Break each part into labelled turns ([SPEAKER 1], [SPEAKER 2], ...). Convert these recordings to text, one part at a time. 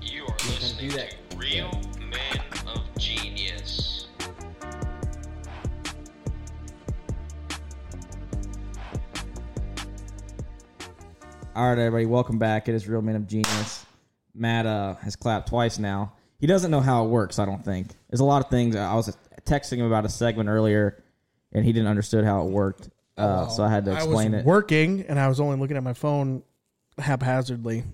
[SPEAKER 1] You are listening to Real Men of Genius.
[SPEAKER 2] All right, everybody, welcome back. It is Real Men of Genius. Matt uh, has clapped twice now. He doesn't know how it works. I don't think there's a lot of things. I was texting him about a segment earlier, and he didn't understood how it worked. Uh, so I had to explain
[SPEAKER 3] Oh, I was
[SPEAKER 2] it.
[SPEAKER 3] working, and I was only looking at my phone haphazardly.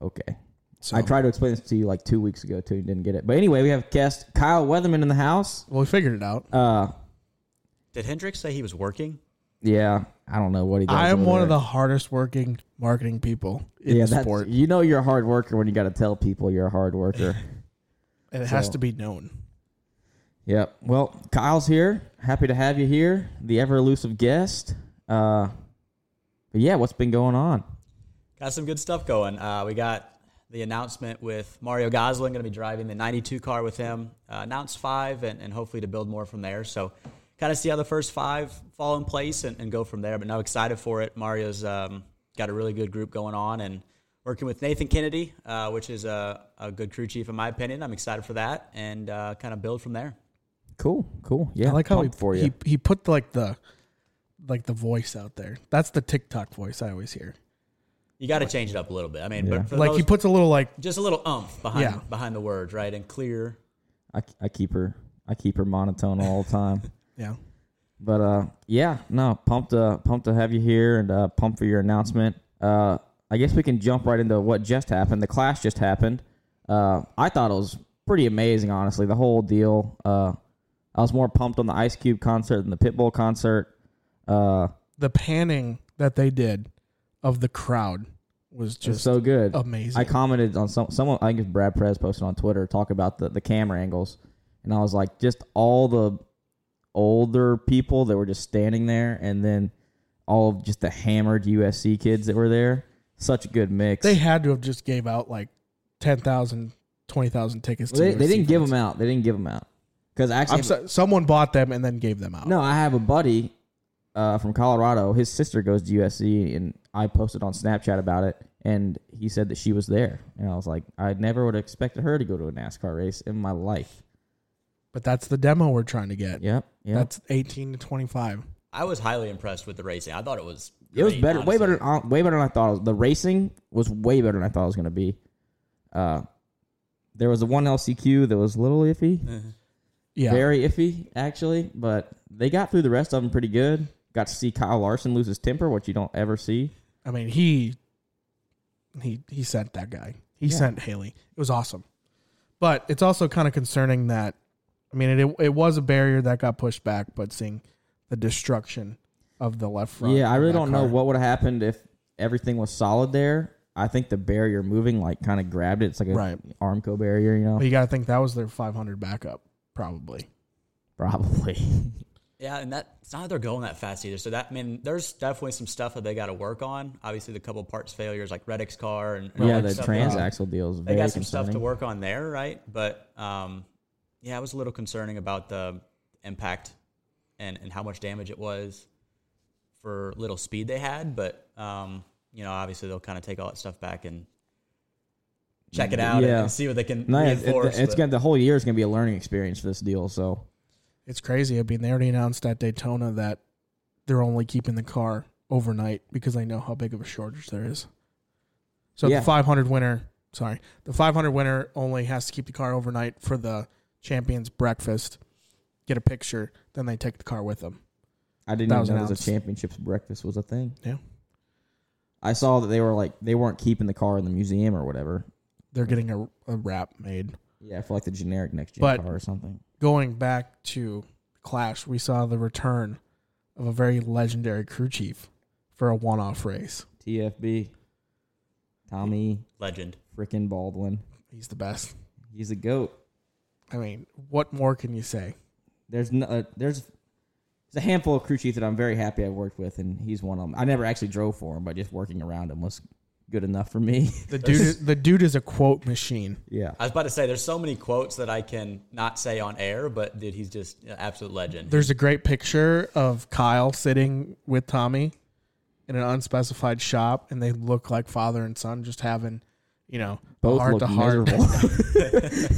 [SPEAKER 2] okay.
[SPEAKER 3] So
[SPEAKER 2] I tried to explain this to you like two weeks ago too, and didn't get it. But anyway, we have guest Kyle Weatherman in the house.
[SPEAKER 3] Well, we figured it out.
[SPEAKER 2] Uh,
[SPEAKER 4] Did Hendrix say he was working?
[SPEAKER 2] yeah, I don't know what he. Does
[SPEAKER 3] I am
[SPEAKER 2] over
[SPEAKER 3] one of
[SPEAKER 2] there.
[SPEAKER 3] the hardest working marketing people in
[SPEAKER 2] yeah.
[SPEAKER 3] the
[SPEAKER 2] that's-
[SPEAKER 3] sport,
[SPEAKER 2] you know you're a hard worker when you got to tell people you're a hard worker.
[SPEAKER 3] and it has
[SPEAKER 2] so-
[SPEAKER 3] to be known.
[SPEAKER 2] Yep. Well, Kyle's here. Happy to have you here, the ever elusive guest. Uh, but yeah, what's been going on?
[SPEAKER 4] Got some good stuff going. Uh, we got the announcement with Mario Gosling going to be driving the 92 car with him. Uh, announced five and, and hopefully to build more from there. So kind of see how the first five fall in place and, and go from there. But now excited for it. Mario's um, got a really good group going on and working with Nathan Kennedy, uh, which is a, a good crew chief in my opinion. I'm excited for that and uh, kind of build from there.
[SPEAKER 2] Cool, cool. Yeah,
[SPEAKER 3] I like how he,
[SPEAKER 2] pumped for you.
[SPEAKER 3] he he put like the like the voice out there. That's the TikTok voice I always hear.
[SPEAKER 4] You got to change it up a little bit. I mean, but for
[SPEAKER 3] Like
[SPEAKER 4] those,
[SPEAKER 3] he puts a little like
[SPEAKER 4] just a little umph behind
[SPEAKER 3] Yeah.
[SPEAKER 4] behind the words, right? And clear
[SPEAKER 2] I, I keep her, I keep her monotone all the time.
[SPEAKER 3] yeah.
[SPEAKER 2] but uh, yeah, no, pumped, uh, pumped to have you here, and uh, pumped for your announcement. Uh, I guess we can jump right into what just happened. The clash just happened. Uh, I thought it was pretty amazing, honestly. The whole deal. Uh, I was more pumped on the Ice Cube concert than the Pitbull concert. Uh,
[SPEAKER 3] The panning that they did of the crowd was
[SPEAKER 2] just
[SPEAKER 3] just
[SPEAKER 2] so good,
[SPEAKER 3] amazing.
[SPEAKER 2] I commented on some someone. I think it's Brad Perez posted on Twitter talk about the the camera angles, and I was like, just all the older people that were just standing there, and then all of just the hammered USC kids that were there. Such a good mix.
[SPEAKER 3] they had to have just gave out like 10,000, 20,000 tickets.
[SPEAKER 2] Well, they,
[SPEAKER 3] to
[SPEAKER 2] they didn't give
[SPEAKER 3] them.
[SPEAKER 2] them out. They didn't give them out because actually,
[SPEAKER 3] I'm so, someone bought them and then gave them out.
[SPEAKER 2] No, I have a buddy uh, from Colorado. His sister goes to USC, and I posted on Snapchat about it. And he said that she was there, and I was like, I never would have expected her to go to a NASCAR race in my life.
[SPEAKER 3] but that's the demo we're trying to get.
[SPEAKER 2] Yep, yep.
[SPEAKER 3] That's 18 to 25.
[SPEAKER 4] I was highly impressed with the racing. I thought it was
[SPEAKER 2] it was
[SPEAKER 4] great,
[SPEAKER 2] better, way
[SPEAKER 4] honestly.
[SPEAKER 2] better, than, way better than I thought. it was. The racing was way better than I thought it was going to be. Uh, there was the one LCQ that was a little iffy,
[SPEAKER 3] Yeah.
[SPEAKER 2] very iffy actually, but they got through the rest of them pretty good. Got to see Kyle Larson lose his temper, which you don't ever see.
[SPEAKER 3] I mean, he he he sent that guy. He sent Haley. It was awesome. But it's also kind of concerning that I mean, it it was a barrier that got pushed back, but seeing the destruction of the left front.
[SPEAKER 2] Yeah, I
[SPEAKER 3] of
[SPEAKER 2] really
[SPEAKER 3] that
[SPEAKER 2] don't know
[SPEAKER 3] car.
[SPEAKER 2] what would have happened if everything was solid there. I think the barrier moving like kind of grabbed it. It's like a
[SPEAKER 3] Right.
[SPEAKER 2] Armco barrier, you know.
[SPEAKER 3] But you got to think that was their 500 backup probably.
[SPEAKER 2] Probably.
[SPEAKER 4] Yeah, and that it's not that they're going that fast either. So that I mean, there's definitely some stuff that they got to work on. Obviously, the couple parts failures like Reddick's car and, and all
[SPEAKER 2] yeah,
[SPEAKER 4] that
[SPEAKER 2] the
[SPEAKER 4] stuff.
[SPEAKER 2] transaxle deal is
[SPEAKER 4] uh, They
[SPEAKER 2] very
[SPEAKER 4] got some
[SPEAKER 2] concerning.
[SPEAKER 4] stuff to work on there, right? But um, yeah, I was a little concerning about the impact and and how much damage it was for little speed they had. But um, you know, obviously they'll kind of take all that stuff back and check it out and-
[SPEAKER 2] Mm, Yeah.
[SPEAKER 4] and, see what they can
[SPEAKER 2] No, yeah, it,
[SPEAKER 4] reinforce.
[SPEAKER 2] it's
[SPEAKER 4] but-
[SPEAKER 2] gonna the whole year is gonna be a learning experience for this deal. So
[SPEAKER 3] It's crazy. I mean, they already announced at Daytona that they're only keeping the car overnight because they know how big of a shortage there is. So
[SPEAKER 2] Yeah.
[SPEAKER 3] the 500 winner, sorry, the 500 winner only has to keep the car overnight for the champions breakfast, get a picture, then they take the car with them.
[SPEAKER 2] I didn't
[SPEAKER 3] That
[SPEAKER 2] even
[SPEAKER 3] was
[SPEAKER 2] know the
[SPEAKER 3] announced.
[SPEAKER 2] championships breakfast was a thing.
[SPEAKER 3] Yeah.
[SPEAKER 2] I saw that they were like they weren't keeping the car in the museum or whatever.
[SPEAKER 3] They're getting a, a wrap made.
[SPEAKER 2] Yeah, for like the generic next gen
[SPEAKER 3] But-
[SPEAKER 2] car or something.
[SPEAKER 3] Going back to Clash, we saw the return of a very legendary crew chief for a one off race.
[SPEAKER 2] TFB, Tommy
[SPEAKER 4] Legend.
[SPEAKER 2] frickin' Baldwin.
[SPEAKER 3] He's the best.
[SPEAKER 2] He's a goat.
[SPEAKER 3] I mean, what more can you say?
[SPEAKER 2] There's no, uh, there's there's a handful of crew chiefs that I'm very happy I worked with, and he's one of them. I never actually drove for him, but just working around him was good enough for me.
[SPEAKER 3] The dude, is, the dude is a quote machine.
[SPEAKER 2] yeah,
[SPEAKER 4] I was about to say there's so many quotes that I can not say on air, but dude, he's just an absolute legend.
[SPEAKER 3] There's a great picture of Kyle sitting with Tommy in an unspecified shop, and they look like father and son, just having, you know,
[SPEAKER 2] both
[SPEAKER 3] heart
[SPEAKER 2] look
[SPEAKER 3] to heart.
[SPEAKER 2] miserable.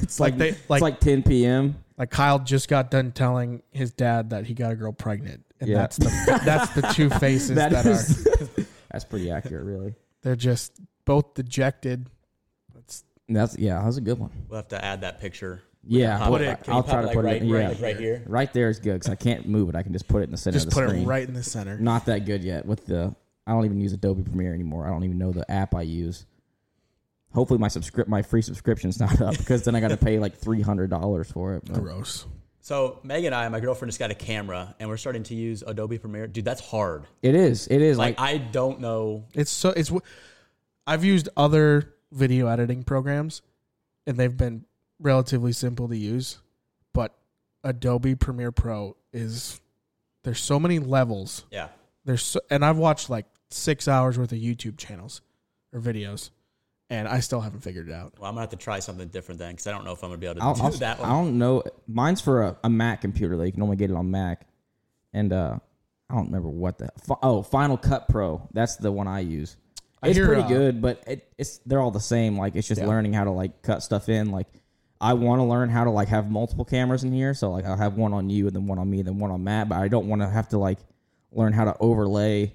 [SPEAKER 2] it's like,
[SPEAKER 3] they-
[SPEAKER 2] it's
[SPEAKER 3] like-
[SPEAKER 2] like 10 p.m.
[SPEAKER 3] Like Kyle just got done telling his dad that he got a girl pregnant, and
[SPEAKER 2] Yeah.
[SPEAKER 3] that's the that's the two faces that,
[SPEAKER 2] That
[SPEAKER 3] are
[SPEAKER 2] is, that's pretty accurate, really.
[SPEAKER 3] they're just both dejected. That's
[SPEAKER 2] And That's yeah, that was a good one.
[SPEAKER 4] We'll have to add that picture.
[SPEAKER 2] Yeah,
[SPEAKER 4] Put it-
[SPEAKER 2] I'll-
[SPEAKER 4] can you
[SPEAKER 2] I'll
[SPEAKER 4] pop
[SPEAKER 2] try
[SPEAKER 4] it,
[SPEAKER 2] to
[SPEAKER 4] like,
[SPEAKER 2] put
[SPEAKER 4] right-
[SPEAKER 2] it yeah.
[SPEAKER 4] right- right here?
[SPEAKER 2] Right there is good because I can't move it. I can just put it in the center
[SPEAKER 3] just
[SPEAKER 2] of the
[SPEAKER 3] put
[SPEAKER 2] screen.
[SPEAKER 3] it right in the center.
[SPEAKER 2] Not that good yet with the. I don't even use Adobe Premiere anymore. I don't even know the app I use. Hopefully, my subscript, my free subscription's not up because then I got to pay like three hundred dollars for it. but-
[SPEAKER 3] Gross.
[SPEAKER 4] So Megan and I, my girlfriend just got a camera, and we're starting to use Adobe Premiere. Dude, that's hard.
[SPEAKER 2] It is. It is like,
[SPEAKER 4] Like I don't know.
[SPEAKER 3] It's so it's. w- I've used other video editing programs, and they've been relatively simple to use, but Adobe Premiere Pro is there's so many levels.
[SPEAKER 4] Yeah,
[SPEAKER 3] There's so, and I've watched like six hours worth of YouTube channels or videos, and I still haven't figured it out.
[SPEAKER 4] well, I'm gonna have to try something different then, because I don't know if I'm gonna be able to
[SPEAKER 2] I'll,
[SPEAKER 4] do
[SPEAKER 2] I'll, I
[SPEAKER 4] that one.
[SPEAKER 2] don't know. Mine's for a, a Mac computer. They can only get it on Mac, and uh, I don't remember what the fi- oh Final Cut Pro. That's the one I use.
[SPEAKER 3] I
[SPEAKER 2] It's
[SPEAKER 3] hear,
[SPEAKER 2] pretty
[SPEAKER 3] uh,
[SPEAKER 2] good, but it, it's they're all the same. Like it's just learning how to like cut stuff in. Like I want to learn how to like have multiple cameras in here. So like I'll have one on you, and then one on me, then one on Matt. But I don't want to have to like learn how to overlay.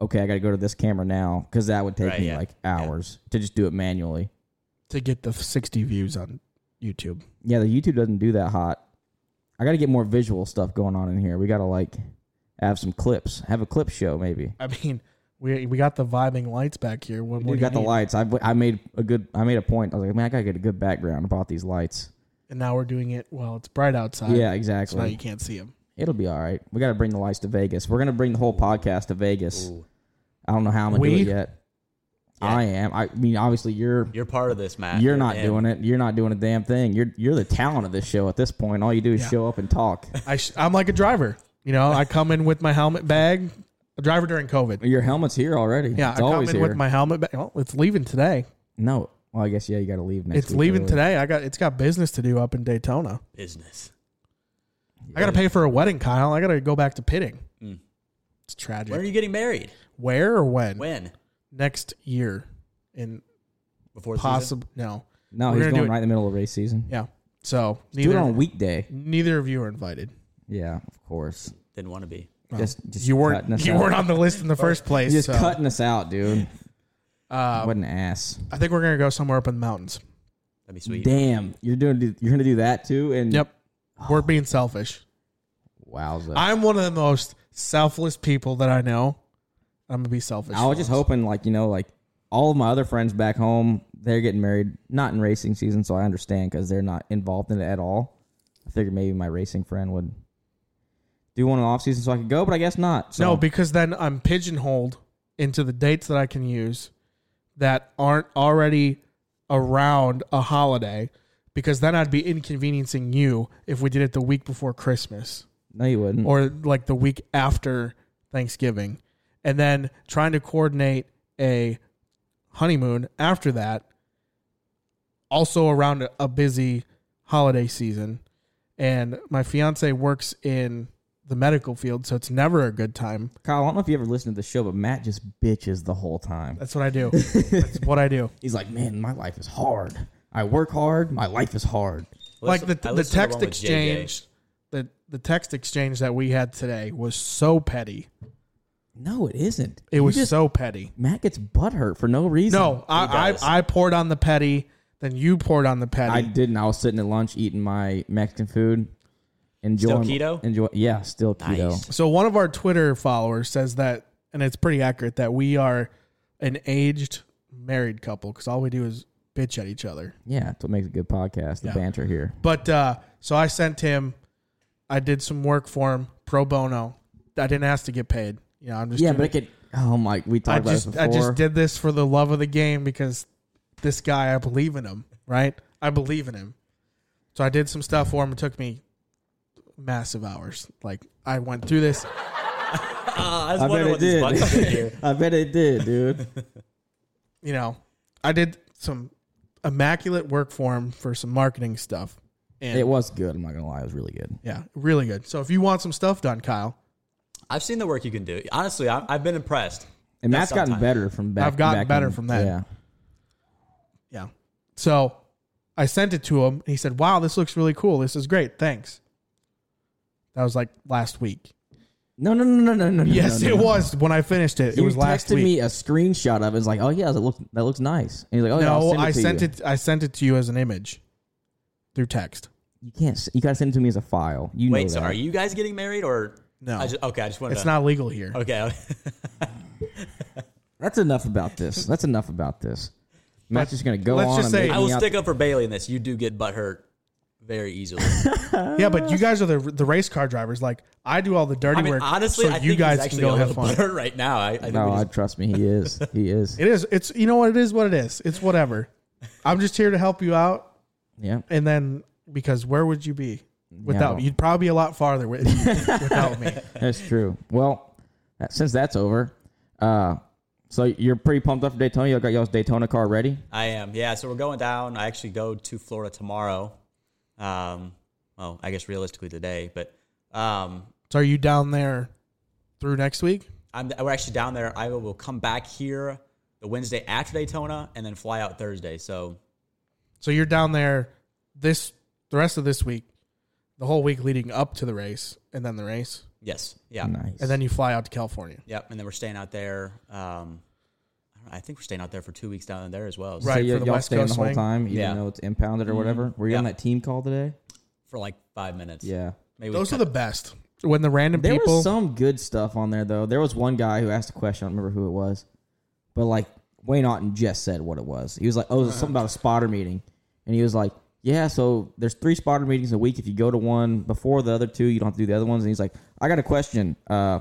[SPEAKER 2] Okay, I got to go to this camera now because that would take
[SPEAKER 4] Right,
[SPEAKER 2] me
[SPEAKER 4] yeah.
[SPEAKER 2] like hours to just do it manually.
[SPEAKER 3] to get the 60 views on YouTube.
[SPEAKER 2] Yeah, the YouTube doesn't do that hot. I got to get more visual stuff going on in here. We got to like have some clips, have a clip show maybe.
[SPEAKER 3] I mean, we we got the vibing lights back here. When
[SPEAKER 2] We got the lights. I, I made a good. I made a point. I was like, man, I gotta get a good background about these lights.
[SPEAKER 3] and now we're doing it. Well, it's bright outside.
[SPEAKER 2] yeah,
[SPEAKER 3] so now you
[SPEAKER 2] exactly.
[SPEAKER 3] can't see them.
[SPEAKER 2] It'll be all right. We got to bring the lights to Vegas. We're gonna bring the whole podcast to Vegas.
[SPEAKER 4] Ooh.
[SPEAKER 2] I don't know how I'm gonna do
[SPEAKER 3] We?
[SPEAKER 2] it yet. I am. I mean, obviously, you're
[SPEAKER 4] You're part of this, Matt.
[SPEAKER 2] you're not
[SPEAKER 4] in.
[SPEAKER 2] doing it. You're not doing a damn thing. You're you're the talent of this show at this point. All you do is
[SPEAKER 3] Yeah.
[SPEAKER 2] show up and talk.
[SPEAKER 3] I sh- I'm like a driver. You know, I come in with my helmet bag. A driver during COVID.
[SPEAKER 2] Your helmet's here already.
[SPEAKER 3] Yeah,
[SPEAKER 2] it's
[SPEAKER 3] I come
[SPEAKER 2] always
[SPEAKER 3] in
[SPEAKER 2] here.
[SPEAKER 3] with my helmet bag. Well, it's leaving today.
[SPEAKER 2] No. Well, I guess yeah, you got to leave next.
[SPEAKER 3] it's
[SPEAKER 2] week
[SPEAKER 3] leaving
[SPEAKER 2] early.
[SPEAKER 3] today. I got it's got business to do up in Daytona.
[SPEAKER 4] business.
[SPEAKER 3] I got to pay for a wedding, Kyle. I got to go back to Pitting.
[SPEAKER 2] Mm.
[SPEAKER 3] It's tragic.
[SPEAKER 4] When are
[SPEAKER 3] Where,
[SPEAKER 4] you getting married?
[SPEAKER 3] or when?
[SPEAKER 4] When?
[SPEAKER 3] Next year, in
[SPEAKER 4] Before the season?
[SPEAKER 3] possible no.
[SPEAKER 2] No,
[SPEAKER 3] We're
[SPEAKER 2] he's
[SPEAKER 3] gonna do
[SPEAKER 2] going
[SPEAKER 3] it-
[SPEAKER 2] right in the middle of race season.
[SPEAKER 3] Yeah. So
[SPEAKER 2] Do it
[SPEAKER 3] neither
[SPEAKER 2] on a weekday.
[SPEAKER 3] neither of you are invited.
[SPEAKER 2] Yeah, of course.
[SPEAKER 4] Didn't want to be.
[SPEAKER 2] Just, just
[SPEAKER 3] Oh. You weren't
[SPEAKER 2] cutting us
[SPEAKER 3] you
[SPEAKER 2] out.
[SPEAKER 3] weren't on the list in the first place.
[SPEAKER 2] just
[SPEAKER 3] so. Um,
[SPEAKER 2] cutting us out, dude. what an ass!
[SPEAKER 3] I think we're gonna go somewhere up in the mountains.
[SPEAKER 4] That'd be sweet.
[SPEAKER 2] Damn, you're doing. You're gonna do that too, and
[SPEAKER 3] Yep. We're being selfish.
[SPEAKER 2] Wowza! I,
[SPEAKER 3] I'm one of the most selfless people that I know. I'm gonna be selfish.
[SPEAKER 2] was just hoping, like you know, like all of my other friends back home, they're getting married, not in racing season, so I understand because they're not involved in it at all. I figured maybe my racing friend would do one in the off season, so I could go, but I guess not. So
[SPEAKER 3] No, because then I'm pigeonholed into the dates that I can use that aren't already around a holiday. Because then I'd be inconveniencing you if we did it the week before Christmas
[SPEAKER 2] no, you
[SPEAKER 4] Mm-hmm.
[SPEAKER 2] wouldn't.
[SPEAKER 3] or like the week after Thanksgiving, and then trying to coordinate a honeymoon after that, also around a- a busy holiday season. And my fiance works in the medical field, so it's never a good time.
[SPEAKER 2] Kyle, I don't know if you ever listened to the show, but Matt just bitches the whole time.
[SPEAKER 3] That's what I do. That's what I do.
[SPEAKER 2] He's like, man, my life is hard. I work hard. My life is hard.
[SPEAKER 4] Listen-
[SPEAKER 3] like the,
[SPEAKER 4] I
[SPEAKER 3] the
[SPEAKER 4] listened to
[SPEAKER 3] text
[SPEAKER 4] one with JJ.
[SPEAKER 3] exchange, the the text exchange that we had today was so petty.
[SPEAKER 2] No, it isn't.
[SPEAKER 3] It
[SPEAKER 2] You
[SPEAKER 3] was
[SPEAKER 2] just-
[SPEAKER 3] so petty.
[SPEAKER 2] Matt gets butthurt for no reason.
[SPEAKER 3] No, I,
[SPEAKER 4] does.
[SPEAKER 3] I I poured on the petty, then you poured on the petty.
[SPEAKER 2] I didn't. I was sitting at lunch eating my Mexican food, Enjoy
[SPEAKER 4] keto?
[SPEAKER 2] Enjoy. Yeah, still keto.
[SPEAKER 4] Nice.
[SPEAKER 3] So one of our Twitter followers says that, and it's pretty accurate that we are an aged married couple because all we do is bitch at each other.
[SPEAKER 2] Yeah, that's what makes a good podcast. The
[SPEAKER 3] Yeah.
[SPEAKER 2] banter here.
[SPEAKER 3] But uh, so I sent him. I did some work for him pro bono. I didn't ask to get paid. You know, I'm just
[SPEAKER 2] Yeah,
[SPEAKER 3] doing
[SPEAKER 2] but it could. Oh my, we talked
[SPEAKER 3] I
[SPEAKER 2] about
[SPEAKER 3] just
[SPEAKER 2] this
[SPEAKER 3] I
[SPEAKER 2] before.
[SPEAKER 3] just did this for the love of the game because this guy I believe in him, right? I believe in him. So I did some stuff for him. It took me massive hours. Like I went through this.
[SPEAKER 4] Ah, I was
[SPEAKER 2] I bet
[SPEAKER 4] wondering
[SPEAKER 2] it
[SPEAKER 4] what these buttons did
[SPEAKER 2] did.
[SPEAKER 4] here.
[SPEAKER 2] I bet it did, dude.
[SPEAKER 3] you know, I did some immaculate work for him for some marketing stuff. And
[SPEAKER 2] It was good. I'm not gonna lie, it was really good.
[SPEAKER 3] yeah, really good. So if you want some stuff done, Kyle,
[SPEAKER 4] I've seen the work you can do. Honestly, I, I've been impressed.
[SPEAKER 2] And Matt's
[SPEAKER 4] That's
[SPEAKER 2] gotten
[SPEAKER 4] sometimes.
[SPEAKER 2] better from back.
[SPEAKER 3] I've gotten
[SPEAKER 2] back
[SPEAKER 3] better
[SPEAKER 2] in-
[SPEAKER 3] from that.
[SPEAKER 2] Yeah,
[SPEAKER 3] yeah. So I sent it to him and he said, Wow, this looks really cool. This is great. Thanks. That was like last week.
[SPEAKER 2] No, no, no, no, no, no. no,
[SPEAKER 3] Yes,
[SPEAKER 2] no,
[SPEAKER 3] it
[SPEAKER 2] no.
[SPEAKER 3] was when I finished it.
[SPEAKER 2] You
[SPEAKER 3] it was last
[SPEAKER 2] texted
[SPEAKER 3] week.
[SPEAKER 2] me a screenshot of it. It's like, oh yeah, that looks that looks nice. And he's like, oh yeah, I'll send it
[SPEAKER 3] no, I
[SPEAKER 2] to
[SPEAKER 3] sent
[SPEAKER 2] you.
[SPEAKER 3] it. I sent it to you as an image through text.
[SPEAKER 2] You can't. s- You gotta send it to me as a file. You know
[SPEAKER 4] Wait,
[SPEAKER 2] that.
[SPEAKER 4] so are you guys getting married or
[SPEAKER 3] No.
[SPEAKER 4] I just, okay, I just wanted
[SPEAKER 3] It's
[SPEAKER 4] to.
[SPEAKER 3] not legal here.
[SPEAKER 4] okay.
[SPEAKER 2] That's enough about this. That's enough about this. Matt's just gonna go
[SPEAKER 3] let's
[SPEAKER 2] on.
[SPEAKER 3] just
[SPEAKER 2] and
[SPEAKER 3] say-
[SPEAKER 2] make
[SPEAKER 4] I
[SPEAKER 2] me
[SPEAKER 4] will
[SPEAKER 2] out-
[SPEAKER 4] stick up for Bailey in this. You do get butt hurt very easily.
[SPEAKER 3] Yeah, but you guys are the the race car drivers. Like I do all the dirty
[SPEAKER 4] I mean,
[SPEAKER 3] work,
[SPEAKER 4] honestly,
[SPEAKER 3] so
[SPEAKER 4] I
[SPEAKER 3] you
[SPEAKER 4] think
[SPEAKER 3] guys
[SPEAKER 4] he's
[SPEAKER 3] can
[SPEAKER 4] actually
[SPEAKER 3] go
[SPEAKER 4] a
[SPEAKER 3] have
[SPEAKER 4] little
[SPEAKER 3] fun.
[SPEAKER 4] butt hurt right now. I, I think
[SPEAKER 2] No,
[SPEAKER 4] we just
[SPEAKER 2] Oh, I trust me. He is. He is.
[SPEAKER 3] It is. It's you know what it is. What it is. It's whatever. I'm just here to help you out,
[SPEAKER 2] Yeah.
[SPEAKER 3] and then because where would you be without
[SPEAKER 2] well-
[SPEAKER 3] me? You'd probably be a lot farther with, without me.
[SPEAKER 2] That's true. Well, uh, since that's over, uh, so you're pretty pumped up for Daytona. You got y'all's Daytona car ready.
[SPEAKER 4] I am. Yeah. So we're going down. I actually go to Florida tomorrow. Um, well, I guess realistically today, but um,
[SPEAKER 3] So are you down there through next week?
[SPEAKER 4] I'm we're actually down there. I will come back here the Wednesday after Daytona and then fly out Thursday. So
[SPEAKER 3] So you're down there this the rest of this week, the whole week leading up to the race, and then the race,
[SPEAKER 4] yes, yeah,
[SPEAKER 2] Nice.
[SPEAKER 3] and then you fly out to California.
[SPEAKER 4] yep. And then we're staying out there. Um, I, don't know, I think we're staying out there for two weeks down there as well. So
[SPEAKER 2] so
[SPEAKER 3] Right,
[SPEAKER 2] you,
[SPEAKER 3] for the
[SPEAKER 2] y'all
[SPEAKER 3] West
[SPEAKER 2] staying
[SPEAKER 3] Coast
[SPEAKER 2] the whole
[SPEAKER 3] swing. Mm-hmm.
[SPEAKER 2] time, even
[SPEAKER 4] Yeah.
[SPEAKER 2] though it's impounded or whatever. Were you on
[SPEAKER 4] Yeah.
[SPEAKER 2] that team call today?
[SPEAKER 4] for like five minutes.
[SPEAKER 2] Yeah.
[SPEAKER 4] Maybe we
[SPEAKER 3] Those are
[SPEAKER 4] cut-
[SPEAKER 3] the best when the random
[SPEAKER 2] There
[SPEAKER 3] people.
[SPEAKER 2] was some good stuff on there though. There was one guy who asked a question. I don't remember who it was, but like Wayne Otten just said what it was. He was like, "Oh, it was something about a spotter meeting," and he was like, "Yeah, so there's three spotter meetings a week. If you go to one before the other two, you don't have to do the other ones." And he's like, "I got a question. Uh,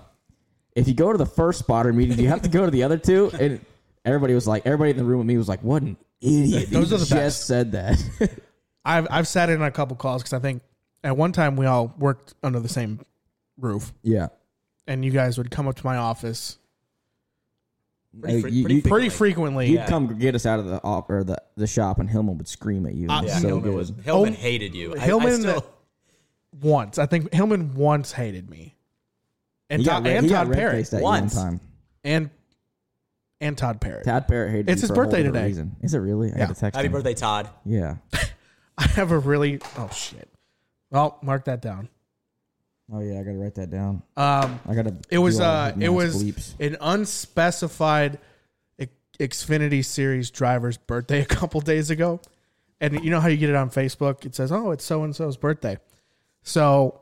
[SPEAKER 2] if you go to the first spotter meeting, do you have to go to the other two? And everybody was like, everybody in the room with me was like, "What an idiot!"
[SPEAKER 3] Those
[SPEAKER 2] he
[SPEAKER 3] are the
[SPEAKER 2] just
[SPEAKER 3] best.
[SPEAKER 2] said that.
[SPEAKER 3] I've I've sat in on a couple calls because I think at one time we all worked under the same roof,
[SPEAKER 2] yeah,
[SPEAKER 3] and you guys would come up to my office
[SPEAKER 2] Uh,
[SPEAKER 4] pretty, fre-
[SPEAKER 2] you-
[SPEAKER 4] pretty
[SPEAKER 2] you-
[SPEAKER 3] pretty
[SPEAKER 4] frequently.
[SPEAKER 3] frequently.
[SPEAKER 2] He'd come get us out of the op or the, the shop, and Hillman would scream at you.
[SPEAKER 3] Uh,
[SPEAKER 2] It was
[SPEAKER 4] Yeah,
[SPEAKER 2] so
[SPEAKER 4] Hillman
[SPEAKER 2] good.
[SPEAKER 4] was Hillman
[SPEAKER 3] Oh,
[SPEAKER 4] hated you. I- I,
[SPEAKER 3] Hillman-
[SPEAKER 4] still,
[SPEAKER 3] once. I think Hillman once hated me, and
[SPEAKER 2] He got
[SPEAKER 3] Todd,
[SPEAKER 2] red-
[SPEAKER 3] and
[SPEAKER 2] he got
[SPEAKER 3] Todd Parrott
[SPEAKER 2] red-faced at you
[SPEAKER 4] Once.
[SPEAKER 2] One time.
[SPEAKER 3] and and Todd Parrott.
[SPEAKER 2] Todd Parrott hated.
[SPEAKER 3] It's
[SPEAKER 2] you
[SPEAKER 3] his
[SPEAKER 2] for a whole
[SPEAKER 3] birthday
[SPEAKER 2] different
[SPEAKER 3] today.
[SPEAKER 2] Reason. Is it really? I had to text
[SPEAKER 4] happy
[SPEAKER 2] him.
[SPEAKER 4] birthday, Todd.
[SPEAKER 2] Yeah.
[SPEAKER 3] I have a really oh shit. Well, mark that down.
[SPEAKER 2] Oh yeah, I gotta write that down.
[SPEAKER 3] Um,
[SPEAKER 2] I gotta.
[SPEAKER 3] it was
[SPEAKER 2] do all
[SPEAKER 3] uh,
[SPEAKER 2] the
[SPEAKER 3] it
[SPEAKER 2] mass
[SPEAKER 3] was
[SPEAKER 2] bleeps.
[SPEAKER 3] an unspecified X- Xfinity Series driver's birthday a couple days ago, and you know how you get it on Facebook? It says, "Oh, it's so and so's birthday." So,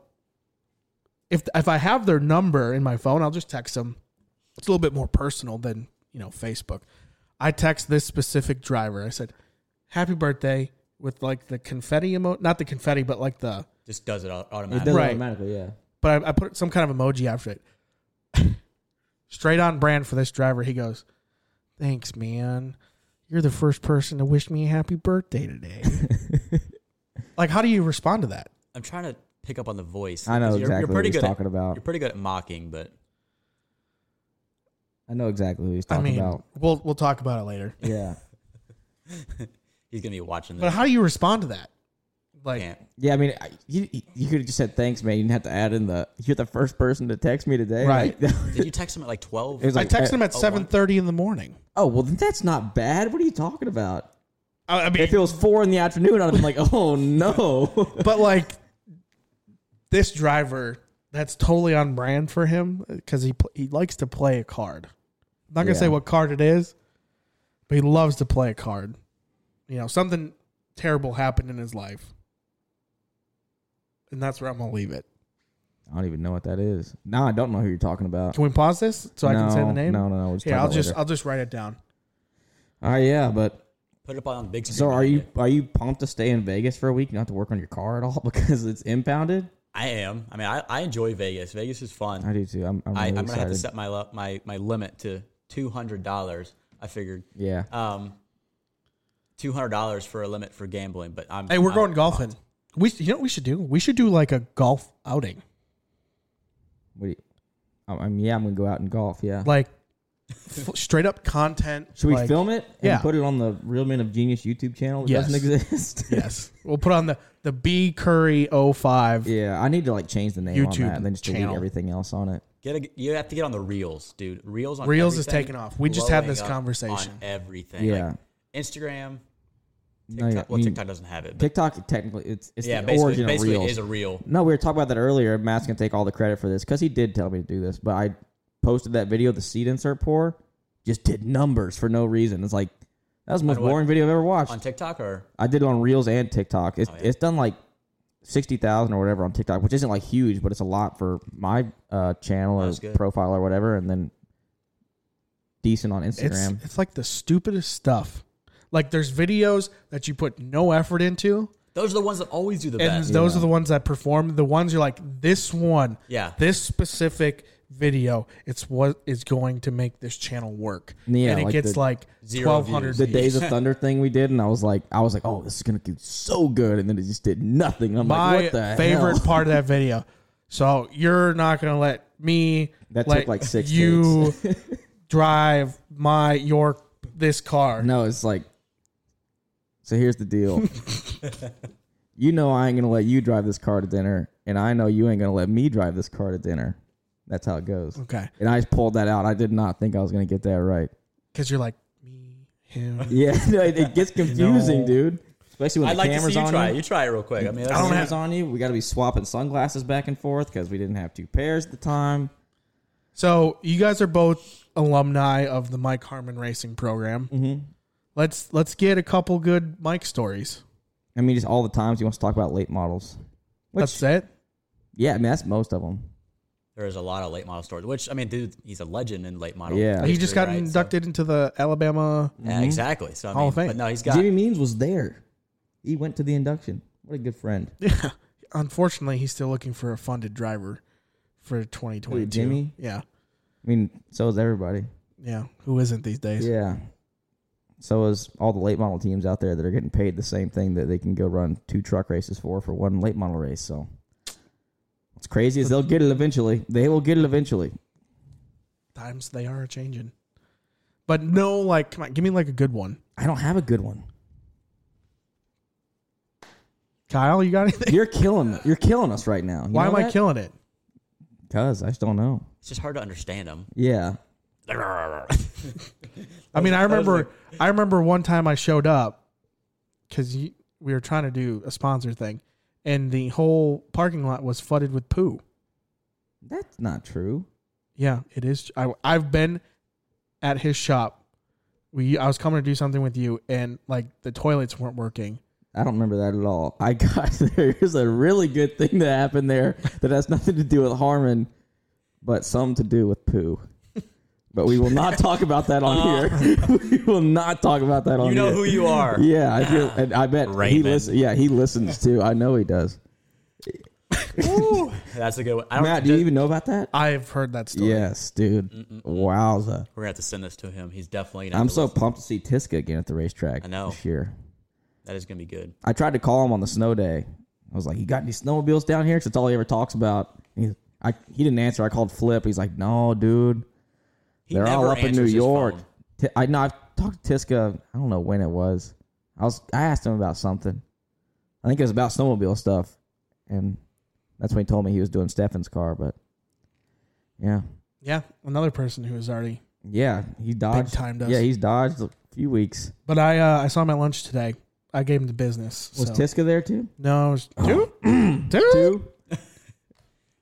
[SPEAKER 3] if if I have their number in my phone, I'll just text them. It's a little bit more personal than you know Facebook. I text this specific driver. I said, "Happy birthday." With like the confetti emo, not the confetti, but like the
[SPEAKER 4] Just does it au-
[SPEAKER 2] It
[SPEAKER 4] automatically.
[SPEAKER 2] does
[SPEAKER 3] Right.
[SPEAKER 2] automatically. Yeah.
[SPEAKER 3] but I, I put some kind of emoji after it. Straight on brand for this driver. He goes, "Thanks, man. You're the first person to wish me a happy birthday today." like, how do you respond to that?
[SPEAKER 4] I'm trying to pick up on the voice.
[SPEAKER 2] I know
[SPEAKER 4] because
[SPEAKER 2] exactly what he's
[SPEAKER 4] good
[SPEAKER 2] talking
[SPEAKER 4] at,
[SPEAKER 2] about.
[SPEAKER 4] You're pretty good at mocking, but
[SPEAKER 2] I know exactly who he's
[SPEAKER 3] I
[SPEAKER 2] talking
[SPEAKER 3] mean,
[SPEAKER 2] about.
[SPEAKER 3] we'll we'll talk about it later.
[SPEAKER 2] Yeah.
[SPEAKER 4] he's gonna be watching
[SPEAKER 3] But
[SPEAKER 4] this.
[SPEAKER 3] how do you respond to that? Like,
[SPEAKER 4] Can't.
[SPEAKER 2] Yeah, I mean, I- you, you could have just said thanks, man. You didn't have to add in the you're the first person to text me today.
[SPEAKER 3] Right.
[SPEAKER 2] Like,
[SPEAKER 4] Did you text him at like 12?
[SPEAKER 2] it was
[SPEAKER 3] I
[SPEAKER 2] like,
[SPEAKER 3] texted him at
[SPEAKER 4] oh, one-
[SPEAKER 3] seven thirty in the morning.
[SPEAKER 2] oh well, then that's not bad. What are you talking about?
[SPEAKER 3] I, I mean,
[SPEAKER 2] If it was four in the afternoon, I'd have been like, oh no.
[SPEAKER 3] but like this driver, that's totally on brand for him because he pl- he likes to play a card. I'm not gonna say
[SPEAKER 2] Yeah.
[SPEAKER 3] what card it is, but he loves to play a card. You know, something terrible happened in his life, and that's where I'm gonna leave it.
[SPEAKER 2] I don't even know what that is. No, I don't know who you're talking about.
[SPEAKER 3] Can we pause this so I can say
[SPEAKER 2] No,
[SPEAKER 3] the name?
[SPEAKER 2] no, no, no, we'll just
[SPEAKER 3] Here,
[SPEAKER 2] talk
[SPEAKER 3] I'll
[SPEAKER 2] about it
[SPEAKER 3] just
[SPEAKER 2] later.
[SPEAKER 3] I'll just write it down.
[SPEAKER 2] Oh yeah, but
[SPEAKER 4] Put it up on the big screen.
[SPEAKER 2] so are
[SPEAKER 4] behind
[SPEAKER 2] you are you pumped to stay in Vegas for a week, not to work on your car at all because it's impounded?
[SPEAKER 4] I am. I mean, I, I enjoy Vegas. Vegas is fun.
[SPEAKER 2] I do too. I'm, I'm
[SPEAKER 4] I,
[SPEAKER 2] really
[SPEAKER 4] I'm gonna
[SPEAKER 2] excited.
[SPEAKER 4] have to set my lo- my my limit to two hundred dollars. I figured.
[SPEAKER 2] yeah,
[SPEAKER 4] Um, two hundred dollars for a limit for gambling, but I'm.
[SPEAKER 3] Hey,
[SPEAKER 2] Uh,
[SPEAKER 3] we're
[SPEAKER 4] I'm-
[SPEAKER 3] going golfing. We you know what we should do? We should do like a golf outing.
[SPEAKER 2] what do you, I- I'm yeah, I'm gonna go out and golf. Yeah,
[SPEAKER 3] Like f- straight up content.
[SPEAKER 2] should we
[SPEAKER 3] like-
[SPEAKER 2] film it and
[SPEAKER 3] yeah.
[SPEAKER 2] put it on the Real Men of Genius YouTube channel that
[SPEAKER 3] Yes.
[SPEAKER 2] doesn't exist?
[SPEAKER 3] Yes. We'll put on the the B Curry 05.
[SPEAKER 2] yeah, I need to like change the name on
[SPEAKER 3] YouTube
[SPEAKER 2] that and then just delete
[SPEAKER 3] channel.
[SPEAKER 2] everything else on it.
[SPEAKER 4] Get a, you have to get on the reels, dude. Reels on
[SPEAKER 3] Reels is
[SPEAKER 4] everything,
[SPEAKER 3] taking off. We just had
[SPEAKER 4] blowing
[SPEAKER 3] this
[SPEAKER 4] up
[SPEAKER 3] conversation.
[SPEAKER 4] on everything.
[SPEAKER 2] Yeah,
[SPEAKER 4] Like, Instagram.
[SPEAKER 2] No,
[SPEAKER 4] TikTok,
[SPEAKER 2] yeah, I
[SPEAKER 4] well,
[SPEAKER 2] mean,
[SPEAKER 4] TikTok doesn't have it. But
[SPEAKER 2] TikTok technically it's it's
[SPEAKER 4] yeah,
[SPEAKER 2] the
[SPEAKER 4] basically,
[SPEAKER 2] origin of
[SPEAKER 4] basically
[SPEAKER 2] Reels.
[SPEAKER 4] it is a reel.
[SPEAKER 2] No, we were talking about that earlier. Matt's gonna take all the credit for this because he did tell me to do this. But I posted that video, the seed insert pour, just did numbers for no reason. It's like that was the most
[SPEAKER 4] On what?
[SPEAKER 2] boring video I've ever watched.
[SPEAKER 4] on TikTok or
[SPEAKER 2] I did it on Reels and TikTok. It's
[SPEAKER 4] yeah.
[SPEAKER 2] it's done like sixty thousand or whatever on TikTok, which isn't like huge, but it's a lot for my uh, channel
[SPEAKER 4] That's
[SPEAKER 2] or
[SPEAKER 4] good.
[SPEAKER 2] profile or whatever, and then decent on
[SPEAKER 3] It's
[SPEAKER 2] Instagram.
[SPEAKER 3] it's like the stupidest stuff. Like there's videos that you put no effort into,
[SPEAKER 4] those are the ones that always do the
[SPEAKER 3] and
[SPEAKER 4] best.
[SPEAKER 3] those are the ones that perform. The ones you're like, this one,
[SPEAKER 4] Yeah.
[SPEAKER 3] this specific video, it's what is going to make this channel work.
[SPEAKER 2] Yeah,
[SPEAKER 3] and it
[SPEAKER 2] like
[SPEAKER 3] gets
[SPEAKER 2] the-
[SPEAKER 3] like
[SPEAKER 4] Zero
[SPEAKER 3] twelve hundred.
[SPEAKER 2] the Days of Thunder thing we did, and I was like, I was like, oh, this is gonna do so good, and then it just did nothing. I'm
[SPEAKER 3] My
[SPEAKER 2] like, what the
[SPEAKER 3] favorite
[SPEAKER 2] hell?
[SPEAKER 3] part of that video. So you're not gonna let me
[SPEAKER 2] That
[SPEAKER 3] let
[SPEAKER 2] took like six
[SPEAKER 3] you drive my your this car.
[SPEAKER 2] No, it's like. So here's the deal. you know I ain't gonna let you drive this car to dinner, and I know you ain't gonna let me drive this car to dinner. That's how it goes.
[SPEAKER 3] Okay,
[SPEAKER 2] And I just pulled that out. I did not think I was gonna get that right.
[SPEAKER 3] because you're like me, him.
[SPEAKER 2] Yeah, no, it, it gets confusing, dude. Especially when
[SPEAKER 4] I'd
[SPEAKER 2] the
[SPEAKER 4] like to see
[SPEAKER 2] camera's
[SPEAKER 4] you
[SPEAKER 2] on
[SPEAKER 4] try. it.
[SPEAKER 2] you.
[SPEAKER 4] You try it real quick. I mean,
[SPEAKER 3] I don't
[SPEAKER 4] that's,
[SPEAKER 3] have-
[SPEAKER 2] Camera's on you. We got to be swapping sunglasses back and forth because we didn't have two pairs at the time.
[SPEAKER 3] So you guys are both alumni of the Mike Harmon Racing program. Mm-hmm. Let's let's get a couple good Mike stories.
[SPEAKER 2] I mean, just all the times he wants to talk about late models. Which,
[SPEAKER 3] That's it.
[SPEAKER 2] yeah, I mean that's most of them.
[SPEAKER 4] there is a lot of late model stories. Which I mean, dude, he's a legend in late model.
[SPEAKER 2] Yeah. Mm-hmm.
[SPEAKER 3] He just got
[SPEAKER 4] right? So-
[SPEAKER 3] inducted into the Alabama.
[SPEAKER 4] Yeah, exactly. So I
[SPEAKER 3] Hall
[SPEAKER 4] mean,
[SPEAKER 3] of Fame.
[SPEAKER 4] but no, he's got.
[SPEAKER 2] Jimmy Means was there. He went to the induction. What a good friend.
[SPEAKER 3] Unfortunately, he's still looking for a funded driver for 2022.
[SPEAKER 2] Who, Jimmy?
[SPEAKER 3] Yeah.
[SPEAKER 2] I mean, so is everybody.
[SPEAKER 3] Yeah. Who isn't these days?
[SPEAKER 2] Yeah. So is all the late model teams out there that are getting paid the same thing that they can go run two truck races for for one late model race. So what's crazy is they'll get it eventually. They will get it eventually.
[SPEAKER 3] Times they are changing. But no, like, come on, give me like a good one.
[SPEAKER 2] I don't have a good one.
[SPEAKER 3] Kyle, you got anything?
[SPEAKER 2] You're killing. You're killing us right now. You
[SPEAKER 3] Why
[SPEAKER 2] know
[SPEAKER 3] am I
[SPEAKER 2] that?
[SPEAKER 3] killing it?
[SPEAKER 2] Cause I just don't know.
[SPEAKER 4] It's just hard to understand him.
[SPEAKER 2] Yeah.
[SPEAKER 3] I mean, I remember, I remember one time I showed up because we were trying to do a sponsor thing, and the whole parking lot was flooded with poo.
[SPEAKER 2] That's not true.
[SPEAKER 3] Yeah, it is. I, I've been at his shop. We, I was coming to do something with you, and like the toilets weren't working.
[SPEAKER 2] I don't remember that at all. I got there's a really good thing that happened there that has nothing to do with Harmon, but some to do with poo. But we will not talk about that on here. we will not talk about that on
[SPEAKER 4] Uh. You
[SPEAKER 2] here.
[SPEAKER 4] know who you are.
[SPEAKER 2] Oh, Yeah, I feel, and I bet he
[SPEAKER 4] Raymond.
[SPEAKER 2] listens. Yeah, he listens too. I know he does.
[SPEAKER 4] That's a good one. I don't,
[SPEAKER 2] Matt, do you even know about that?
[SPEAKER 3] I've heard that story.
[SPEAKER 2] Yes, dude. Wowza!
[SPEAKER 4] We're gonna have to send this to him. He's definitely. Gonna
[SPEAKER 2] I'm
[SPEAKER 4] have to
[SPEAKER 2] so
[SPEAKER 4] listen.
[SPEAKER 2] pumped to see Tiska again at the racetrack.
[SPEAKER 4] I know.
[SPEAKER 2] this year.
[SPEAKER 4] That is gonna be good.
[SPEAKER 2] I tried to call him on the snow day. I was like, "You got any snowmobiles down here?" Because it's all he ever talks about. He, I, he didn't answer. I called Flip. He's like, "No, dude,
[SPEAKER 4] He
[SPEAKER 2] they're all
[SPEAKER 4] never
[SPEAKER 2] up in
[SPEAKER 4] answers
[SPEAKER 2] New
[SPEAKER 4] his
[SPEAKER 2] York."
[SPEAKER 4] phone.
[SPEAKER 2] T- I know. I talked to Tiska. I don't know when it was. I was. I asked him about something. I think it was about snowmobile stuff, and that's when he told me he was doing Stefan's car. But yeah,
[SPEAKER 3] Yeah, another person who was already.
[SPEAKER 2] yeah, he dodged.
[SPEAKER 3] timed us.
[SPEAKER 2] Yeah, he's dodged a few weeks.
[SPEAKER 3] But I, uh, I saw him at lunch today. I gave him the business.
[SPEAKER 2] Was
[SPEAKER 3] so-
[SPEAKER 2] Tiska there too?
[SPEAKER 3] No, it was, dude,
[SPEAKER 2] Two.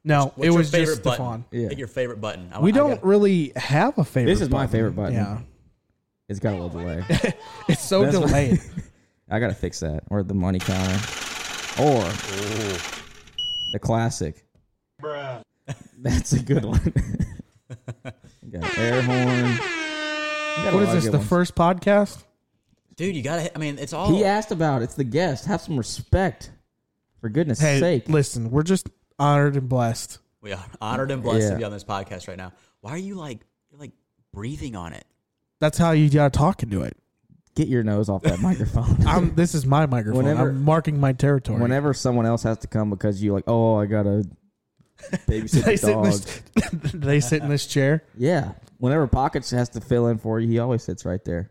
[SPEAKER 3] No,
[SPEAKER 4] What's
[SPEAKER 3] it
[SPEAKER 4] your
[SPEAKER 3] was
[SPEAKER 4] favorite
[SPEAKER 3] just
[SPEAKER 4] button?
[SPEAKER 3] Stefan.
[SPEAKER 2] Yeah.
[SPEAKER 4] Pick your favorite button. I-
[SPEAKER 3] We
[SPEAKER 4] I
[SPEAKER 3] don't
[SPEAKER 4] got-
[SPEAKER 3] really have a favorite.
[SPEAKER 2] This is my favorite button.
[SPEAKER 3] Yeah,
[SPEAKER 2] It's got a little delay.
[SPEAKER 3] it's so
[SPEAKER 2] That's what-
[SPEAKER 3] delayed.
[SPEAKER 2] I gotta fix that, or the money counter, or the classic. Bruh. That's a good one. You got air horn. You got a
[SPEAKER 3] What
[SPEAKER 2] lot
[SPEAKER 3] is
[SPEAKER 2] of
[SPEAKER 3] this?
[SPEAKER 2] good
[SPEAKER 3] The
[SPEAKER 2] ones.
[SPEAKER 3] first podcast?
[SPEAKER 4] Dude, you gotta. hit- I mean, it's all.
[SPEAKER 2] He asked about it. It's the guest. Have some respect. For goodness
[SPEAKER 3] Hey,
[SPEAKER 2] sake.
[SPEAKER 3] listen, we're just honored and blessed.
[SPEAKER 4] We are honored and blessed
[SPEAKER 2] Yeah.
[SPEAKER 4] to be on this podcast right now. Why are you like you're like breathing on it?
[SPEAKER 3] That's how you gotta talk into it.
[SPEAKER 2] Get your nose off that microphone.
[SPEAKER 3] I'm. This is my microphone.
[SPEAKER 2] Whenever-
[SPEAKER 3] I'm marking my territory.
[SPEAKER 2] Whenever someone else has to come because you like, oh, I gotta babysit
[SPEAKER 3] they
[SPEAKER 2] the
[SPEAKER 3] sit, in
[SPEAKER 2] dog.
[SPEAKER 3] this, they sit in this chair.
[SPEAKER 2] Yeah. Whenever Pockets has to fill in for you, he always sits right there.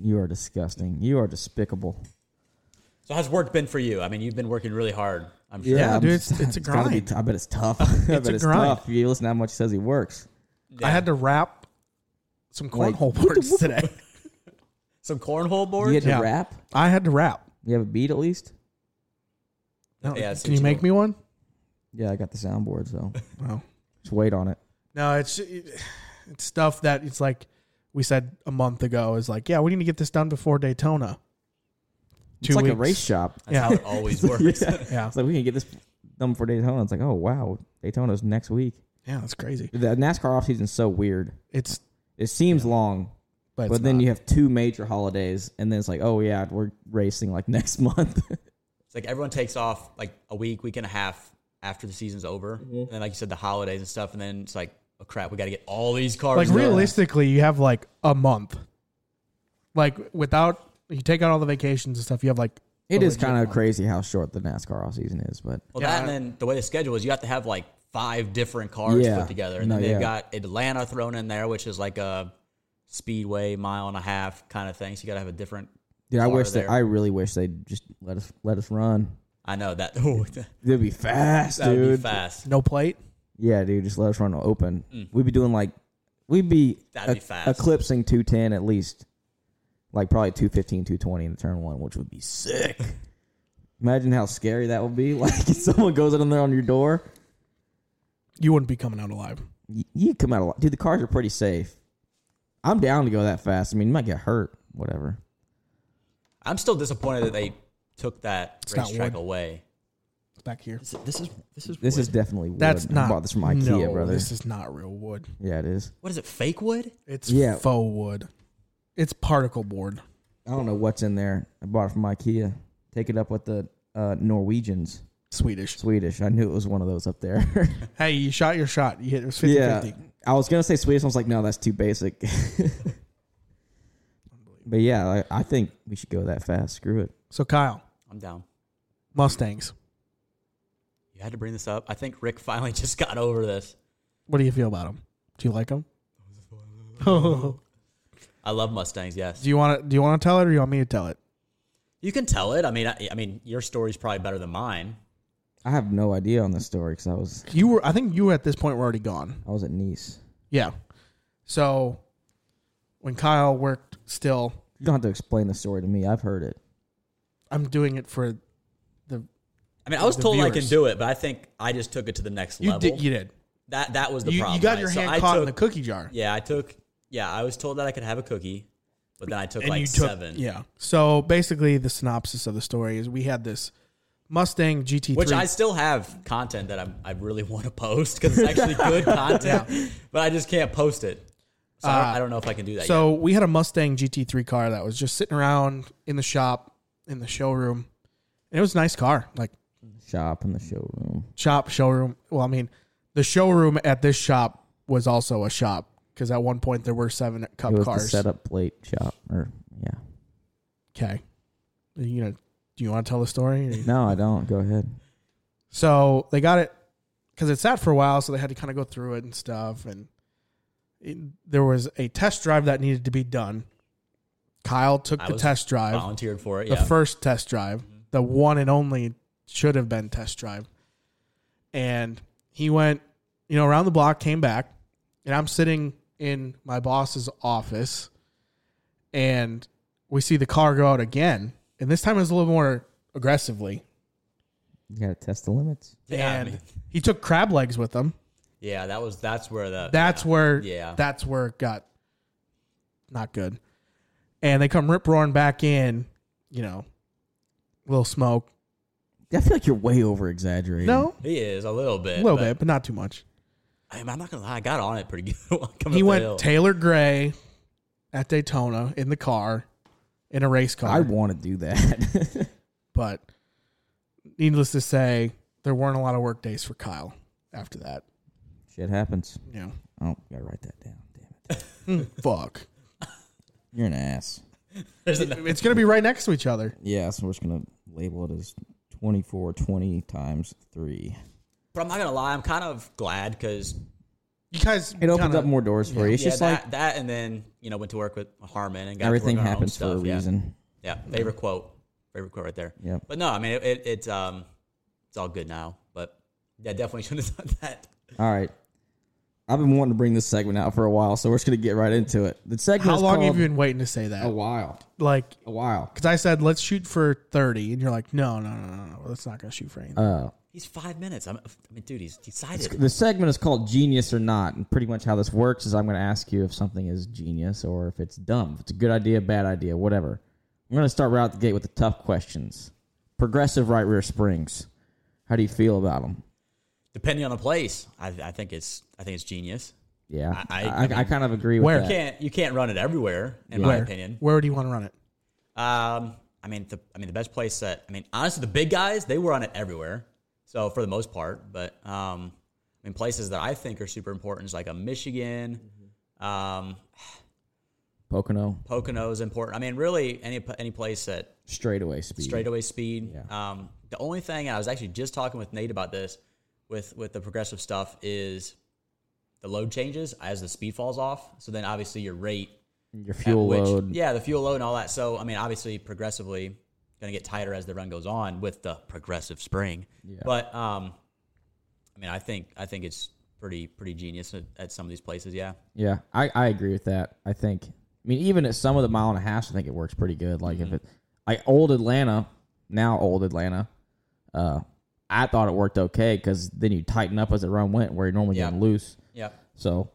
[SPEAKER 2] You are disgusting. You are despicable.
[SPEAKER 4] So how's work been for you? I mean, you've been working really hard. I'm sure.
[SPEAKER 3] Yeah,
[SPEAKER 2] I'm
[SPEAKER 3] dude,
[SPEAKER 2] just-
[SPEAKER 3] it's- it's a
[SPEAKER 2] gotta be
[SPEAKER 3] grind.
[SPEAKER 2] t- I bet it's tough. I
[SPEAKER 3] a
[SPEAKER 2] bet it's
[SPEAKER 3] grind.
[SPEAKER 2] tough. You listen to how much he says he works.
[SPEAKER 3] I had to wrap some
[SPEAKER 2] Like,
[SPEAKER 3] cornhole boards today.
[SPEAKER 4] Some cornhole
[SPEAKER 2] You
[SPEAKER 4] board.
[SPEAKER 2] get to
[SPEAKER 3] Yeah.
[SPEAKER 2] rap.
[SPEAKER 3] I had to wrap.
[SPEAKER 2] You have a beat at least.
[SPEAKER 3] No,
[SPEAKER 4] Yeah, I see
[SPEAKER 3] can
[SPEAKER 4] what
[SPEAKER 3] you
[SPEAKER 4] you
[SPEAKER 3] make
[SPEAKER 4] mean.
[SPEAKER 3] me one?
[SPEAKER 2] Yeah, I got the soundboard, so
[SPEAKER 3] Wow.
[SPEAKER 2] just wait on it.
[SPEAKER 3] No, it's it's stuff that it's like we said a month ago is like, yeah, we need to get this done before Daytona.
[SPEAKER 2] It's
[SPEAKER 3] Two
[SPEAKER 2] like a
[SPEAKER 3] weeks.
[SPEAKER 2] race shop.
[SPEAKER 4] That's how it always works.
[SPEAKER 2] yeah.
[SPEAKER 3] Yeah,
[SPEAKER 2] It's like we can get this done for Daytona. It's like, oh wow, Daytona's next week.
[SPEAKER 3] yeah, that's crazy.
[SPEAKER 2] The NASCAR offseason's so weird.
[SPEAKER 3] It's
[SPEAKER 2] It seems long,
[SPEAKER 3] but,
[SPEAKER 2] but then you have two major holidays, and then it's like, oh yeah, we're racing like next month.
[SPEAKER 4] It's like everyone takes off like a week, week and a half after the season's over,
[SPEAKER 2] Mm-hmm.
[SPEAKER 4] and then like you said, the holidays and stuff, and then it's like, oh crap, we got to get all these cars.
[SPEAKER 3] like
[SPEAKER 4] done.
[SPEAKER 3] realistically, you have like a month. Like without you take out all the vacations and stuff, you have like
[SPEAKER 2] it
[SPEAKER 3] a
[SPEAKER 2] is
[SPEAKER 3] legit
[SPEAKER 2] kind of
[SPEAKER 3] month.
[SPEAKER 2] crazy how short the NASCAR offseason is, but
[SPEAKER 4] Well,
[SPEAKER 3] Yeah,
[SPEAKER 4] that
[SPEAKER 3] I-
[SPEAKER 4] and then the way the schedule is, you have to have like five different cars
[SPEAKER 2] Yeah.
[SPEAKER 4] put together, and
[SPEAKER 2] No,
[SPEAKER 4] then they've
[SPEAKER 2] yeah.
[SPEAKER 4] got Atlanta thrown in there, which is like a speedway mile and a half kind of thing. So you got to have a different.
[SPEAKER 2] dude, I
[SPEAKER 4] Car
[SPEAKER 2] wish that
[SPEAKER 4] there.
[SPEAKER 2] I really wish they would just let us let us run.
[SPEAKER 4] I know that. Ooh, that
[SPEAKER 2] It'd be fast,
[SPEAKER 4] would
[SPEAKER 2] dude.
[SPEAKER 4] be fast. Mm.
[SPEAKER 3] no plate.
[SPEAKER 2] Yeah, dude, just let us run open. We'd be doing like we'd be,
[SPEAKER 4] That'd be
[SPEAKER 2] e-
[SPEAKER 4] fast.
[SPEAKER 2] eclipsing 210 at least. Like probably 215, 220 in turn 1, which would be sick. Imagine how scary that would be. Like if someone goes in there on your door,
[SPEAKER 3] You wouldn't be coming out alive.
[SPEAKER 2] you, you come out a lot. Dude, the cars are pretty safe. I'm down to go that fast. I mean, you might get hurt, whatever.
[SPEAKER 4] I'm still disappointed that they took that
[SPEAKER 3] not
[SPEAKER 4] racetrack
[SPEAKER 3] wood.
[SPEAKER 4] away.
[SPEAKER 3] Back here.
[SPEAKER 4] This is this is
[SPEAKER 2] This is definitely wood.
[SPEAKER 3] That's
[SPEAKER 2] I
[SPEAKER 3] not
[SPEAKER 2] bought this from IKEA,
[SPEAKER 3] no,
[SPEAKER 2] brother.
[SPEAKER 3] This is not real wood.
[SPEAKER 2] yeah, it is.
[SPEAKER 4] what is it? Fake wood?
[SPEAKER 3] It's
[SPEAKER 2] Yeah.
[SPEAKER 3] faux wood. It's particle board.
[SPEAKER 2] I don't know what's in there. I bought it from IKEA. Take it up with the uh, Norwegians.
[SPEAKER 3] Swedish.
[SPEAKER 2] Swedish. I knew it was one of those up there.
[SPEAKER 3] Hey, you shot your shot. You hit it was 50 50.
[SPEAKER 2] I was gonna say Swedish. I was like, no, that's too basic. but yeah, I, I think we should go that fast. Screw it.
[SPEAKER 3] So Kyle,
[SPEAKER 4] I'm down.
[SPEAKER 3] Mustangs.
[SPEAKER 4] You had to bring this up. I think Rick finally just got over this.
[SPEAKER 3] What do you feel about them? Do you like them?
[SPEAKER 4] I love Mustangs. Yes,
[SPEAKER 3] Do you want to? Do you want to tell it, or do you want me to tell it?
[SPEAKER 4] you can tell it. I mean, I, I mean, your story's probably better than mine.
[SPEAKER 2] I have no idea on this story because I was
[SPEAKER 3] You were. I think you were at this point were already gone.
[SPEAKER 2] I was at Nice.
[SPEAKER 3] Yeah. So when Kyle worked, still,
[SPEAKER 2] You don't have to explain the story to me. I've heard it.
[SPEAKER 3] I'm doing it for the.
[SPEAKER 4] I mean, I was
[SPEAKER 3] The
[SPEAKER 4] told I can
[SPEAKER 3] viewers.
[SPEAKER 4] do it, but I think I just took it to the next
[SPEAKER 3] You
[SPEAKER 4] level.
[SPEAKER 3] did. You did.
[SPEAKER 4] that that was the
[SPEAKER 3] You,
[SPEAKER 4] problem.
[SPEAKER 3] you got
[SPEAKER 4] right?
[SPEAKER 3] your
[SPEAKER 4] So
[SPEAKER 3] hand
[SPEAKER 4] I
[SPEAKER 3] caught
[SPEAKER 4] took,
[SPEAKER 3] in the cookie jar,
[SPEAKER 4] Yeah, I took. Yeah, I was told that I could have a cookie, but then I took
[SPEAKER 3] and
[SPEAKER 4] like
[SPEAKER 3] you took.
[SPEAKER 4] seven.
[SPEAKER 3] Yeah. So basically, the synopsis of the story is we had this Mustang GT3.
[SPEAKER 4] Which I still have content that I'm, I really want to post because it's actually good content, but I just can't post it. So I, don't, I don't know if I can do that. yet.
[SPEAKER 3] Uh, So we had a Mustang GT3 car that was just sitting around in the shop, in the showroom. And it was a nice car, like
[SPEAKER 2] Shop in the showroom.
[SPEAKER 3] shop, showroom. Well, I mean, the showroom at this shop was also a shop because at one point there were seven
[SPEAKER 2] It
[SPEAKER 3] cup
[SPEAKER 2] was the
[SPEAKER 3] cars.
[SPEAKER 2] setup plate shop. Or yeah.
[SPEAKER 3] Okay. Are You know, do you want to tell the story? Or-
[SPEAKER 2] No, I don't. Go ahead.
[SPEAKER 3] So they got it because it sat for a while, so they had to kind of go through it and stuff. And it, there was a test drive that needed to be done. Kyle took
[SPEAKER 4] I
[SPEAKER 3] the
[SPEAKER 4] was
[SPEAKER 3] test drive.
[SPEAKER 4] volunteered for it.
[SPEAKER 3] the
[SPEAKER 4] Yeah. Mm-hmm.
[SPEAKER 3] first test drive, the one and only should have been test drive. And he went, you know, around the block, came back, and I'm sitting in my boss's office, and we see the car go out again, and this time it was a little more aggressively.
[SPEAKER 2] You gotta test the limits.
[SPEAKER 4] yeah, I
[SPEAKER 3] and
[SPEAKER 4] mean,
[SPEAKER 3] he took crab legs with him.
[SPEAKER 4] yeah, that was that's where the
[SPEAKER 3] That's where
[SPEAKER 4] Yeah.
[SPEAKER 3] that's where it got not good. And they come rip roaring back in, you know, little smoke,
[SPEAKER 2] I feel like you're way over
[SPEAKER 4] Mm-hmm.
[SPEAKER 2] exaggerating.
[SPEAKER 3] No,
[SPEAKER 4] He is a little bit.
[SPEAKER 3] a little
[SPEAKER 4] but-
[SPEAKER 3] bit, but not too much.
[SPEAKER 4] I mean, I'm not gonna lie, I got on it pretty good. coming
[SPEAKER 3] He
[SPEAKER 4] up the
[SPEAKER 3] went
[SPEAKER 4] hill.
[SPEAKER 3] Taylor Gray at Daytona in the car, in a race car.
[SPEAKER 2] I want to do that.
[SPEAKER 3] but needless to say, there weren't a lot of work days for Kyle after that.
[SPEAKER 2] Shit happens.
[SPEAKER 3] Yeah.
[SPEAKER 2] Oh, gotta write that down. Damn it.
[SPEAKER 3] Fuck.
[SPEAKER 2] You're an ass.
[SPEAKER 4] There's another-
[SPEAKER 3] It's gonna be right next to each other.
[SPEAKER 2] Yeah, so we're just gonna label it as 24, 20 times three.
[SPEAKER 4] but I'm not gonna lie, I'm kind of glad because
[SPEAKER 3] You guys
[SPEAKER 2] It opens
[SPEAKER 3] kinda-
[SPEAKER 2] up more doors for you. It's
[SPEAKER 4] yeah,
[SPEAKER 2] just
[SPEAKER 4] that,
[SPEAKER 2] like
[SPEAKER 4] that, and then you know went to work with Harmon and got to
[SPEAKER 2] everything
[SPEAKER 4] work on our own
[SPEAKER 2] happens for a
[SPEAKER 4] stuff, yeah.
[SPEAKER 2] reason.
[SPEAKER 4] Yeah, favorite quote, favorite quote right there.
[SPEAKER 2] Yeah.
[SPEAKER 4] But no, I mean it, it, it's um, it's all good now. But yeah, definitely shouldn't have done that.
[SPEAKER 2] All right. I've been wanting to bring this segment out for a while, so we're just gonna get right into it. The segment.
[SPEAKER 3] How
[SPEAKER 2] is
[SPEAKER 3] long
[SPEAKER 2] called-
[SPEAKER 3] have you been waiting to say
[SPEAKER 2] A
[SPEAKER 3] that?
[SPEAKER 2] while.
[SPEAKER 3] Like,
[SPEAKER 2] A while.
[SPEAKER 3] because I said let's shoot for thirty, and you're like, no, no, no, no, no, that's not gonna shoot for anything.
[SPEAKER 2] Uh,
[SPEAKER 4] He's five minutes. I'm, I mean, dude, he's decided.
[SPEAKER 2] The segment is called Genius or Not, and pretty much how this works is I'm going to ask you if something is genius or if it's dumb, if it's a good idea, bad idea, whatever. I'm going to start right out the gate with the tough questions. Progressive right rear springs. How do you feel about them?
[SPEAKER 4] Depending on the place, I, I think it's I think it's genius.
[SPEAKER 2] Yeah, I,
[SPEAKER 4] I-
[SPEAKER 2] I,
[SPEAKER 4] I
[SPEAKER 2] I, kind of agree
[SPEAKER 3] Where?
[SPEAKER 2] with that.
[SPEAKER 4] You can't you can't run it everywhere in my
[SPEAKER 3] Where?
[SPEAKER 4] opinion.
[SPEAKER 3] Where would you want to run it?
[SPEAKER 4] Um, I mean, the, I mean, the best place that I mean, honestly, the big guys they were on it everywhere. So for the most part, but um, I mean, places that I think are super important is like a Michigan, um,
[SPEAKER 2] Pocono
[SPEAKER 4] Pocono is important. I mean, really any any place that
[SPEAKER 2] straightaway speed.
[SPEAKER 4] straightaway speed. Um, the only thing and I was actually just talking with Nate about this with with the progressive stuff is the load changes as the speed falls off. So then obviously your rate
[SPEAKER 2] Your
[SPEAKER 4] at
[SPEAKER 2] fuel
[SPEAKER 4] which-
[SPEAKER 2] load.
[SPEAKER 4] Yeah, the fuel load and all that. So, I mean, obviously, progressively going to get tighter as the run goes on with the progressive spring. But, um, I mean, I think I think it's pretty pretty genius at, at some of these places. Yeah,
[SPEAKER 2] Yeah, I, I agree with that. I think. I mean, even at some of the mile and a half, I think it works pretty good. Like if it, like old Atlanta, now old Atlanta, uh, I thought it worked okay because then you tighten up as the run went, where you're normally
[SPEAKER 4] Yeah.
[SPEAKER 2] getting loose.
[SPEAKER 4] yeah.
[SPEAKER 2] So,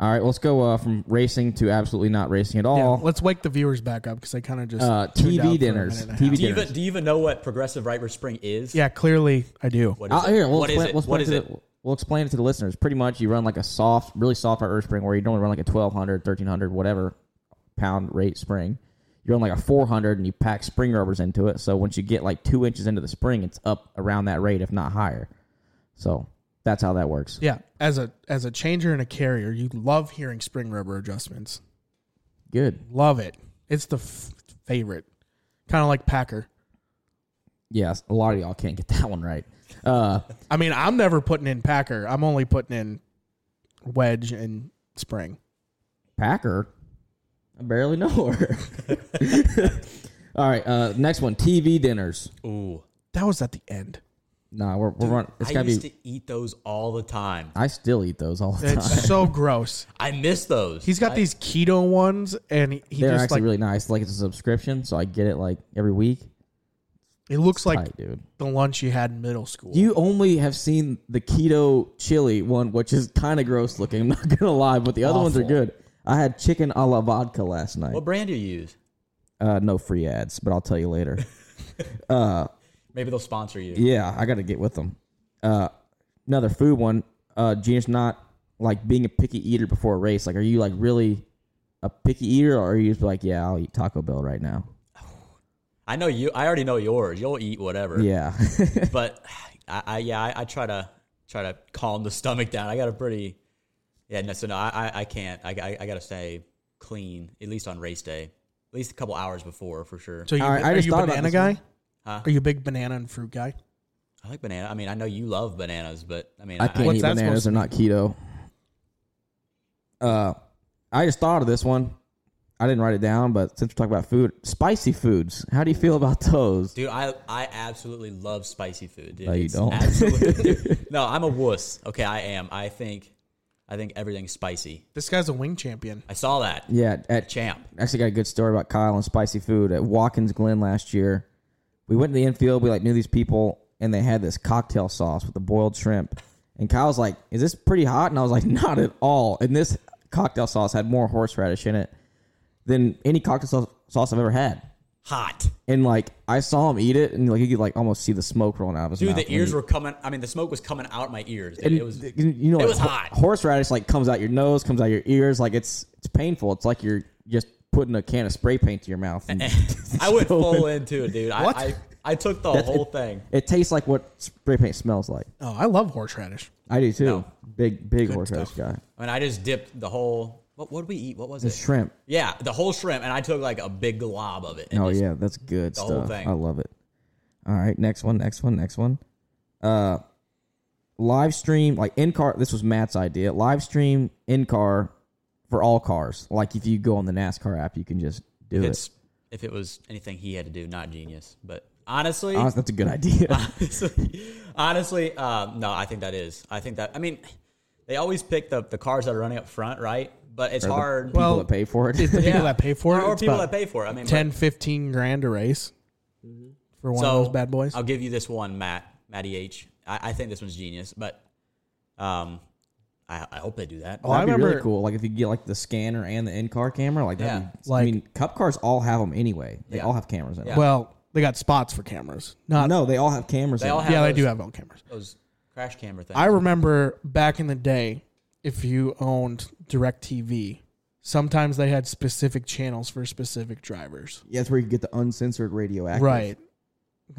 [SPEAKER 2] all right, let's go uh, from racing to absolutely not racing at all.
[SPEAKER 3] Let's wake the viewers back up because they kind of just
[SPEAKER 2] uh,
[SPEAKER 3] tuned out for
[SPEAKER 2] TV
[SPEAKER 3] a
[SPEAKER 2] dinners.
[SPEAKER 3] minute and
[SPEAKER 2] TV
[SPEAKER 3] a
[SPEAKER 4] Do you even
[SPEAKER 2] dinners.
[SPEAKER 4] do you even know what progressive right rear spring is?
[SPEAKER 3] Yeah, clearly I do.
[SPEAKER 4] What is
[SPEAKER 2] Out
[SPEAKER 4] it?
[SPEAKER 2] Uh, here, we'll
[SPEAKER 4] What is
[SPEAKER 2] explain,
[SPEAKER 4] it?
[SPEAKER 2] We'll explain
[SPEAKER 4] What
[SPEAKER 2] it
[SPEAKER 4] is
[SPEAKER 2] to
[SPEAKER 4] it?
[SPEAKER 2] The, we'll explain it to the listeners. Pretty much, you run like a soft, really soft right rear spring where you normally run like a 1200, 1300, whatever pound rate spring. You run like a 400 and you pack spring rubbers into it. So once you get like two inches into the spring, it's up around that rate, if not higher. So that's how that works.
[SPEAKER 3] Yeah, as a as a changer and a carrier, you love hearing spring rubber adjustments.
[SPEAKER 2] Good.
[SPEAKER 3] Love it. It's the f- favorite. Kind of like Packer.
[SPEAKER 2] Yes, a lot of y'all can't get that one right. Uh,
[SPEAKER 3] I mean, I'm never putting in Packer. I'm only putting in wedge and spring.
[SPEAKER 2] Packer. I barely know her. All right, uh, next one. TV dinners.
[SPEAKER 4] Ooh,
[SPEAKER 3] That was at the end.
[SPEAKER 2] Nah, we're, we're run, it's
[SPEAKER 4] I
[SPEAKER 2] gotta be.
[SPEAKER 4] used to eat those all the time.
[SPEAKER 2] I still eat those all the time.
[SPEAKER 3] It's so gross.
[SPEAKER 4] I miss those.
[SPEAKER 3] He's got these keto ones, and he, he
[SPEAKER 2] They're
[SPEAKER 3] just
[SPEAKER 2] actually
[SPEAKER 3] like
[SPEAKER 2] really nice. Like it's a subscription, so I get it like every week.
[SPEAKER 3] it looks like
[SPEAKER 2] Tight, dude.
[SPEAKER 3] the lunch you had in middle school.
[SPEAKER 2] You only have seen the keto chili one, which is kind of gross looking. I'm not gonna lie, but the other ones are
[SPEAKER 3] Awful.
[SPEAKER 2] good. I had chicken a la vodka last night.
[SPEAKER 4] What brand do you use?
[SPEAKER 2] Uh, no free ads, but I'll tell you later.
[SPEAKER 4] Maybe they'll sponsor you.
[SPEAKER 2] yeah, I got to get with them. Uh, another food one. Uh, Gina's not like being a picky eater before a race. Like, are you like really a picky eater, or are you just like, yeah, I'll eat Taco Bell right now?
[SPEAKER 4] I know you. I already know yours. You'll eat whatever.
[SPEAKER 2] Yeah.
[SPEAKER 4] but I, I yeah, I, I try to try to calm the stomach down. I got a pretty yeah. No, so no, I I, I can't. I, I I gotta stay clean at least on race day, at least a couple hours before for sure.
[SPEAKER 3] so you,
[SPEAKER 2] All right, I
[SPEAKER 3] are
[SPEAKER 2] just
[SPEAKER 3] you
[SPEAKER 2] thought
[SPEAKER 3] a
[SPEAKER 2] about
[SPEAKER 3] banana
[SPEAKER 2] this
[SPEAKER 3] guy?
[SPEAKER 4] Huh?
[SPEAKER 3] Are you a big banana and fruit guy?
[SPEAKER 4] I like banana. I mean, I know you love bananas, but I mean, I,
[SPEAKER 2] I can't
[SPEAKER 3] What's
[SPEAKER 2] eat
[SPEAKER 3] that
[SPEAKER 2] bananas. They're not keto. Uh, I just thought of this one. I didn't write it down, but since we're talking about food, spicy foods. How do you feel about those?
[SPEAKER 4] dude, I I absolutely love spicy food. Dude.
[SPEAKER 2] No, you
[SPEAKER 4] It's
[SPEAKER 2] don't.
[SPEAKER 4] absolutely- dude, no, I'm a wuss. Okay, I am. I think I think everything's spicy.
[SPEAKER 3] This guy's a wing champion.
[SPEAKER 4] I saw that
[SPEAKER 2] Yeah, at
[SPEAKER 4] champ.
[SPEAKER 2] actually got a good story about Kyle and spicy food at Watkins Glen last year. We went to the infield. We like knew these people, and they had this cocktail sauce with the boiled shrimp. And Kyle's like, "Is this pretty hot?" And I was like, "Not at all." And this cocktail sauce had more horseradish in it than any cocktail sauce- sauce I've ever had.
[SPEAKER 4] hot.
[SPEAKER 2] And like I saw him eat it, and like you could like almost see the smoke rolling out of his
[SPEAKER 4] Dude,
[SPEAKER 2] mouth.
[SPEAKER 4] the
[SPEAKER 2] when
[SPEAKER 4] ears
[SPEAKER 2] he-
[SPEAKER 4] were coming. I mean, the smoke was coming out my ears. dude.
[SPEAKER 2] And
[SPEAKER 4] it was.
[SPEAKER 2] th- you know,
[SPEAKER 4] it
[SPEAKER 2] like,
[SPEAKER 4] was
[SPEAKER 2] ho-
[SPEAKER 4] hot.
[SPEAKER 2] Horseradish like comes out your nose, comes out your ears. Like it's it's painful. It's like you're just putting a can of spray paint to your mouth. and-
[SPEAKER 4] I went full into it, dude. I,
[SPEAKER 3] What?
[SPEAKER 4] I, I took the
[SPEAKER 2] That's-
[SPEAKER 4] whole
[SPEAKER 2] it-
[SPEAKER 4] thing.
[SPEAKER 2] It tastes like what spray paint smells like.
[SPEAKER 3] Oh, I love horseradish.
[SPEAKER 2] I do too.
[SPEAKER 4] No.
[SPEAKER 2] Big big horseradish guy.
[SPEAKER 4] I mean, I just dipped the whole. What would we eat? What was
[SPEAKER 2] The
[SPEAKER 4] it?
[SPEAKER 2] shrimp.
[SPEAKER 4] Yeah, the whole shrimp, and I took like a big glob of it. and
[SPEAKER 2] Oh
[SPEAKER 4] just-
[SPEAKER 2] yeah, that's good
[SPEAKER 4] the
[SPEAKER 2] stuff.
[SPEAKER 4] whole thing.
[SPEAKER 2] I love it. All right, next one, next one, next one. Uh, live stream like in car. This was Matt's idea. Live stream in car for all cars. Like if you go on the NASCAR app, you can just do it.
[SPEAKER 4] It's if it was anything he had to do, not genius. But honestly,
[SPEAKER 2] Honest- that's a good idea.
[SPEAKER 4] honestly, honestly, um, no, I think that is. I think that. I mean, they always pick the the cars that are running up front, right? But it's hard.
[SPEAKER 2] People
[SPEAKER 3] Well,
[SPEAKER 2] that pay for it.
[SPEAKER 3] It's the
[SPEAKER 4] Yeah.
[SPEAKER 3] people that pay for
[SPEAKER 4] or,
[SPEAKER 3] it.
[SPEAKER 4] or
[SPEAKER 3] It's
[SPEAKER 4] people
[SPEAKER 3] about
[SPEAKER 4] that pay for it. I mean,
[SPEAKER 3] 10, 15 grand a race for
[SPEAKER 4] but-
[SPEAKER 3] one
[SPEAKER 4] so
[SPEAKER 3] of those bad boys.
[SPEAKER 4] I'll give you this one, Matt, Matty H. I, I think this one's genius, but um, I, I hope they do that.
[SPEAKER 3] Oh, I
[SPEAKER 2] that'd be really
[SPEAKER 3] remember-
[SPEAKER 2] cool. Like if you get like the scanner and the in car camera, like that.
[SPEAKER 4] Yeah.
[SPEAKER 2] I
[SPEAKER 3] Like-
[SPEAKER 2] mean, cup cars all have them anyway. They
[SPEAKER 4] Yeah.
[SPEAKER 2] all have cameras in them.
[SPEAKER 3] Well, they got spots for cameras. Not
[SPEAKER 2] no, they all have cameras.
[SPEAKER 4] They
[SPEAKER 2] in
[SPEAKER 4] all
[SPEAKER 2] them.
[SPEAKER 4] have
[SPEAKER 3] yeah, they
[SPEAKER 4] those-
[SPEAKER 3] do have all cameras.
[SPEAKER 4] those crash camera things.
[SPEAKER 3] I remember back in the day, if you owned DirecTV, sometimes they had specific channels for specific drivers.
[SPEAKER 2] Yeah, that's where you get the uncensored radio active.
[SPEAKER 3] Right.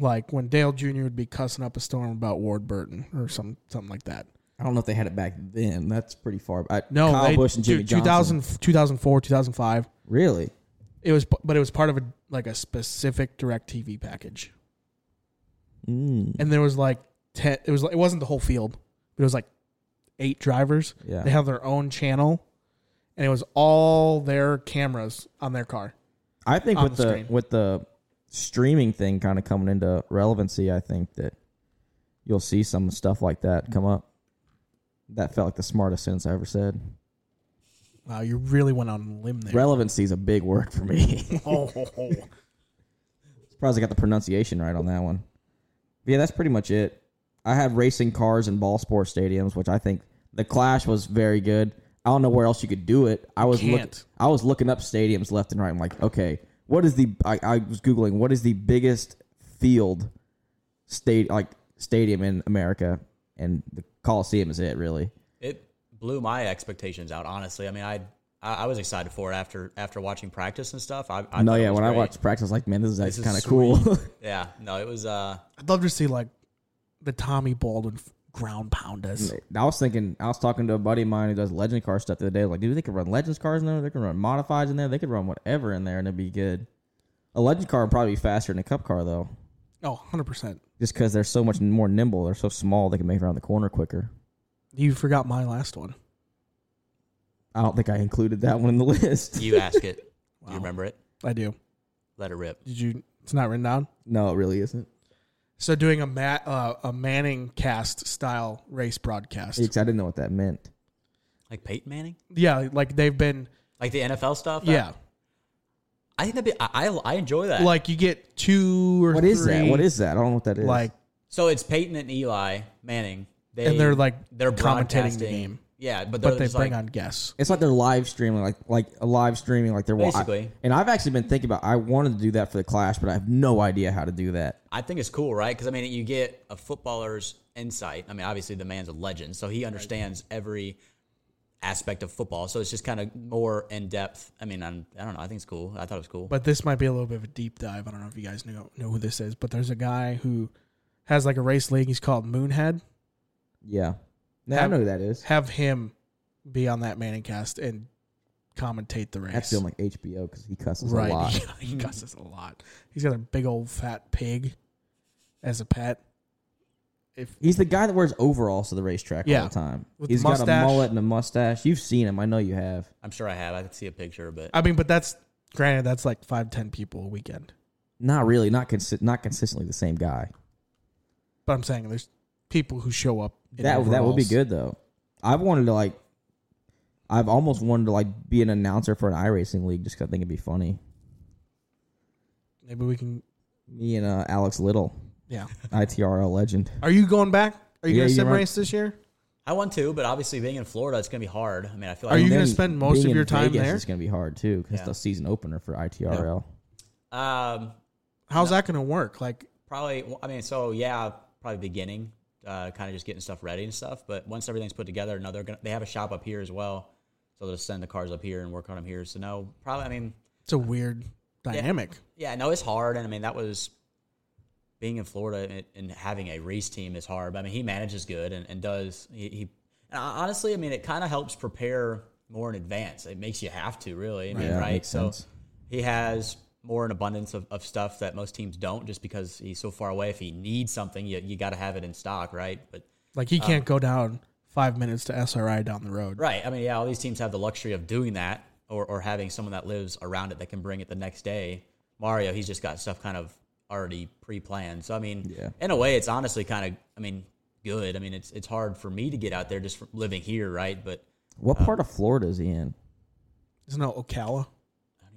[SPEAKER 3] Like when Dale Jr. would be cussing up a storm about Ward Burton or some something like that.
[SPEAKER 2] I don't know if they had it back then. That's pretty far. I,
[SPEAKER 3] No,
[SPEAKER 2] Kyle
[SPEAKER 3] they,
[SPEAKER 2] Busch and Jimmy
[SPEAKER 3] dude,
[SPEAKER 2] Johnson.
[SPEAKER 3] 2000, 2004, 2005.
[SPEAKER 2] Really?
[SPEAKER 3] It was, but it was part of a like a specific direct TV package,
[SPEAKER 2] Mm.
[SPEAKER 3] and there was like ten. It was like- it wasn't the whole field, but it was like eight drivers.
[SPEAKER 2] Yeah.
[SPEAKER 3] They have their own channel, and it was all their cameras on their car.
[SPEAKER 2] I think
[SPEAKER 3] on
[SPEAKER 2] with
[SPEAKER 3] the
[SPEAKER 2] the,
[SPEAKER 3] screen.
[SPEAKER 2] with the streaming thing kind of coming into relevancy, I think that you'll see some stuff like that come up. That felt like the smartest sentence I ever said.
[SPEAKER 3] Wow, you really went on a limb there.
[SPEAKER 2] Relevancy is a big word for me.
[SPEAKER 3] oh, oh, oh.
[SPEAKER 2] Surprised I got the pronunciation right on that one. But yeah, that's pretty much it. I have racing cars and ball sports stadiums, which I think the Clash was very good. I don't know where else you could do it. I was looking,
[SPEAKER 3] can't.
[SPEAKER 2] I was looking up stadiums left and right. I'm like, okay, what is the? I, I was googling what is the biggest field state like stadium in America, and the Coliseum is it really?
[SPEAKER 4] it blew my expectations out. Honestly, I mean, I I, I was excited for it after after watching practice and stuff. I, I
[SPEAKER 2] no,
[SPEAKER 4] thought it
[SPEAKER 2] yeah.
[SPEAKER 4] was
[SPEAKER 2] When I
[SPEAKER 4] great.
[SPEAKER 2] watched practice, I was like, man, this is
[SPEAKER 4] This
[SPEAKER 2] actually kind
[SPEAKER 4] is
[SPEAKER 2] of cool.
[SPEAKER 4] sweet. yeah, no, it was. uh
[SPEAKER 3] I'd love to see like the Tommy Baldwin f- ground pound us.
[SPEAKER 2] I was thinking, I was talking to a buddy of mine who does legend car stuff the other day. Like, dude, they could run legends cars in there. They could run modifieds in there. They could run whatever in there, and it'd be good. A legend car would probably be faster than a cup car though,
[SPEAKER 3] Oh, 100 percent.
[SPEAKER 2] just because they're so much more nimble. They're so small. They can make it around the corner quicker.
[SPEAKER 3] You forgot my last one.
[SPEAKER 2] I don't think I included that one in the list.
[SPEAKER 4] You ask it. Do you remember it?
[SPEAKER 3] I do.
[SPEAKER 4] Let it rip.
[SPEAKER 3] Did you? It's not written down.
[SPEAKER 2] no, it really isn't.
[SPEAKER 3] So doing a Matt, uh, a Manning cast style race broadcast.
[SPEAKER 2] Because I didn't know what that meant.
[SPEAKER 4] Like Peyton Manning,
[SPEAKER 3] yeah, like they've been.
[SPEAKER 4] like the NFL stuff. That-
[SPEAKER 3] Yeah,
[SPEAKER 4] I think that'd be. I I, I enjoy that.
[SPEAKER 3] like you get two or
[SPEAKER 2] Uh, What is
[SPEAKER 3] three,
[SPEAKER 2] that? What is that? I don't know what that is.
[SPEAKER 3] like
[SPEAKER 4] so it's Peyton and Eli Manning. They,
[SPEAKER 3] And they're, like,
[SPEAKER 4] they're
[SPEAKER 3] commentating the
[SPEAKER 4] broadcasting.
[SPEAKER 3] game.
[SPEAKER 4] Yeah, but,
[SPEAKER 3] but they
[SPEAKER 4] just
[SPEAKER 3] bring
[SPEAKER 4] like,
[SPEAKER 3] on guests.
[SPEAKER 2] It's like they're live streaming, like like a live streaming, like they're wa-
[SPEAKER 4] Basically.
[SPEAKER 2] and I've actually been thinking about I wanted to do that for the Clash, but I have no idea how to do that.
[SPEAKER 4] I think it's cool, right? Because I mean, you get a footballer's insight. I mean, obviously the man's a legend, so he understands every aspect of football. So it's just kind of more in depth. I mean, I'm, I don't know. I think it's cool. I thought it was cool.
[SPEAKER 3] But this might be a little bit of a deep dive. I don't know if you guys know know who this is, but there's a guy who has like a race league. He's called Moonhead.
[SPEAKER 2] Yeah, now I
[SPEAKER 3] Have-
[SPEAKER 2] know who that is.
[SPEAKER 3] Have him be on that Manning cast and commentate the race.
[SPEAKER 2] That's on like HBO because he cusses
[SPEAKER 3] right.
[SPEAKER 2] a lot.
[SPEAKER 3] he cusses a lot. He's got a big old fat pig as a pet. If
[SPEAKER 2] He's the guy that wears overalls to the racetrack all
[SPEAKER 3] Yeah.
[SPEAKER 2] the time.
[SPEAKER 3] With
[SPEAKER 2] He's got a
[SPEAKER 3] mustache.
[SPEAKER 2] mullet and a mustache. You've seen him, I know you have.
[SPEAKER 4] I'm sure I have. I could see a picture, but
[SPEAKER 3] I mean, but that's granted. That's like five, ten people a weekend.
[SPEAKER 2] Not really, not consi- not consistently the same guy.
[SPEAKER 3] But I'm saying there's people who show up. in
[SPEAKER 2] that that would be
[SPEAKER 3] overalls.
[SPEAKER 2] good though. I've wanted to like, I've almost wanted to like be an announcer for an iRacing league just 'cause I think it'd be funny.
[SPEAKER 3] Maybe we can.
[SPEAKER 2] Me and uh, Alex Little,
[SPEAKER 3] Yeah.
[SPEAKER 2] ITRL legend.
[SPEAKER 3] Are you going back? Are you
[SPEAKER 2] Yeah,
[SPEAKER 3] going
[SPEAKER 2] you
[SPEAKER 3] to sim
[SPEAKER 2] run-
[SPEAKER 3] race this year?
[SPEAKER 4] I want to. But obviously, being in Florida, it's gonna be hard. I mean, I feel
[SPEAKER 3] Are
[SPEAKER 4] like
[SPEAKER 3] you-
[SPEAKER 2] And
[SPEAKER 3] gonna
[SPEAKER 2] then
[SPEAKER 3] spend most
[SPEAKER 2] being
[SPEAKER 3] of
[SPEAKER 2] in
[SPEAKER 3] your time
[SPEAKER 2] Vegas
[SPEAKER 3] there?
[SPEAKER 2] It's going to be hard too because
[SPEAKER 4] Yeah.
[SPEAKER 2] the season opener for ITRL.
[SPEAKER 4] Um,
[SPEAKER 3] How's that going to work? Like,
[SPEAKER 4] probably i mean so yeah probably beginning uh, kind of just getting stuff ready and stuff but once everything's put together another gonna, they have a shop up here as well so they'll send the cars up here and work on them here so no probably i mean
[SPEAKER 3] it's a weird dynamic.
[SPEAKER 4] yeah no it's hard and i mean that was being in florida and, and having a race team is hard but i mean he manages good and, and does he, he and hon- honestly i mean it kind of helps prepare more in advance it makes you have to really i mean
[SPEAKER 2] Yeah,
[SPEAKER 4] right
[SPEAKER 2] makes
[SPEAKER 4] so
[SPEAKER 2] sense.
[SPEAKER 4] he has more an abundance of, of stuff that most teams don't just because he's so far away if he needs something you, you got to have it in stock right but
[SPEAKER 3] Like, he can't go down five minutes to SRI down the road.
[SPEAKER 4] right i mean yeah all these teams have the luxury of doing that or, or having someone that lives around it that can bring it the next day mario he's just got stuff kind of already pre-planned so i mean
[SPEAKER 2] Yeah.
[SPEAKER 4] in a way it's honestly kind of i mean good i mean it's it's hard for me to get out there just from living here right but
[SPEAKER 3] Uh,
[SPEAKER 2] What part of Florida is he in?
[SPEAKER 3] Isn't that Ocala?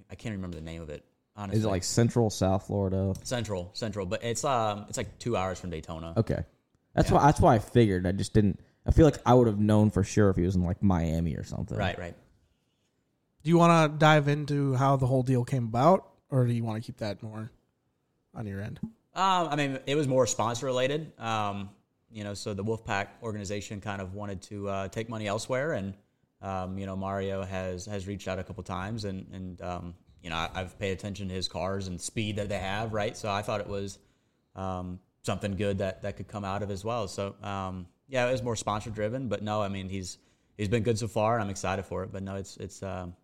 [SPEAKER 4] i can't remember the name of it honestly
[SPEAKER 2] Is it like Central South Florida?
[SPEAKER 4] central central but it's um it's like two hours from daytona
[SPEAKER 2] Okay, that's why. That's why I figured. I just didn't. I feel like I would have known for sure if he was in like Miami or something.
[SPEAKER 4] right right
[SPEAKER 3] Do you want to dive into how the whole deal came about, or do you want to keep that more on your end?
[SPEAKER 4] Um, I mean, it was more sponsor related. Um, you know, so the Wolfpack organization kind of wanted to uh, take money elsewhere, and um, you know, Mario has has reached out a couple times, and and um, you know, I, I've paid attention to his cars and speed that they have, right? So I thought it was um, something good that that could come out of as well. So um, yeah, it was more sponsor driven, but no, I mean, he's he's been good so far, and I'm excited for it. But no, it's it's um,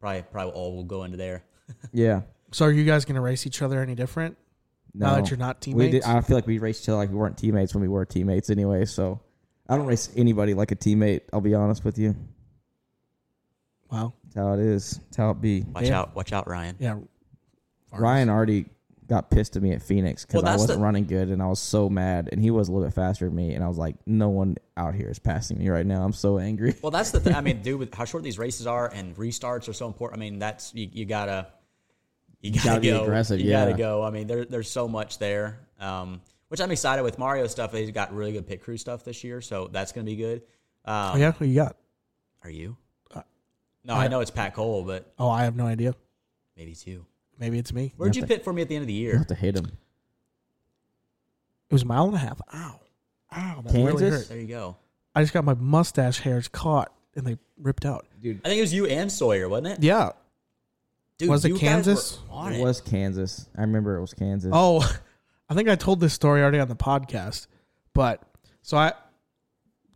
[SPEAKER 4] probably probably all will go into there.
[SPEAKER 2] Yeah.
[SPEAKER 3] So, are you guys going to race each other any different? Now that you're not
[SPEAKER 2] We did,
[SPEAKER 3] teammates?
[SPEAKER 2] I feel like we raced each other like we weren't teammates when we were teammates anyway. So I don't race anybody like a teammate. I'll be honest with you.
[SPEAKER 3] Wow.
[SPEAKER 2] That's how it is. That's how it be.
[SPEAKER 4] Watch out, watch out, Ryan.
[SPEAKER 3] Yeah.
[SPEAKER 2] Ryan already got pissed at me at Phoenix because
[SPEAKER 4] Well,
[SPEAKER 2] I
[SPEAKER 4] that's
[SPEAKER 2] wasn't
[SPEAKER 4] the-
[SPEAKER 2] running good and I was so mad and he was a little bit faster than me and I was like, no one out here is passing me right now. I'm so angry.
[SPEAKER 4] Well, that's the thing. I mean, dude, with how short these races are and restarts are so important. I mean, that's you, you gotta you gotta,
[SPEAKER 2] gotta be
[SPEAKER 4] go.
[SPEAKER 2] aggressive,
[SPEAKER 4] You
[SPEAKER 2] yeah.
[SPEAKER 4] gotta go. I mean, there, there's so much there. Um, which I'm excited with Mario stuff. He's got really good pit crew stuff this year, so that's gonna be good.
[SPEAKER 3] Oh,
[SPEAKER 4] Um,
[SPEAKER 3] yeah. Who you got?
[SPEAKER 4] Are you?
[SPEAKER 2] Uh,
[SPEAKER 4] No, I know it's Pat Cole, but
[SPEAKER 3] Oh, I have no idea.
[SPEAKER 4] maybe it's you.
[SPEAKER 3] Maybe it's me.
[SPEAKER 4] Where'd you pit for me at the end of the
[SPEAKER 2] I have
[SPEAKER 4] year?
[SPEAKER 2] to hit him.
[SPEAKER 3] It was a mile and a half. Ow. Ow. That really
[SPEAKER 2] Kansas?
[SPEAKER 3] hurt.
[SPEAKER 4] There you go.
[SPEAKER 3] I just got my mustache hairs caught and they ripped out.
[SPEAKER 4] I think it was you and Sawyer, wasn't it?
[SPEAKER 3] Yeah.
[SPEAKER 4] Dude,
[SPEAKER 3] Was it
[SPEAKER 4] you guys were
[SPEAKER 3] Kansas?
[SPEAKER 4] on
[SPEAKER 2] It
[SPEAKER 4] it.
[SPEAKER 2] was Kansas. I remember it was Kansas.
[SPEAKER 3] Oh, I think I told this story already on the podcast, but so I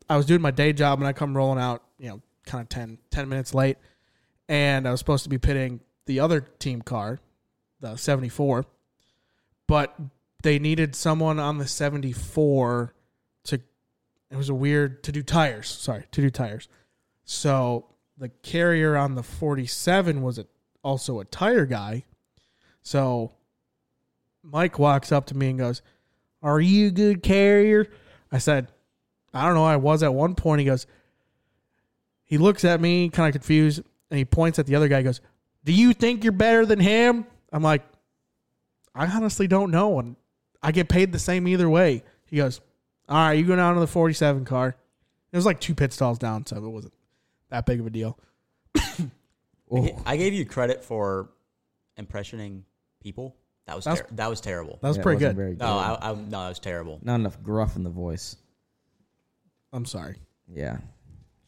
[SPEAKER 3] I was doing my day job and I come rolling out, you know, kind of 10, 10 minutes late, and I was supposed to be pitting the other team car, the seventy four, but they needed someone on the seventy four to it was a weird to do tires. Sorry, to do tires. So the carrier on the forty seven was a, also a tire guy. So Mike walks up to me and goes, Are you a good carrier? I said, I don't know. I was at one point. He goes, He looks at me, kind of confused, and he points at the other guy. He goes, Do you think you're better than him? I'm like, I honestly don't know. And I get paid the same either way. He goes, All right, you go down to the 47 car. It was like two pit stalls down, so it wasn't that big of a deal.
[SPEAKER 2] Oh.
[SPEAKER 4] I gave you credit for impressioning people. That was
[SPEAKER 3] That's-
[SPEAKER 4] ter- that was terrible.
[SPEAKER 3] That was
[SPEAKER 2] Yeah, it
[SPEAKER 3] pretty
[SPEAKER 2] wasn't very
[SPEAKER 3] good.
[SPEAKER 4] no, I, I, no, that was terrible.
[SPEAKER 2] Not enough gruff in the voice.
[SPEAKER 3] I'm sorry.
[SPEAKER 2] Yeah.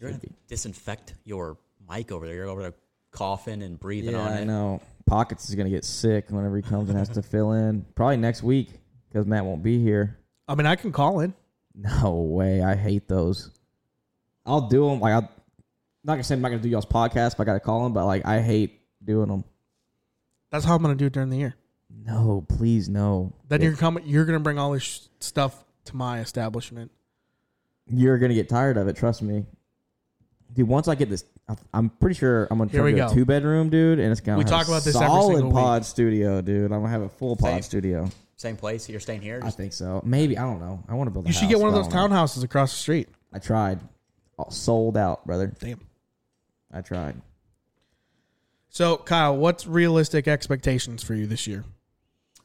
[SPEAKER 4] You're
[SPEAKER 2] Should
[SPEAKER 4] gonna disinfect your mic over there. You're over there coughing and breathing
[SPEAKER 2] Yeah,
[SPEAKER 4] on
[SPEAKER 2] I
[SPEAKER 4] it.
[SPEAKER 2] know. Pockets is gonna get sick whenever he comes and has to fill in. Probably next week because Matt won't be here.
[SPEAKER 3] I mean, I can call in.
[SPEAKER 2] No way. I hate those. I'll do them. Like I'm not gonna say I'm not gonna do y'all's podcast. If I gotta call him, but like I hate doing them.
[SPEAKER 3] That's how I'm going to do it during the year.
[SPEAKER 2] No, please, no.
[SPEAKER 3] Then
[SPEAKER 2] It-
[SPEAKER 3] you're coming. You're gonna bring all this sh- stuff to my establishment.
[SPEAKER 2] you're gonna get tired of it. Trust me, dude. Once I get this, I- I'm pretty sure I'm gonna
[SPEAKER 3] Here
[SPEAKER 2] turn
[SPEAKER 3] we
[SPEAKER 2] to a
[SPEAKER 3] go.
[SPEAKER 2] two bedroom, dude, and it's gonna
[SPEAKER 3] We
[SPEAKER 2] have
[SPEAKER 3] talk
[SPEAKER 2] a
[SPEAKER 3] about this every
[SPEAKER 2] solid
[SPEAKER 3] single week.
[SPEAKER 2] pod studio, dude. I'm gonna have a full pod
[SPEAKER 4] Same.
[SPEAKER 2] studio.
[SPEAKER 4] Same place. You're staying here.
[SPEAKER 2] I think so. Maybe I don't know. I want to build. A
[SPEAKER 3] You should get
[SPEAKER 2] house,
[SPEAKER 3] one of
[SPEAKER 2] but I
[SPEAKER 3] those
[SPEAKER 2] don't know.
[SPEAKER 3] townhouses across the street.
[SPEAKER 2] I tried. Oh, sold out, brother.
[SPEAKER 3] Damn.
[SPEAKER 2] I tried.
[SPEAKER 3] So Kyle, what's realistic expectations for you this year?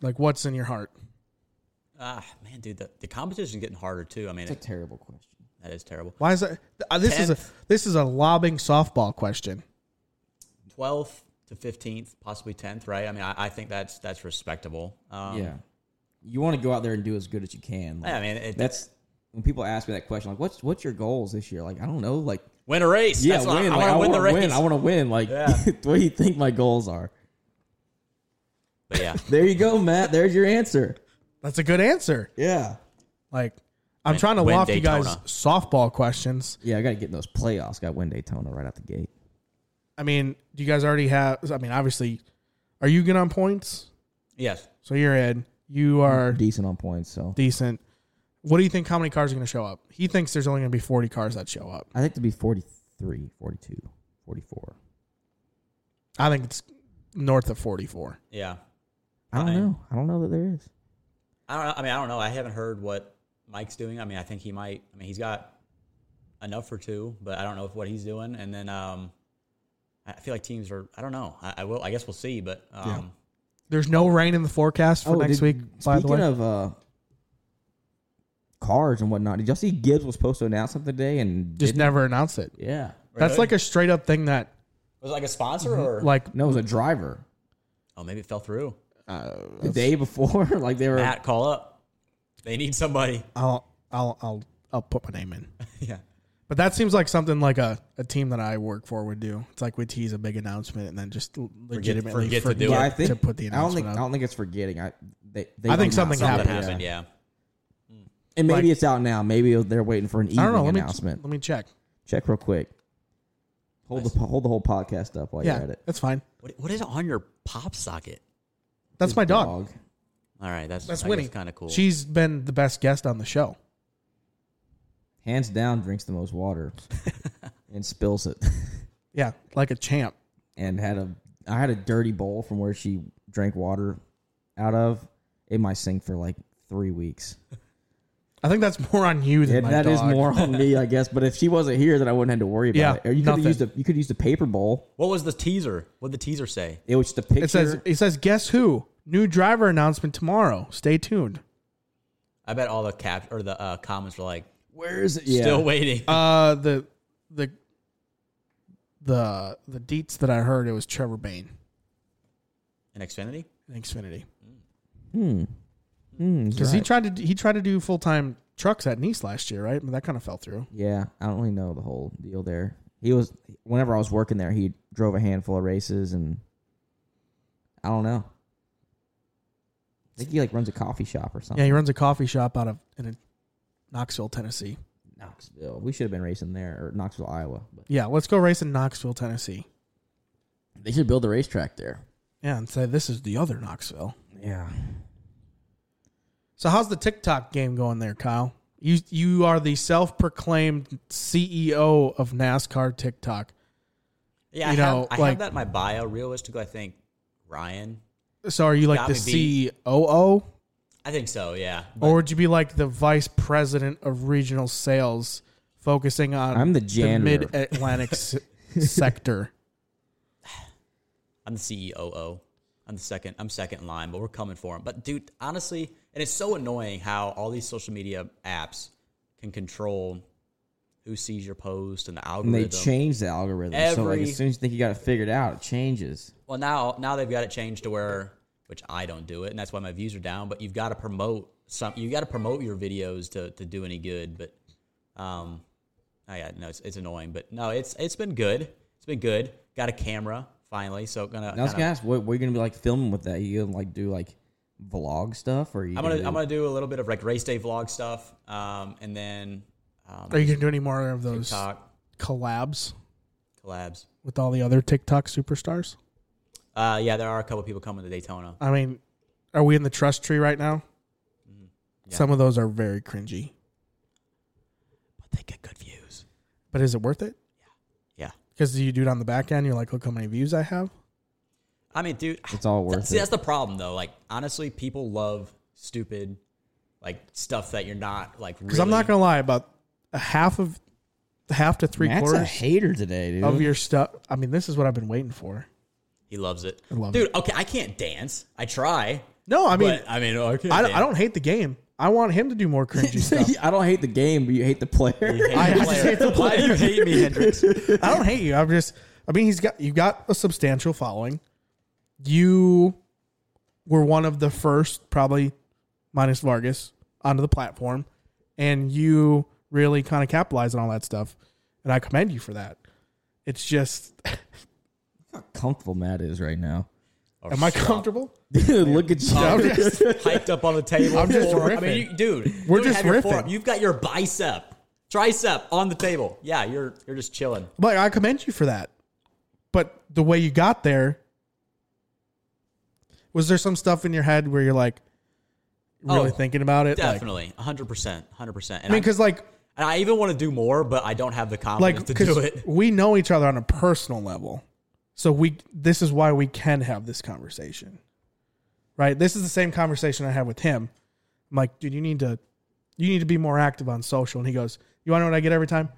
[SPEAKER 3] Like, what's in your heart?
[SPEAKER 4] ah, man, dude, the, the competition's getting harder too. I mean,
[SPEAKER 2] It's a
[SPEAKER 4] it,
[SPEAKER 2] terrible question.
[SPEAKER 4] that is terrible.
[SPEAKER 3] Why is that? th- uh, This is a
[SPEAKER 4] Tenth.
[SPEAKER 3] this is a lobbing softball question.
[SPEAKER 4] 12th to 15th, possibly 10th, right? I mean, I, I think that's that's respectable. Um,
[SPEAKER 2] yeah. You want to go out there and do as good as you can. Like,
[SPEAKER 4] Yeah, I mean, it,
[SPEAKER 2] that's when people ask me that question, like, what's what's your goals this year? Like, I don't know. Like,
[SPEAKER 4] win a race.
[SPEAKER 2] yeah,
[SPEAKER 4] That's what I-
[SPEAKER 2] win.
[SPEAKER 4] I,
[SPEAKER 2] like,
[SPEAKER 4] want to win the race.
[SPEAKER 2] I want to win. Like,
[SPEAKER 4] Yeah.
[SPEAKER 2] what do you think my goals are?
[SPEAKER 4] but yeah,
[SPEAKER 2] There you go, Matt. There's your answer.
[SPEAKER 3] That's a good answer.
[SPEAKER 2] Yeah.
[SPEAKER 3] Like I'm trying to
[SPEAKER 4] win
[SPEAKER 3] loft you guys
[SPEAKER 4] Daytona.
[SPEAKER 3] softball questions.
[SPEAKER 2] Yeah, I got to get in those playoffs. Got to win Daytona right out the gate.
[SPEAKER 3] I mean, do you guys already have? I mean, obviously, are you good on points?
[SPEAKER 4] yes.
[SPEAKER 3] So you're in. You are
[SPEAKER 2] Decent on points, so
[SPEAKER 3] decent. What do you think? How many cars are going to show up? He thinks there's only going to be 40 cars that show up.
[SPEAKER 2] I think to be 43, 42, 44.
[SPEAKER 3] I think it's north of 44.
[SPEAKER 4] Yeah.
[SPEAKER 2] I don't
[SPEAKER 4] Fine.
[SPEAKER 2] know. I don't know that there is.
[SPEAKER 4] I don't know. I mean, I don't know. I haven't heard what Mike's doing. I mean, I think he might. I mean, he's got enough for two, but I don't know if what he's doing. And then um, I feel like teams are. I don't know. I, I will. I guess we'll see. But um,
[SPEAKER 3] There's no rain in the forecast
[SPEAKER 4] Oh,
[SPEAKER 3] for next
[SPEAKER 2] Oh, did-
[SPEAKER 3] week. By the
[SPEAKER 2] speaking
[SPEAKER 3] way,
[SPEAKER 2] of uh, cars and whatnot, did y'all see Gibbs was supposed to announce something today and
[SPEAKER 3] just
[SPEAKER 2] didn't?
[SPEAKER 3] never announce it.
[SPEAKER 2] Yeah,
[SPEAKER 3] That's like a straight up thing that
[SPEAKER 4] was it like a sponsor or
[SPEAKER 3] like
[SPEAKER 2] no, it was a driver
[SPEAKER 4] Oh, maybe it fell through.
[SPEAKER 2] the day before. like they were.
[SPEAKER 4] Matt, call up. They need somebody.
[SPEAKER 3] I'll I'll I'll I'll put my name in.
[SPEAKER 4] yeah.
[SPEAKER 3] But that seems like something like a, a team that I work for would do. It's like we tease a big announcement and then just l- legitimately
[SPEAKER 4] forget to do
[SPEAKER 2] Yeah,
[SPEAKER 4] it.
[SPEAKER 2] I think
[SPEAKER 3] to put the
[SPEAKER 2] I don't
[SPEAKER 3] announcement
[SPEAKER 2] think I
[SPEAKER 3] out.
[SPEAKER 2] don't think it's forgetting. I they, they
[SPEAKER 3] I think
[SPEAKER 2] did not
[SPEAKER 3] something
[SPEAKER 2] say
[SPEAKER 4] Something
[SPEAKER 3] happened.
[SPEAKER 2] that.
[SPEAKER 4] happened. Yeah.
[SPEAKER 2] and maybe
[SPEAKER 3] Like-
[SPEAKER 2] it's out now. Maybe they're waiting for an evening
[SPEAKER 3] I don't know. Let me
[SPEAKER 2] announcement.
[SPEAKER 3] let me check.
[SPEAKER 2] Check real quick. Hold the hold the whole podcast up while you're
[SPEAKER 3] Yeah,
[SPEAKER 2] at it.
[SPEAKER 3] that's fine.
[SPEAKER 4] What, what is on your pop socket?
[SPEAKER 3] That's my dog.
[SPEAKER 4] All right, that's
[SPEAKER 3] That's
[SPEAKER 4] I guess
[SPEAKER 3] Winnie.
[SPEAKER 4] Kind of cool.
[SPEAKER 3] She's been the best guest on the show.
[SPEAKER 2] Hands down, drinks the most water and spills it.
[SPEAKER 3] Yeah, like a champ.
[SPEAKER 2] And had a I had a dirty bowl from where she drank water out of in my sink for like three weeks.
[SPEAKER 3] I think that's more on you than
[SPEAKER 2] And
[SPEAKER 3] my
[SPEAKER 2] that is
[SPEAKER 3] dog.
[SPEAKER 2] more on me, I guess. But if she wasn't here, then I wouldn't have to worry about
[SPEAKER 3] Yeah,
[SPEAKER 2] it. Or you could
[SPEAKER 3] nothing.
[SPEAKER 2] have used a you could use the paper bowl.
[SPEAKER 4] what was the teaser? What did the teaser say?
[SPEAKER 2] It was just a picture.
[SPEAKER 3] It says it says guess who? New driver announcement tomorrow. Stay tuned.
[SPEAKER 4] I bet all the cap or the uh, comments were like,
[SPEAKER 2] where is it? Yeah.
[SPEAKER 4] still waiting.
[SPEAKER 3] Uh the the the the deets that I heard it was Trevor Bain
[SPEAKER 4] In Xfinity?
[SPEAKER 3] in Xfinity.
[SPEAKER 2] Hmm. Hmm, he's
[SPEAKER 3] Because he
[SPEAKER 2] right.
[SPEAKER 3] tried to he tried to do full time trucks at Nice last year, right? But that kind of fell through.
[SPEAKER 2] Yeah, I don't really know the whole deal there. He was whenever I was working there, he drove a handful of races, and I don't know. I think he like runs a coffee shop or
[SPEAKER 3] Yeah,
[SPEAKER 2] something.
[SPEAKER 3] he runs a coffee shop out of in Knoxville, Tennessee.
[SPEAKER 2] Knoxville. We should have been racing there or Knoxville, Iowa. But
[SPEAKER 3] Yeah, let's go race in Knoxville, Tennessee.
[SPEAKER 2] they should build a racetrack there.
[SPEAKER 3] Yeah, and say this is the other Knoxville.
[SPEAKER 2] Yeah,
[SPEAKER 3] So how's the TikTok game going there, Kyle? You you are the self proclaimed CEO of NASCAR TikTok.
[SPEAKER 4] Yeah, I,
[SPEAKER 3] You know,
[SPEAKER 4] have, I
[SPEAKER 3] like-
[SPEAKER 4] have that in my bio. Realistically, I think Ryan.
[SPEAKER 3] So are you like
[SPEAKER 4] Got
[SPEAKER 3] the
[SPEAKER 4] me beat.
[SPEAKER 3] COO,
[SPEAKER 4] I think so. Yeah. But
[SPEAKER 3] or would you be like the vice president of regional sales, focusing on
[SPEAKER 2] I'm the
[SPEAKER 3] the
[SPEAKER 2] janitor.
[SPEAKER 3] mid Atlantic s- sector?
[SPEAKER 4] I'm the CEO. I'm the second. I'm second in line, but we're coming for him. But dude, honestly, and it's so annoying how all these social media apps can control who sees your post and the
[SPEAKER 2] and
[SPEAKER 4] algorithm.
[SPEAKER 2] they change the algorithm. so like
[SPEAKER 4] Every-
[SPEAKER 2] as soon as you think you got it figured out, it changes.
[SPEAKER 4] Well, now now they've got it changed to where, which I don't do it, and that's why my views are down. But you've got to promote some. You got to promote your videos to to do any good. But, um, I got no. It's, it's annoying, but no, it's it's been good. It's been good. Got a camera finally, so gonna.
[SPEAKER 2] And I was
[SPEAKER 4] kinda-
[SPEAKER 2] gonna ask, what, what are you gonna be like filming with that? you gonna like do like vlog stuff or you?
[SPEAKER 4] I'm gonna
[SPEAKER 2] do-
[SPEAKER 4] I'm gonna do a little bit of like race day vlog stuff, um, and then
[SPEAKER 3] Are you gonna do any more of those
[SPEAKER 4] TikTok
[SPEAKER 3] collabs
[SPEAKER 4] collabs.
[SPEAKER 3] with all the other TikTok superstars?
[SPEAKER 4] Uh, yeah, there are a couple people coming to Daytona.
[SPEAKER 3] I mean, are we in the trust tree right now?
[SPEAKER 4] Mm,
[SPEAKER 3] Some of those are very cringy,
[SPEAKER 4] But they get good views.
[SPEAKER 3] but is it worth it?
[SPEAKER 4] Yeah,
[SPEAKER 3] Because you do it on the back end, you're like, look how many views I have.
[SPEAKER 4] I mean, dude,
[SPEAKER 2] It's all worth
[SPEAKER 4] See,
[SPEAKER 2] it.
[SPEAKER 4] that's the problem though. Like, honestly, people love stupid, like stuff that you're not like.
[SPEAKER 3] Because
[SPEAKER 4] Really,
[SPEAKER 3] I'm not gonna lie, about a half of half to three
[SPEAKER 2] Matt's a
[SPEAKER 3] quarters
[SPEAKER 2] hater today, dude.
[SPEAKER 3] of your stuff. I mean, this is what I've been waiting for.
[SPEAKER 4] He loves it.
[SPEAKER 3] love
[SPEAKER 4] dude. Okay, I can't dance. I try.
[SPEAKER 3] No, I mean,
[SPEAKER 4] but, I mean, oh, I, can't
[SPEAKER 3] I, don't,
[SPEAKER 4] dance.
[SPEAKER 3] I don't hate the game. I want him to do more cringy stuff.
[SPEAKER 2] I don't hate the game, but you hate the player.
[SPEAKER 4] Hate the
[SPEAKER 3] I- I just
[SPEAKER 4] player.
[SPEAKER 3] hate the
[SPEAKER 4] Why do you hate me, Hendrix?
[SPEAKER 3] I don't hate you. I'm just I mean, he's got you got a substantial following. You were one of the first, probably minus Vargas, onto the platform, and you really kind of capitalized on all that stuff. And I commend you for that. It's just,
[SPEAKER 2] comfortable Matt is right now.
[SPEAKER 4] Or
[SPEAKER 3] am I
[SPEAKER 4] shut up.
[SPEAKER 3] comfortple?
[SPEAKER 2] Dude, look at you.
[SPEAKER 3] I'm just-
[SPEAKER 4] Hiked up on the table.
[SPEAKER 3] I'm just
[SPEAKER 4] forearm. I
[SPEAKER 3] riffing.
[SPEAKER 4] mean, you, dude,
[SPEAKER 3] We're
[SPEAKER 4] you don't
[SPEAKER 3] just
[SPEAKER 4] have your
[SPEAKER 3] riffing.
[SPEAKER 4] forearm. You've got your bicep, tricep on the table. Yeah, you're you're just chilling.
[SPEAKER 3] But I commend you for that. But the way you got there, was there some stuff in your head where you're like really
[SPEAKER 4] Oh,
[SPEAKER 3] thinking about it? Like-
[SPEAKER 4] Definitely, 100, percent 100. percent
[SPEAKER 3] I mean, because like
[SPEAKER 4] and I even want to do more, but I don't have the
[SPEAKER 3] like
[SPEAKER 4] confidence to
[SPEAKER 3] 'cause
[SPEAKER 4] do it.
[SPEAKER 3] we know each other on a personal level, so we this is why we can have this conversation, right? This is the same conversation I had with him. I'm like, dude, you need to you need to be more active on social. And he goes, you want to know what I get every time?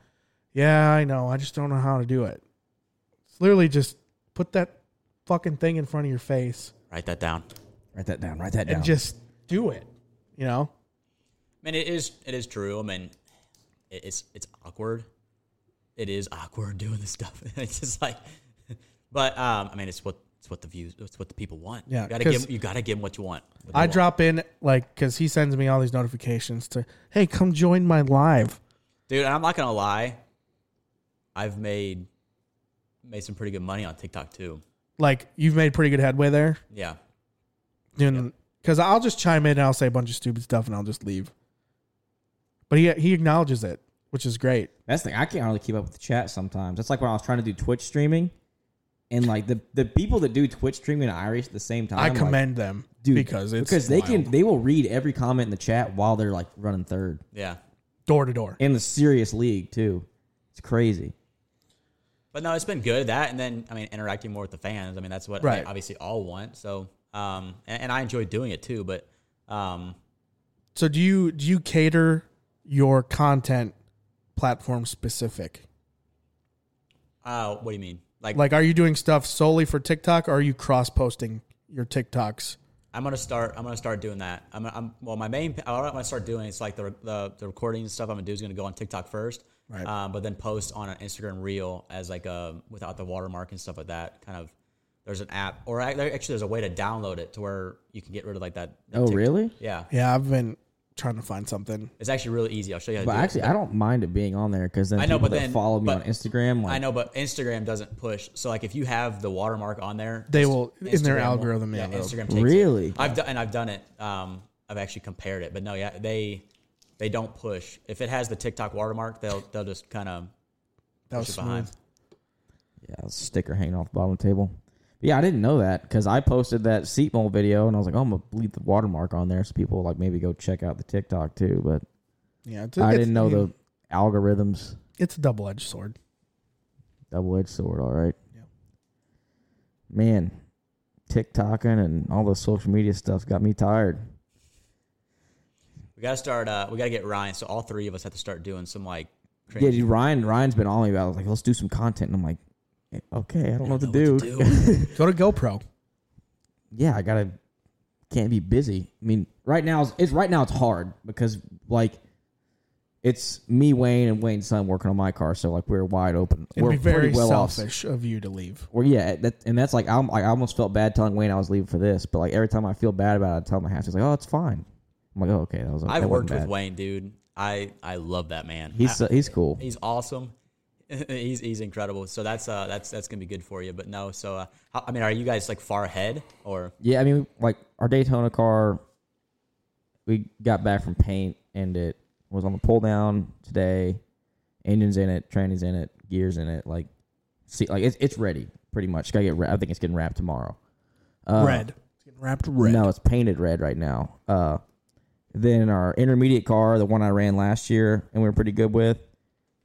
[SPEAKER 3] Yeah, I know. I just don't know how to do it. It's literally just put that fucking thing in front of your face
[SPEAKER 4] Write that down.
[SPEAKER 2] Write that down. Write that down.
[SPEAKER 3] and just do it. You know,
[SPEAKER 4] I mean, it is it is true. I mean, it- it's it's awkward. It is awkward doing this stuff. it's just like, but um, I mean, it's what it's what the views, it's what the people want.
[SPEAKER 3] Yeah,
[SPEAKER 4] you gotta give
[SPEAKER 3] 'cause-
[SPEAKER 4] 'em- you gotta give 'em what you want. What they
[SPEAKER 3] I
[SPEAKER 4] want.
[SPEAKER 3] drop in like because he sends me all these notifications to, hey, come join my live.
[SPEAKER 4] dude. And I'm not gonna lie, I've made made some pretty good money on TikTok too.
[SPEAKER 3] Like you've made pretty good headway there.
[SPEAKER 4] Yeah,
[SPEAKER 3] doing because I'll just chime in and I'll say a bunch of stupid stuff and I'll just leave. But he he acknowledges it, which is great.
[SPEAKER 2] That's the thing. I can't really keep up with the chat sometimes. That's like when I was trying to do Twitch streaming, and like the, the people that do Twitch streaming and Irish at the same time.
[SPEAKER 3] i
[SPEAKER 2] like,
[SPEAKER 3] commend them
[SPEAKER 2] dude,
[SPEAKER 3] because it's
[SPEAKER 2] because they can they will read every comment in the chat while they're like running third
[SPEAKER 4] yeah.
[SPEAKER 3] door to door.
[SPEAKER 2] in the serious league too. It's crazy.
[SPEAKER 4] But no, it's been good that, and then I mean, interacting more with the fans. I mean, that's what
[SPEAKER 3] Right.
[SPEAKER 4] I obviously all want. So, um, and, and I enjoy doing it too. But, um,
[SPEAKER 3] So do you do you cater your content platform specific?
[SPEAKER 4] uh, what do you mean? Like,
[SPEAKER 3] Like, are you doing stuff solely for TikTok? Or are you cross posting your TikToks?
[SPEAKER 4] I'm gonna start. I'm gonna start doing that. I'm. I'm well, my main. What I'm gonna start doing is like the the, the recording and stuff. I'm gonna do is gonna go on TikTok first,
[SPEAKER 3] Right.
[SPEAKER 4] Um, but then post on an Instagram reel as like a without the watermark and stuff like that. Kind of. There's an app, or I, there- actually, there's a way to download it to where you can get rid of like that. that
[SPEAKER 2] Oh
[SPEAKER 4] tick-
[SPEAKER 2] really?
[SPEAKER 4] Yeah,
[SPEAKER 3] Yeah, I've been trying to find something.
[SPEAKER 4] it's actually really easy. I'll show you how to
[SPEAKER 2] But
[SPEAKER 4] do
[SPEAKER 2] actually,
[SPEAKER 4] it.
[SPEAKER 2] I don't mind it being on there because then
[SPEAKER 4] I know,
[SPEAKER 2] people
[SPEAKER 4] but
[SPEAKER 2] that
[SPEAKER 4] then-
[SPEAKER 2] follow me
[SPEAKER 4] but-
[SPEAKER 2] on Instagram, like
[SPEAKER 4] I know, but Instagram doesn't push. So like, if you have the watermark on there,
[SPEAKER 3] They
[SPEAKER 4] Inst-
[SPEAKER 3] will- in their
[SPEAKER 4] Instagram will-
[SPEAKER 3] algorithm, yeah,
[SPEAKER 4] Yeah,
[SPEAKER 3] they'll-
[SPEAKER 4] Instagram takes it.
[SPEAKER 2] Really?
[SPEAKER 4] I've done and I've done it. Um, I've actually compared it, but no, yeah, they they don't push. If it has the TikTok watermark, they'll they'll just kind of
[SPEAKER 3] That
[SPEAKER 4] push
[SPEAKER 3] was
[SPEAKER 4] it behind.
[SPEAKER 3] smooth.
[SPEAKER 2] yeah, a sticker hanging off the bottom of the table. But yeah, I didn't know that because I posted that seat mold video and I was like, oh, I'm gonna leave the watermark on there so people like maybe go check out the TikTok too. But
[SPEAKER 3] Yeah, it's,
[SPEAKER 2] I
[SPEAKER 3] it's-
[SPEAKER 2] didn't know
[SPEAKER 3] mean,
[SPEAKER 2] the algorithms.
[SPEAKER 3] It's a double edged sword.
[SPEAKER 2] Double edged sword, all right. Man, TikToking and all the social media stuff got me tired.
[SPEAKER 4] We gotta start. Uh, we gotta get Ryan. So all three of us have to start doing some like.
[SPEAKER 2] Yeah,
[SPEAKER 4] Cringe.
[SPEAKER 2] dude, Ryan Ryan's been on me about it. I was like, let's do some content and I'm like, "Eh, okay, I don't know what to do.
[SPEAKER 3] Go to GoPro.
[SPEAKER 2] yeah, I gotta can't be busy. I mean, right now it's right now it's hard because like it's me, Wayne, and Wayne's son working on my car, so like we're wide open.
[SPEAKER 3] It'd
[SPEAKER 2] we're
[SPEAKER 3] be very
[SPEAKER 2] pretty well off.
[SPEAKER 3] selfish of you to leave.
[SPEAKER 2] Well, yeah, that, and that's like I'm, I almost felt bad telling Wayne I was leaving for this, but like every time I feel bad about it, I tell him I have to. He's like, oh, it's fine. I'm like, oh, okay, that was.
[SPEAKER 4] I've
[SPEAKER 2] that wasn't
[SPEAKER 4] worked with
[SPEAKER 2] bad."
[SPEAKER 4] Wayne, dude. I I love that man.
[SPEAKER 2] He's uh,
[SPEAKER 4] I-
[SPEAKER 2] he's cool.
[SPEAKER 4] he's awesome. he's he's incredible. So that's uh that's that's gonna be good for you. But no, so uh, how, I mean, are you guys like far ahead or
[SPEAKER 2] Yeah, I mean, like our Daytona car, we got back from paint and it was on the pull down today. Engines in it, trannies in it, gears in it. Like, see, like it's it's ready pretty much. Gotta get. Ra- I think it's getting wrapped tomorrow. Uh,
[SPEAKER 3] red. It's getting wrapped red.
[SPEAKER 2] No, it's painted red right now. Uh, then our intermediate car, the one I ran last year, and we were pretty good with.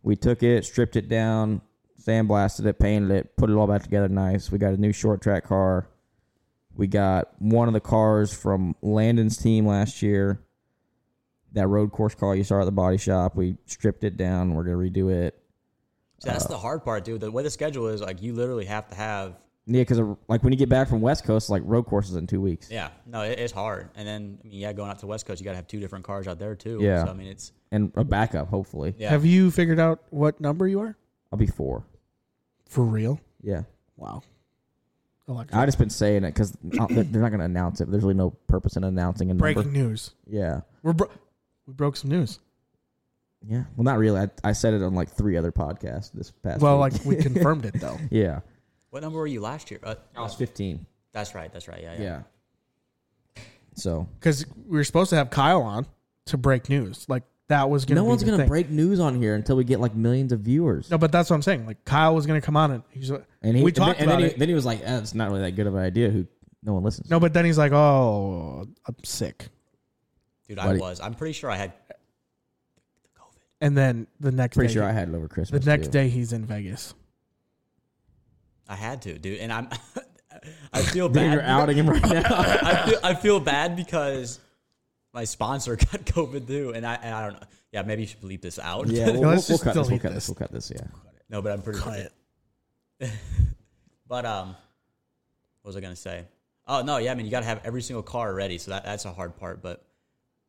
[SPEAKER 2] We took it, stripped it down, sandblasted it, painted it, put it all back together nice. We got a new short track car. We got one of the cars from Landon's team last year. That road course car you saw at the body shop. We stripped it down. We're gonna redo it.
[SPEAKER 4] So
[SPEAKER 2] Uh-huh.
[SPEAKER 4] that's the hard part, dude. The way the schedule is, like, you literally have to have.
[SPEAKER 2] Yeah, because like when you get back from West Coast, like road courses in two weeks.
[SPEAKER 4] Yeah, no, it, it's hard. And then, I mean, yeah, going out to West Coast, you got to have two different cars out there too.
[SPEAKER 2] Yeah.
[SPEAKER 4] So I mean, it's
[SPEAKER 2] And a backup, hopefully.
[SPEAKER 4] yeah.
[SPEAKER 3] Have you figured out what number you are?
[SPEAKER 2] I'll be four.
[SPEAKER 3] For real?
[SPEAKER 2] Yeah.
[SPEAKER 3] Wow. Electric.
[SPEAKER 2] I just been saying it because they're they're not going to announce it. There's really no purpose in announcing a number.
[SPEAKER 3] Breaking news.
[SPEAKER 2] Yeah.
[SPEAKER 3] We're bro- we broke some news.
[SPEAKER 2] Yeah. Well, not really. I, I said it on like three other podcasts this past.
[SPEAKER 3] Well,
[SPEAKER 2] week.
[SPEAKER 3] like we confirmed it though.
[SPEAKER 2] yeah,
[SPEAKER 4] What number were you last year? Uh,
[SPEAKER 2] I was 15.
[SPEAKER 4] that's right. That's right. Yeah. Yeah.
[SPEAKER 2] Yeah. So
[SPEAKER 3] Because we were supposed to have Kyle on to break news. Like that was gonna
[SPEAKER 2] no
[SPEAKER 3] be
[SPEAKER 2] one's
[SPEAKER 3] the
[SPEAKER 2] going to
[SPEAKER 3] thing.
[SPEAKER 2] break news on here until we get like millions of viewers.
[SPEAKER 3] No, but that's what I'm saying. Like Kyle was gonna come on and he's like,
[SPEAKER 2] And he,
[SPEAKER 3] we
[SPEAKER 2] and then-
[SPEAKER 3] talked
[SPEAKER 2] and then,
[SPEAKER 3] about
[SPEAKER 2] he,
[SPEAKER 3] it.
[SPEAKER 2] then he was like, eh, "It's not really that good of an idea. Who no one listens."
[SPEAKER 3] no, but then he's like, Oh, I'm sick.
[SPEAKER 4] Dude, I
[SPEAKER 2] Buddy.
[SPEAKER 4] was. I'm pretty sure I had.
[SPEAKER 3] And then the next
[SPEAKER 2] Pretty
[SPEAKER 3] day,
[SPEAKER 2] sure I had it over
[SPEAKER 3] the
[SPEAKER 2] Christmas.
[SPEAKER 3] next
[SPEAKER 2] too.
[SPEAKER 3] day he's in Vegas.
[SPEAKER 4] I had to, dude. And I'm. I feel
[SPEAKER 2] Then
[SPEAKER 4] bad.
[SPEAKER 2] you're outing him right now.
[SPEAKER 4] I feel, I feel bad because my sponsor got COVID too, and I and I don't know. Yeah, maybe you should bleep this out.
[SPEAKER 2] yeah, we'll, we'll,
[SPEAKER 3] let's
[SPEAKER 2] we'll
[SPEAKER 3] just
[SPEAKER 2] cut this. We'll
[SPEAKER 3] delete
[SPEAKER 2] cut this.
[SPEAKER 3] this.
[SPEAKER 2] We'll cut this. Yeah.
[SPEAKER 4] no, but I'm pretty sure. but um, what was I gonna say? Oh no, yeah. I mean, you gotta have every single car ready, so that, that's a hard part. But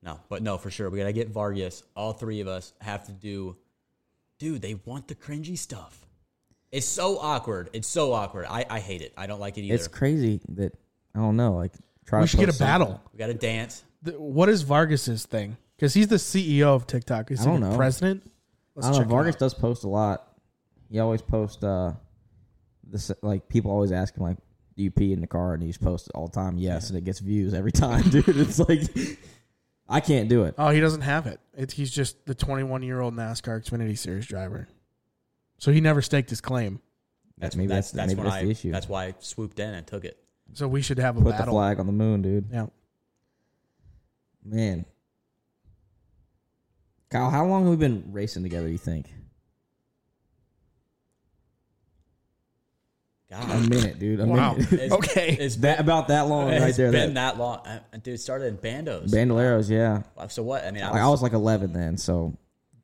[SPEAKER 4] no, but no, for sure, we gotta get Vargas. All three of us have to do. Dude, they want the cringy stuff. It's so awkward. It's so awkward. I, I hate it. I don't like it either.
[SPEAKER 2] It's crazy that I don't know. Like, try
[SPEAKER 3] We
[SPEAKER 2] to
[SPEAKER 3] should get a
[SPEAKER 2] post something.
[SPEAKER 3] battle.
[SPEAKER 4] we gotta dance.
[SPEAKER 3] Th- What is Vargas's thing? Because he's the CEO of TikTok. Is
[SPEAKER 2] I
[SPEAKER 3] he
[SPEAKER 2] don't
[SPEAKER 3] the
[SPEAKER 2] know.
[SPEAKER 3] president? Let's
[SPEAKER 2] I don't
[SPEAKER 3] check
[SPEAKER 2] know.
[SPEAKER 3] it
[SPEAKER 2] Vargas
[SPEAKER 3] out.
[SPEAKER 2] does post a lot. He always posts uh, this like people always ask him like, "Do you pee in the car?" And he just posts it all the time. Yes, and it gets views every time, dude. It's like I can't do it.
[SPEAKER 3] Oh, he doesn't have it. It's, he's just the 21 year old NASCAR Xfinity Series driver. So he never staked his claim.
[SPEAKER 4] That's
[SPEAKER 2] maybe that's, maybe
[SPEAKER 4] when
[SPEAKER 2] that's
[SPEAKER 4] I,
[SPEAKER 2] the issue.
[SPEAKER 4] That's why I swooped in and took it.
[SPEAKER 3] So we should have a
[SPEAKER 2] Put the
[SPEAKER 3] battle.
[SPEAKER 2] flag on the moon, dude.
[SPEAKER 3] Yeah.
[SPEAKER 2] Man, Kyle, how long have we been racing together? You think
[SPEAKER 4] God.
[SPEAKER 2] a minute, dude? A
[SPEAKER 3] Wow.
[SPEAKER 2] minute.
[SPEAKER 4] It's-
[SPEAKER 3] Okay.
[SPEAKER 4] It's been,
[SPEAKER 2] that about that long right
[SPEAKER 4] it's
[SPEAKER 2] there.
[SPEAKER 4] been
[SPEAKER 2] That,
[SPEAKER 4] that, long. Uh, Dude, it started in bandos.
[SPEAKER 2] Bandoleros, yeah.
[SPEAKER 4] so what? I mean, I
[SPEAKER 2] Like,
[SPEAKER 4] was,
[SPEAKER 2] I was like 11 then, so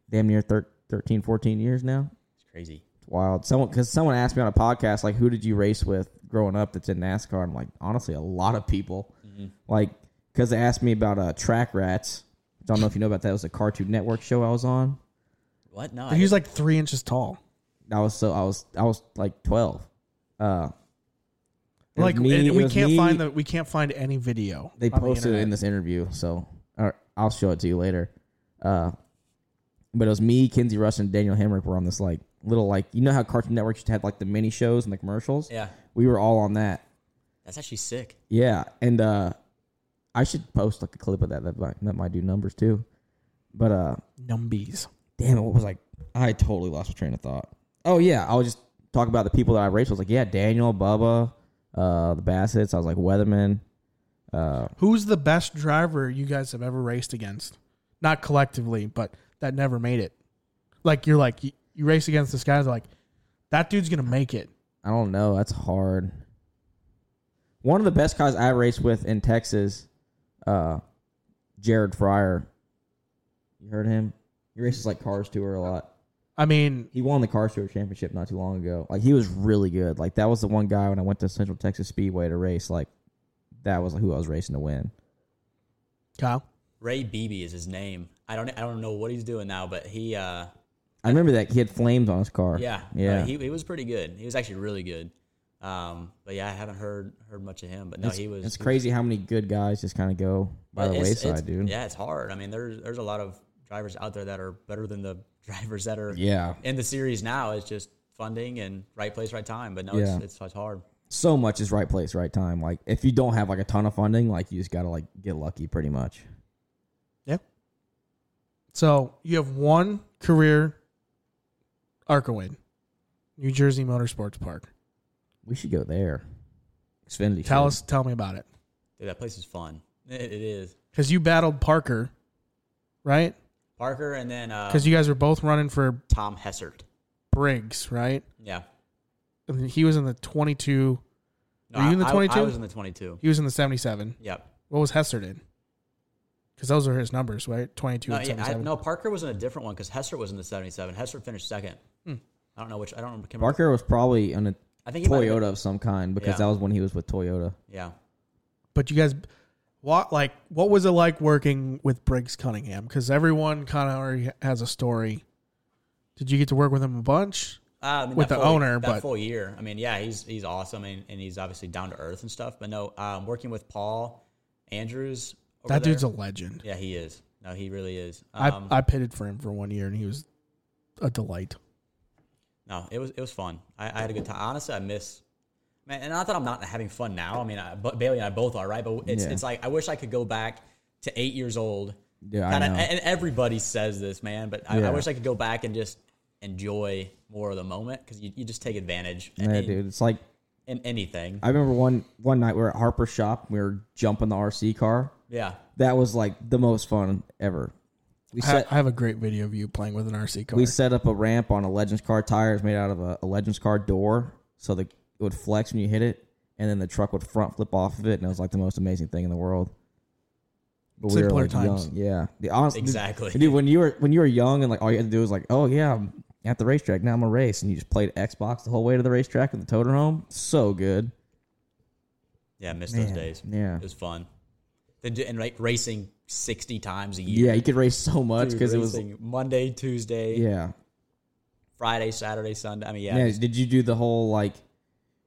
[SPEAKER 2] damn near thir- 13, 14 years now.
[SPEAKER 4] it's crazy.
[SPEAKER 2] It's wild. Someone because someone asked me on a podcast like, who did you race with growing up that's in NASCAR? I'm like, honestly, a lot of people.
[SPEAKER 3] Mm-hmm.
[SPEAKER 2] Like, because they asked me about uh, track rats. Don't know if you know about that. It was a Cartoon Network show I was on.
[SPEAKER 4] What? No.
[SPEAKER 3] He's like three inches tall.
[SPEAKER 2] I was so I was I was like 12. Uh, it was
[SPEAKER 3] Like
[SPEAKER 2] me-
[SPEAKER 3] and
[SPEAKER 2] it
[SPEAKER 3] we
[SPEAKER 2] was
[SPEAKER 3] can't
[SPEAKER 2] me-
[SPEAKER 3] find the we can't find any video.
[SPEAKER 2] they
[SPEAKER 3] on the
[SPEAKER 2] posted it in
[SPEAKER 3] internet.
[SPEAKER 2] this interview, so or I'll show it to you later. Uh, but it was me, Kinsey Rush, and Daniel Hamrick were on this like little like you know how Cartoon Network used to have like the mini shows and the commercials.
[SPEAKER 4] yeah.
[SPEAKER 2] we were all on that.
[SPEAKER 4] That's actually sick.
[SPEAKER 2] Yeah, and uh, I should post like a clip of that. That might, that might do numbers too. But uh,
[SPEAKER 3] numbies.
[SPEAKER 2] damn, what was like? I totally lost my train of thought. Oh yeah, I was just talking about the people that I raced. I was like, yeah, Daniel, Bubba, uh, the Bassett's. I was like Weatherman. Uh,
[SPEAKER 3] Who's the best driver you guys have ever raced against? Not collectively, but that never made it. Like you're like you, you race against this guy, they're like that dude's gonna make it.
[SPEAKER 2] I don't know. That's hard. One of the best guys I raced with in Texas, uh, Jared Fryer. You heard of him? He races like Cars Tour a lot.
[SPEAKER 3] I mean,
[SPEAKER 2] He won the Cars Tour Championship not too long ago. Like he was really good. Like that was the one guy when I went to Central Texas Speedway to race. Like that was who I was racing to win.
[SPEAKER 3] Kyle.
[SPEAKER 4] Ray Beebe is his name. I don't. I don't know what he's doing now, but he. Uh,
[SPEAKER 2] I remember that he had flames on his car.
[SPEAKER 4] yeah.
[SPEAKER 2] yeah.
[SPEAKER 4] uh, he, he was pretty good. He was actually really good. Um, but yeah, I haven't heard heard much of him. But no, he was.
[SPEAKER 2] it's crazy how many good guys just kind of go by
[SPEAKER 4] but
[SPEAKER 2] the
[SPEAKER 4] it's-
[SPEAKER 2] wayside,
[SPEAKER 4] it's-
[SPEAKER 2] dude.
[SPEAKER 4] Yeah, it's hard. I mean, there's there's a lot of drivers out there that are better than the drivers that are
[SPEAKER 2] Yeah.
[SPEAKER 4] in the series now. It's just funding and right place, right time. But no,
[SPEAKER 2] Yeah.
[SPEAKER 4] it's, it's it's hard.
[SPEAKER 2] so much is right place, right time. Like if you don't have like a ton of funding, like you just gotta like get lucky pretty much.
[SPEAKER 3] Yeah. So you have one career ARCA win, New Jersey Motorsports Park.
[SPEAKER 2] We should go there. Xfinity.
[SPEAKER 3] Tell
[SPEAKER 2] should.
[SPEAKER 3] us, tell me about it.
[SPEAKER 4] Dude, that place is fun. It, it is.
[SPEAKER 3] Because you battled Parker, right?
[SPEAKER 4] Parker and then uh,
[SPEAKER 3] Because you guys were both running for
[SPEAKER 4] Tom Hessert.
[SPEAKER 3] Briggs, right?
[SPEAKER 4] Yeah.
[SPEAKER 3] And he was in the 22,
[SPEAKER 4] No,
[SPEAKER 3] Were you
[SPEAKER 4] I-
[SPEAKER 3] in the
[SPEAKER 4] I-
[SPEAKER 3] 22?
[SPEAKER 4] I, was in the 22.
[SPEAKER 3] he was in the 77.
[SPEAKER 4] Yep.
[SPEAKER 3] What was Hester in? Because those are his numbers, right? 22
[SPEAKER 4] No,
[SPEAKER 3] and
[SPEAKER 4] yeah, I,
[SPEAKER 3] 77.
[SPEAKER 4] no, Parker was in a different one because Hester was in the 77. Hester finished second.
[SPEAKER 3] Hmm.
[SPEAKER 4] I don't know which. I don't remember.
[SPEAKER 2] Barker was probably in a
[SPEAKER 4] I think he might have
[SPEAKER 2] Toyota of some kind because
[SPEAKER 4] Yeah.
[SPEAKER 2] that was when he was with Toyota.
[SPEAKER 4] been- Yeah. Uh,
[SPEAKER 3] But you guys, what like what was it like working with Briggs Cunningham? Because everyone kind of already has a story. Did you get to work with him a bunch?
[SPEAKER 4] Uh, I mean,
[SPEAKER 3] With
[SPEAKER 4] that
[SPEAKER 3] the
[SPEAKER 4] full-
[SPEAKER 3] owner,
[SPEAKER 4] that
[SPEAKER 3] but-
[SPEAKER 4] full year. I mean, yeah, he's he's awesome and, and he's obviously down to earth and stuff. But no, um, working with Paul Andrews. over
[SPEAKER 3] That dude's a
[SPEAKER 4] there-
[SPEAKER 3] legend.
[SPEAKER 4] yeah, he is. No, he really is. Um,
[SPEAKER 3] I I pitted for him for one year, and he was a delight.
[SPEAKER 4] no, it was it was fun. I, I had a good time. Honestly, I miss. Man, and not that I'm not having fun now. I mean, I, but Bailey and I both are, right? But it's
[SPEAKER 2] Yeah.
[SPEAKER 4] it's like I wish I could go back to eight years old.
[SPEAKER 2] Yeah, I
[SPEAKER 4] Kinda-
[SPEAKER 2] know.
[SPEAKER 4] And everybody says this, man. But I,
[SPEAKER 2] Yeah.
[SPEAKER 4] I wish I could go back and just enjoy more of the moment because you, you just take advantage. in-
[SPEAKER 2] Yeah,
[SPEAKER 4] in-
[SPEAKER 2] dude. It's like
[SPEAKER 4] in anything.
[SPEAKER 2] I remember one one night we were at Harper's shop. We were jumping the RC car.
[SPEAKER 4] yeah.
[SPEAKER 2] That was like the most fun ever. We
[SPEAKER 3] I,
[SPEAKER 2] set
[SPEAKER 3] I have a great video of you playing with an RC car.
[SPEAKER 2] we set up a ramp on a Legends car tire. It's made out of a, a Legends car door, so the it would flex when you hit it, and then the truck would front flip off of it, and it was like the most amazing thing in the world. But
[SPEAKER 3] Simpler times.
[SPEAKER 2] young, yeah. The, honest,
[SPEAKER 4] Exactly.
[SPEAKER 2] dude. When you were when you were young, and like all you had to do was like, oh yeah, I'm at the racetrack now. I'm a race, and you just played Xbox the whole way to the racetrack and the Totodrome. So good.
[SPEAKER 4] Yeah, I miss those
[SPEAKER 2] Man,
[SPEAKER 4] days.
[SPEAKER 2] yeah.
[SPEAKER 4] It was fun. Then do- And like racing 60 times a year.
[SPEAKER 2] Yeah, you could race so much
[SPEAKER 4] Dude,
[SPEAKER 2] because it was
[SPEAKER 4] racing Monday, Tuesday,
[SPEAKER 2] yeah.
[SPEAKER 4] Friday, Saturday, Sunday. I mean, yeah.
[SPEAKER 2] Yeah, did you do the whole like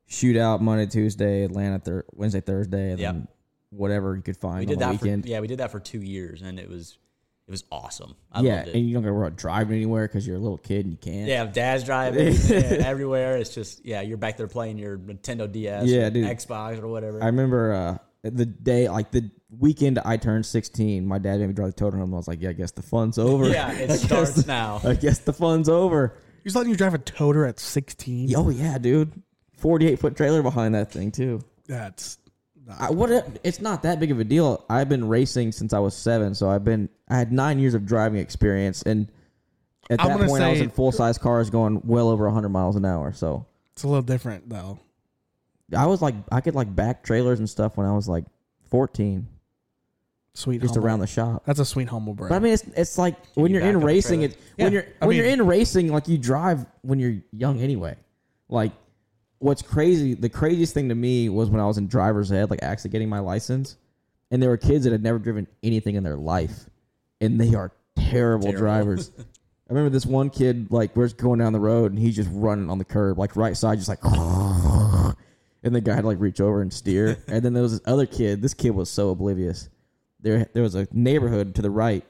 [SPEAKER 2] shootout Monday, Tuesday, Atlanta, thir- Wednesday, Thursday, and
[SPEAKER 4] Yep.
[SPEAKER 2] then whatever you could find
[SPEAKER 4] we
[SPEAKER 2] on
[SPEAKER 4] did
[SPEAKER 2] the
[SPEAKER 4] that
[SPEAKER 2] weekend?
[SPEAKER 4] for yeah, we did that for 2 years and it was it was awesome. I
[SPEAKER 2] yeah,
[SPEAKER 4] loved it.
[SPEAKER 2] and you don't gotta worry about driving anywhere because you're a little kid and you can't.
[SPEAKER 4] yeah, dad's driving yeah, everywhere. It's just yeah, you're back there playing your Nintendo DS,
[SPEAKER 2] Yeah,
[SPEAKER 4] or
[SPEAKER 2] dude.
[SPEAKER 4] Xbox or whatever.
[SPEAKER 2] I remember uh, the day, like the weekend I turned 16, my dad made me drive the Tottenham. and I was like, yeah, I guess the fun's over.
[SPEAKER 4] yeah,
[SPEAKER 2] I
[SPEAKER 4] it
[SPEAKER 2] guess
[SPEAKER 4] starts
[SPEAKER 2] the-
[SPEAKER 4] now.
[SPEAKER 2] I guess the fun's over.
[SPEAKER 3] He's letting you drive a toter at sixteen.
[SPEAKER 2] Oh yeah, dude, 48 foot trailer behind that thing too.
[SPEAKER 3] That's
[SPEAKER 2] I, what a- it's not that big of a deal. I've been racing since I was seven, so I've been I had nine years of driving experience, and at
[SPEAKER 3] I'm
[SPEAKER 2] that
[SPEAKER 3] gonna
[SPEAKER 2] point, I was
[SPEAKER 3] say-
[SPEAKER 2] in full size cars going well over 100 miles an hour. So
[SPEAKER 3] it's a little different though.
[SPEAKER 2] I was like I could like back trailers and stuff when I was like 14,
[SPEAKER 3] Sweet,
[SPEAKER 2] just
[SPEAKER 3] humble.
[SPEAKER 2] around the shop.
[SPEAKER 3] That's a sweet humble brag.
[SPEAKER 2] But I mean, it's it's like when
[SPEAKER 4] you
[SPEAKER 2] you're in
[SPEAKER 4] back up a
[SPEAKER 2] racing,
[SPEAKER 4] trailer?
[SPEAKER 2] it's when
[SPEAKER 3] Yeah,
[SPEAKER 2] you're
[SPEAKER 3] I
[SPEAKER 2] when you're
[SPEAKER 3] mean-
[SPEAKER 2] in racing, like you drive when you're young anyway. Like what's crazy, the craziest thing to me was when I was in driver's ed, like actually getting my license, and there were kids that had never driven anything in their life, and they are terrible, drivers. I remember this one kid, like we're just going down the road, and he's just running on the curb, like right side, just like. And the guy had to like reach over and steer. And then there was this other kid. This kid was so oblivious. There, there was a neighborhood to the right,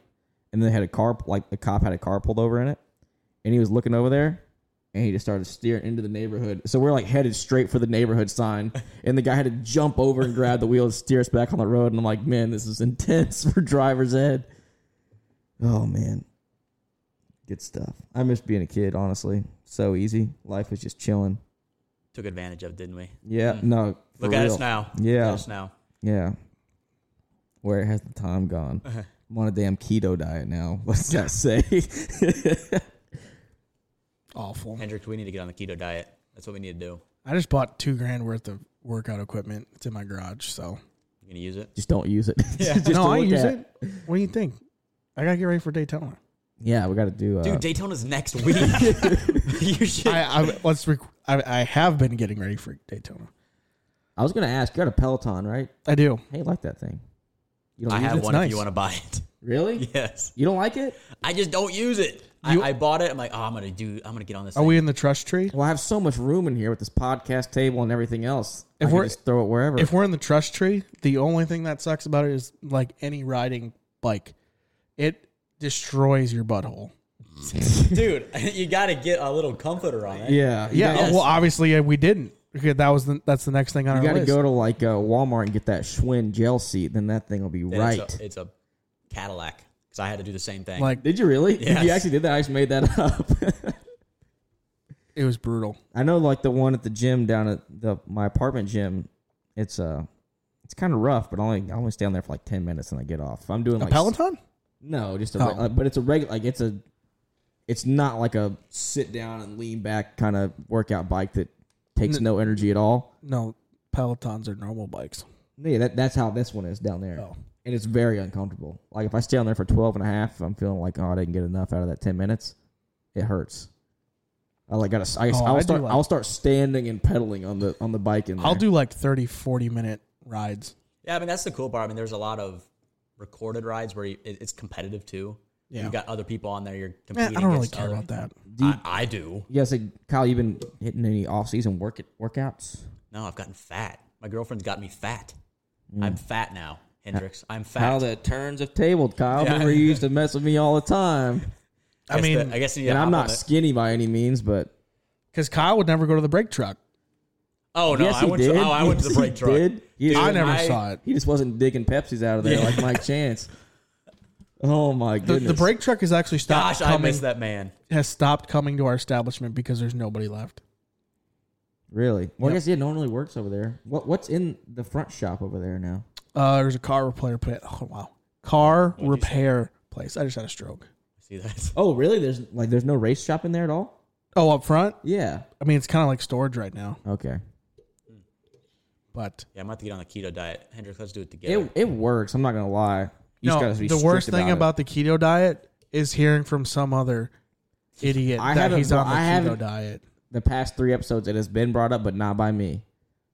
[SPEAKER 2] and they had a car like the cop had a car pulled over in it and he was looking over there and he just started steering into the neighborhood so we're like headed straight for the neighborhood sign and the guy had to jump over and grab the wheel and steer us back on the road and i'm like man this is intense for driver's ed oh man good stuff i miss being a kid honestly so easy life was just chilling
[SPEAKER 4] Took advantage of, didn't we?
[SPEAKER 2] yeah no for
[SPEAKER 4] Look at
[SPEAKER 2] real.
[SPEAKER 4] us now. Look
[SPEAKER 2] Yeah.
[SPEAKER 4] at us now.
[SPEAKER 2] yeah where has the time gone i'm on a damn keto diet now what's that say
[SPEAKER 3] awful.
[SPEAKER 4] Hendrix, we need to get on the keto diet. That's what we need to do.
[SPEAKER 3] I just bought two grand worth of workout equipment. It's in my garage, so
[SPEAKER 4] You gonna use it?
[SPEAKER 2] just don't use it yeah.
[SPEAKER 3] no, I use it. What do you think? I gotta get ready for Daytona.
[SPEAKER 2] Yeah, we got to do. Uh,
[SPEAKER 4] Dude, Daytona's next week. you should.
[SPEAKER 3] I, I let's. Rec- I, I have been getting ready for Daytona.
[SPEAKER 2] I was gonna ask. You got a Peloton, right?
[SPEAKER 3] I do.
[SPEAKER 2] How you like that thing? You
[SPEAKER 4] I
[SPEAKER 2] use
[SPEAKER 4] have
[SPEAKER 2] it?
[SPEAKER 4] one if
[SPEAKER 3] nice.
[SPEAKER 4] you want to buy it.
[SPEAKER 2] Really?
[SPEAKER 4] Yes.
[SPEAKER 2] You don't like it?
[SPEAKER 4] I just don't use it. I, I bought it. I'm like, oh, I'm gonna do. I'm gonna get on this.
[SPEAKER 3] Are
[SPEAKER 4] thing.
[SPEAKER 3] we in the trust tree?
[SPEAKER 2] Well, I have so much room in here with this podcast table and everything else.
[SPEAKER 3] If
[SPEAKER 2] I can
[SPEAKER 3] we're-
[SPEAKER 2] just throw it wherever.
[SPEAKER 3] If we're in the trust tree, the only thing that sucks about it is like any riding bike, it destroys your butthole.
[SPEAKER 4] dude, you gotta get a little comforter on it.
[SPEAKER 2] yeah, you
[SPEAKER 3] Yeah.
[SPEAKER 2] gotta-
[SPEAKER 3] Well, obviously uh, we didn't. Because that was the, that's the next thing on
[SPEAKER 2] You
[SPEAKER 3] our
[SPEAKER 2] got to
[SPEAKER 3] list.
[SPEAKER 2] go to like uh, Walmart and get that Schwinn gel seat. Then that thing will be
[SPEAKER 4] And
[SPEAKER 2] right.
[SPEAKER 4] It's a, it's a Cadillac because I had to do the same thing.
[SPEAKER 3] like
[SPEAKER 2] did you really?
[SPEAKER 4] Yes.
[SPEAKER 2] You actually did that. I just made that up.
[SPEAKER 3] it was brutal.
[SPEAKER 2] I know, like the one at the gym down at the my apartment gym. It's uh, it's kind of rough, but I only I only stay on there for like ten minutes and I get off. If I'm doing
[SPEAKER 3] A
[SPEAKER 2] like
[SPEAKER 3] Peloton?
[SPEAKER 2] No, just
[SPEAKER 3] Oh.
[SPEAKER 2] a reg- uh, but it's a regular like it's a it's not like a sit down and lean back kind of workout bike that takes
[SPEAKER 3] N-
[SPEAKER 2] no energy at all.
[SPEAKER 3] No, Pelotons are normal bikes.
[SPEAKER 2] Yeah, that, that's how this one is down there.
[SPEAKER 3] Oh.
[SPEAKER 2] And it's very uncomfortable. Like if I stay on there for 12 and a half, I'm feeling like oh, I didn't get enough out of that 10 minutes. It hurts. I like got to I,
[SPEAKER 3] Oh, I
[SPEAKER 2] I'll
[SPEAKER 3] do
[SPEAKER 2] start
[SPEAKER 3] like-
[SPEAKER 2] I'll start standing and pedaling on the on the bike and
[SPEAKER 3] I'll do like 30, 40 minute rides.
[SPEAKER 4] yeah, I mean that's the cool part. I mean, there's a lot of recorded rides where you, it, it's competitive too.
[SPEAKER 3] Yeah.
[SPEAKER 4] you've got other people on there. You're
[SPEAKER 3] Eh,
[SPEAKER 4] competing.
[SPEAKER 3] I don't really
[SPEAKER 4] against
[SPEAKER 3] care
[SPEAKER 4] other-
[SPEAKER 3] about that.
[SPEAKER 4] I, I do.
[SPEAKER 2] You guys, like, Kyle, you been hitting any off-season work workouts?
[SPEAKER 4] No, I've gotten fat. My girlfriend's got me fat. I'm fat now, Hendrix. I'm fat.
[SPEAKER 2] Mm. How the turns have tabled, Kyle. Remember you used to mess with me all the time,
[SPEAKER 4] I, guess
[SPEAKER 3] mean,
[SPEAKER 4] the- I guess I need to
[SPEAKER 2] and I'm
[SPEAKER 4] hop on
[SPEAKER 2] not
[SPEAKER 4] the-
[SPEAKER 2] skinny by any means, but
[SPEAKER 3] Because Kyle would never go to the brake truck.
[SPEAKER 4] Oh no,
[SPEAKER 2] yes,
[SPEAKER 4] I
[SPEAKER 2] he
[SPEAKER 4] went.
[SPEAKER 2] did.
[SPEAKER 4] To, oh, I went to the
[SPEAKER 2] Yes,
[SPEAKER 4] brake
[SPEAKER 2] he
[SPEAKER 4] truck.
[SPEAKER 2] Did. He,
[SPEAKER 3] I
[SPEAKER 4] Dude,
[SPEAKER 3] never
[SPEAKER 4] I-
[SPEAKER 3] saw it.
[SPEAKER 2] he just wasn't digging Pepsis out of there
[SPEAKER 4] Yeah.
[SPEAKER 2] like Mike Chance. Oh my
[SPEAKER 3] The,
[SPEAKER 2] goodness!
[SPEAKER 3] the brake truck has actually stopped
[SPEAKER 4] Gosh, I
[SPEAKER 3] coming.
[SPEAKER 4] miss that man.
[SPEAKER 3] Has stopped coming to our establishment because there's nobody left.
[SPEAKER 2] Really? Well,
[SPEAKER 3] Yep.
[SPEAKER 2] I guess yeah, no one really works over there. What What's in the front shop over there now?
[SPEAKER 3] Uh, there's a car repair. pla- Oh wow, car repair place. I just had a stroke.
[SPEAKER 4] See that?
[SPEAKER 2] Oh, really? There's like there's no race shop in there at all.
[SPEAKER 3] Oh, up front.
[SPEAKER 2] Yeah.
[SPEAKER 3] I mean, it's kind of like storage right now,
[SPEAKER 2] Okay.
[SPEAKER 3] but
[SPEAKER 4] Yeah, I'm about to get on the keto diet. Hendrix, let's do it together.
[SPEAKER 2] It it works. I'm not gonna lie. You just
[SPEAKER 3] no.
[SPEAKER 2] gotta be
[SPEAKER 3] The worst
[SPEAKER 2] strict
[SPEAKER 3] thing
[SPEAKER 2] it.
[SPEAKER 3] about the keto diet is hearing from some other idiot
[SPEAKER 2] I
[SPEAKER 3] that
[SPEAKER 2] haven't-
[SPEAKER 3] he's on the
[SPEAKER 2] I
[SPEAKER 3] keto
[SPEAKER 2] haven't-
[SPEAKER 3] diet.
[SPEAKER 2] the past three episodes, it has been brought up, but not by me.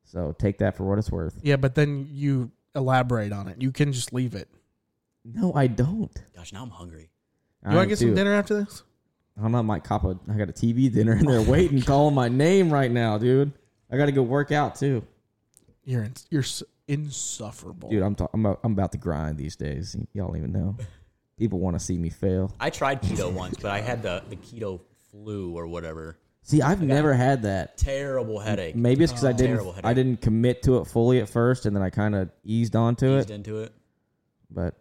[SPEAKER 2] So take that for what it's worth.
[SPEAKER 3] Yeah, but then you elaborate on it. You can just leave it.
[SPEAKER 2] No, I don't.
[SPEAKER 4] Gosh, now I'm hungry.
[SPEAKER 2] I
[SPEAKER 3] You
[SPEAKER 2] am
[SPEAKER 3] want to get
[SPEAKER 2] too.
[SPEAKER 3] some dinner after this?
[SPEAKER 2] I don't know. I might cop a. I got a TV dinner
[SPEAKER 4] Oh
[SPEAKER 2] in there waiting, calling my name right now, dude. I got to go work out too,
[SPEAKER 3] You're in, you're s- insufferable.
[SPEAKER 2] dude. I'm ta- I'm, a, I'm about to grind these days. Y'all don't even know. People want to see me fail.
[SPEAKER 4] I tried keto once, but I had the, the keto flu or whatever.
[SPEAKER 2] See, I've never had that.
[SPEAKER 4] Terrible headache.
[SPEAKER 2] Maybe it's because I
[SPEAKER 4] Oh, Terrible
[SPEAKER 2] didn't.
[SPEAKER 4] headache.
[SPEAKER 2] I didn't commit to it fully at first, and then I kind of eased onto
[SPEAKER 4] Eased
[SPEAKER 2] it.
[SPEAKER 4] into it.
[SPEAKER 2] But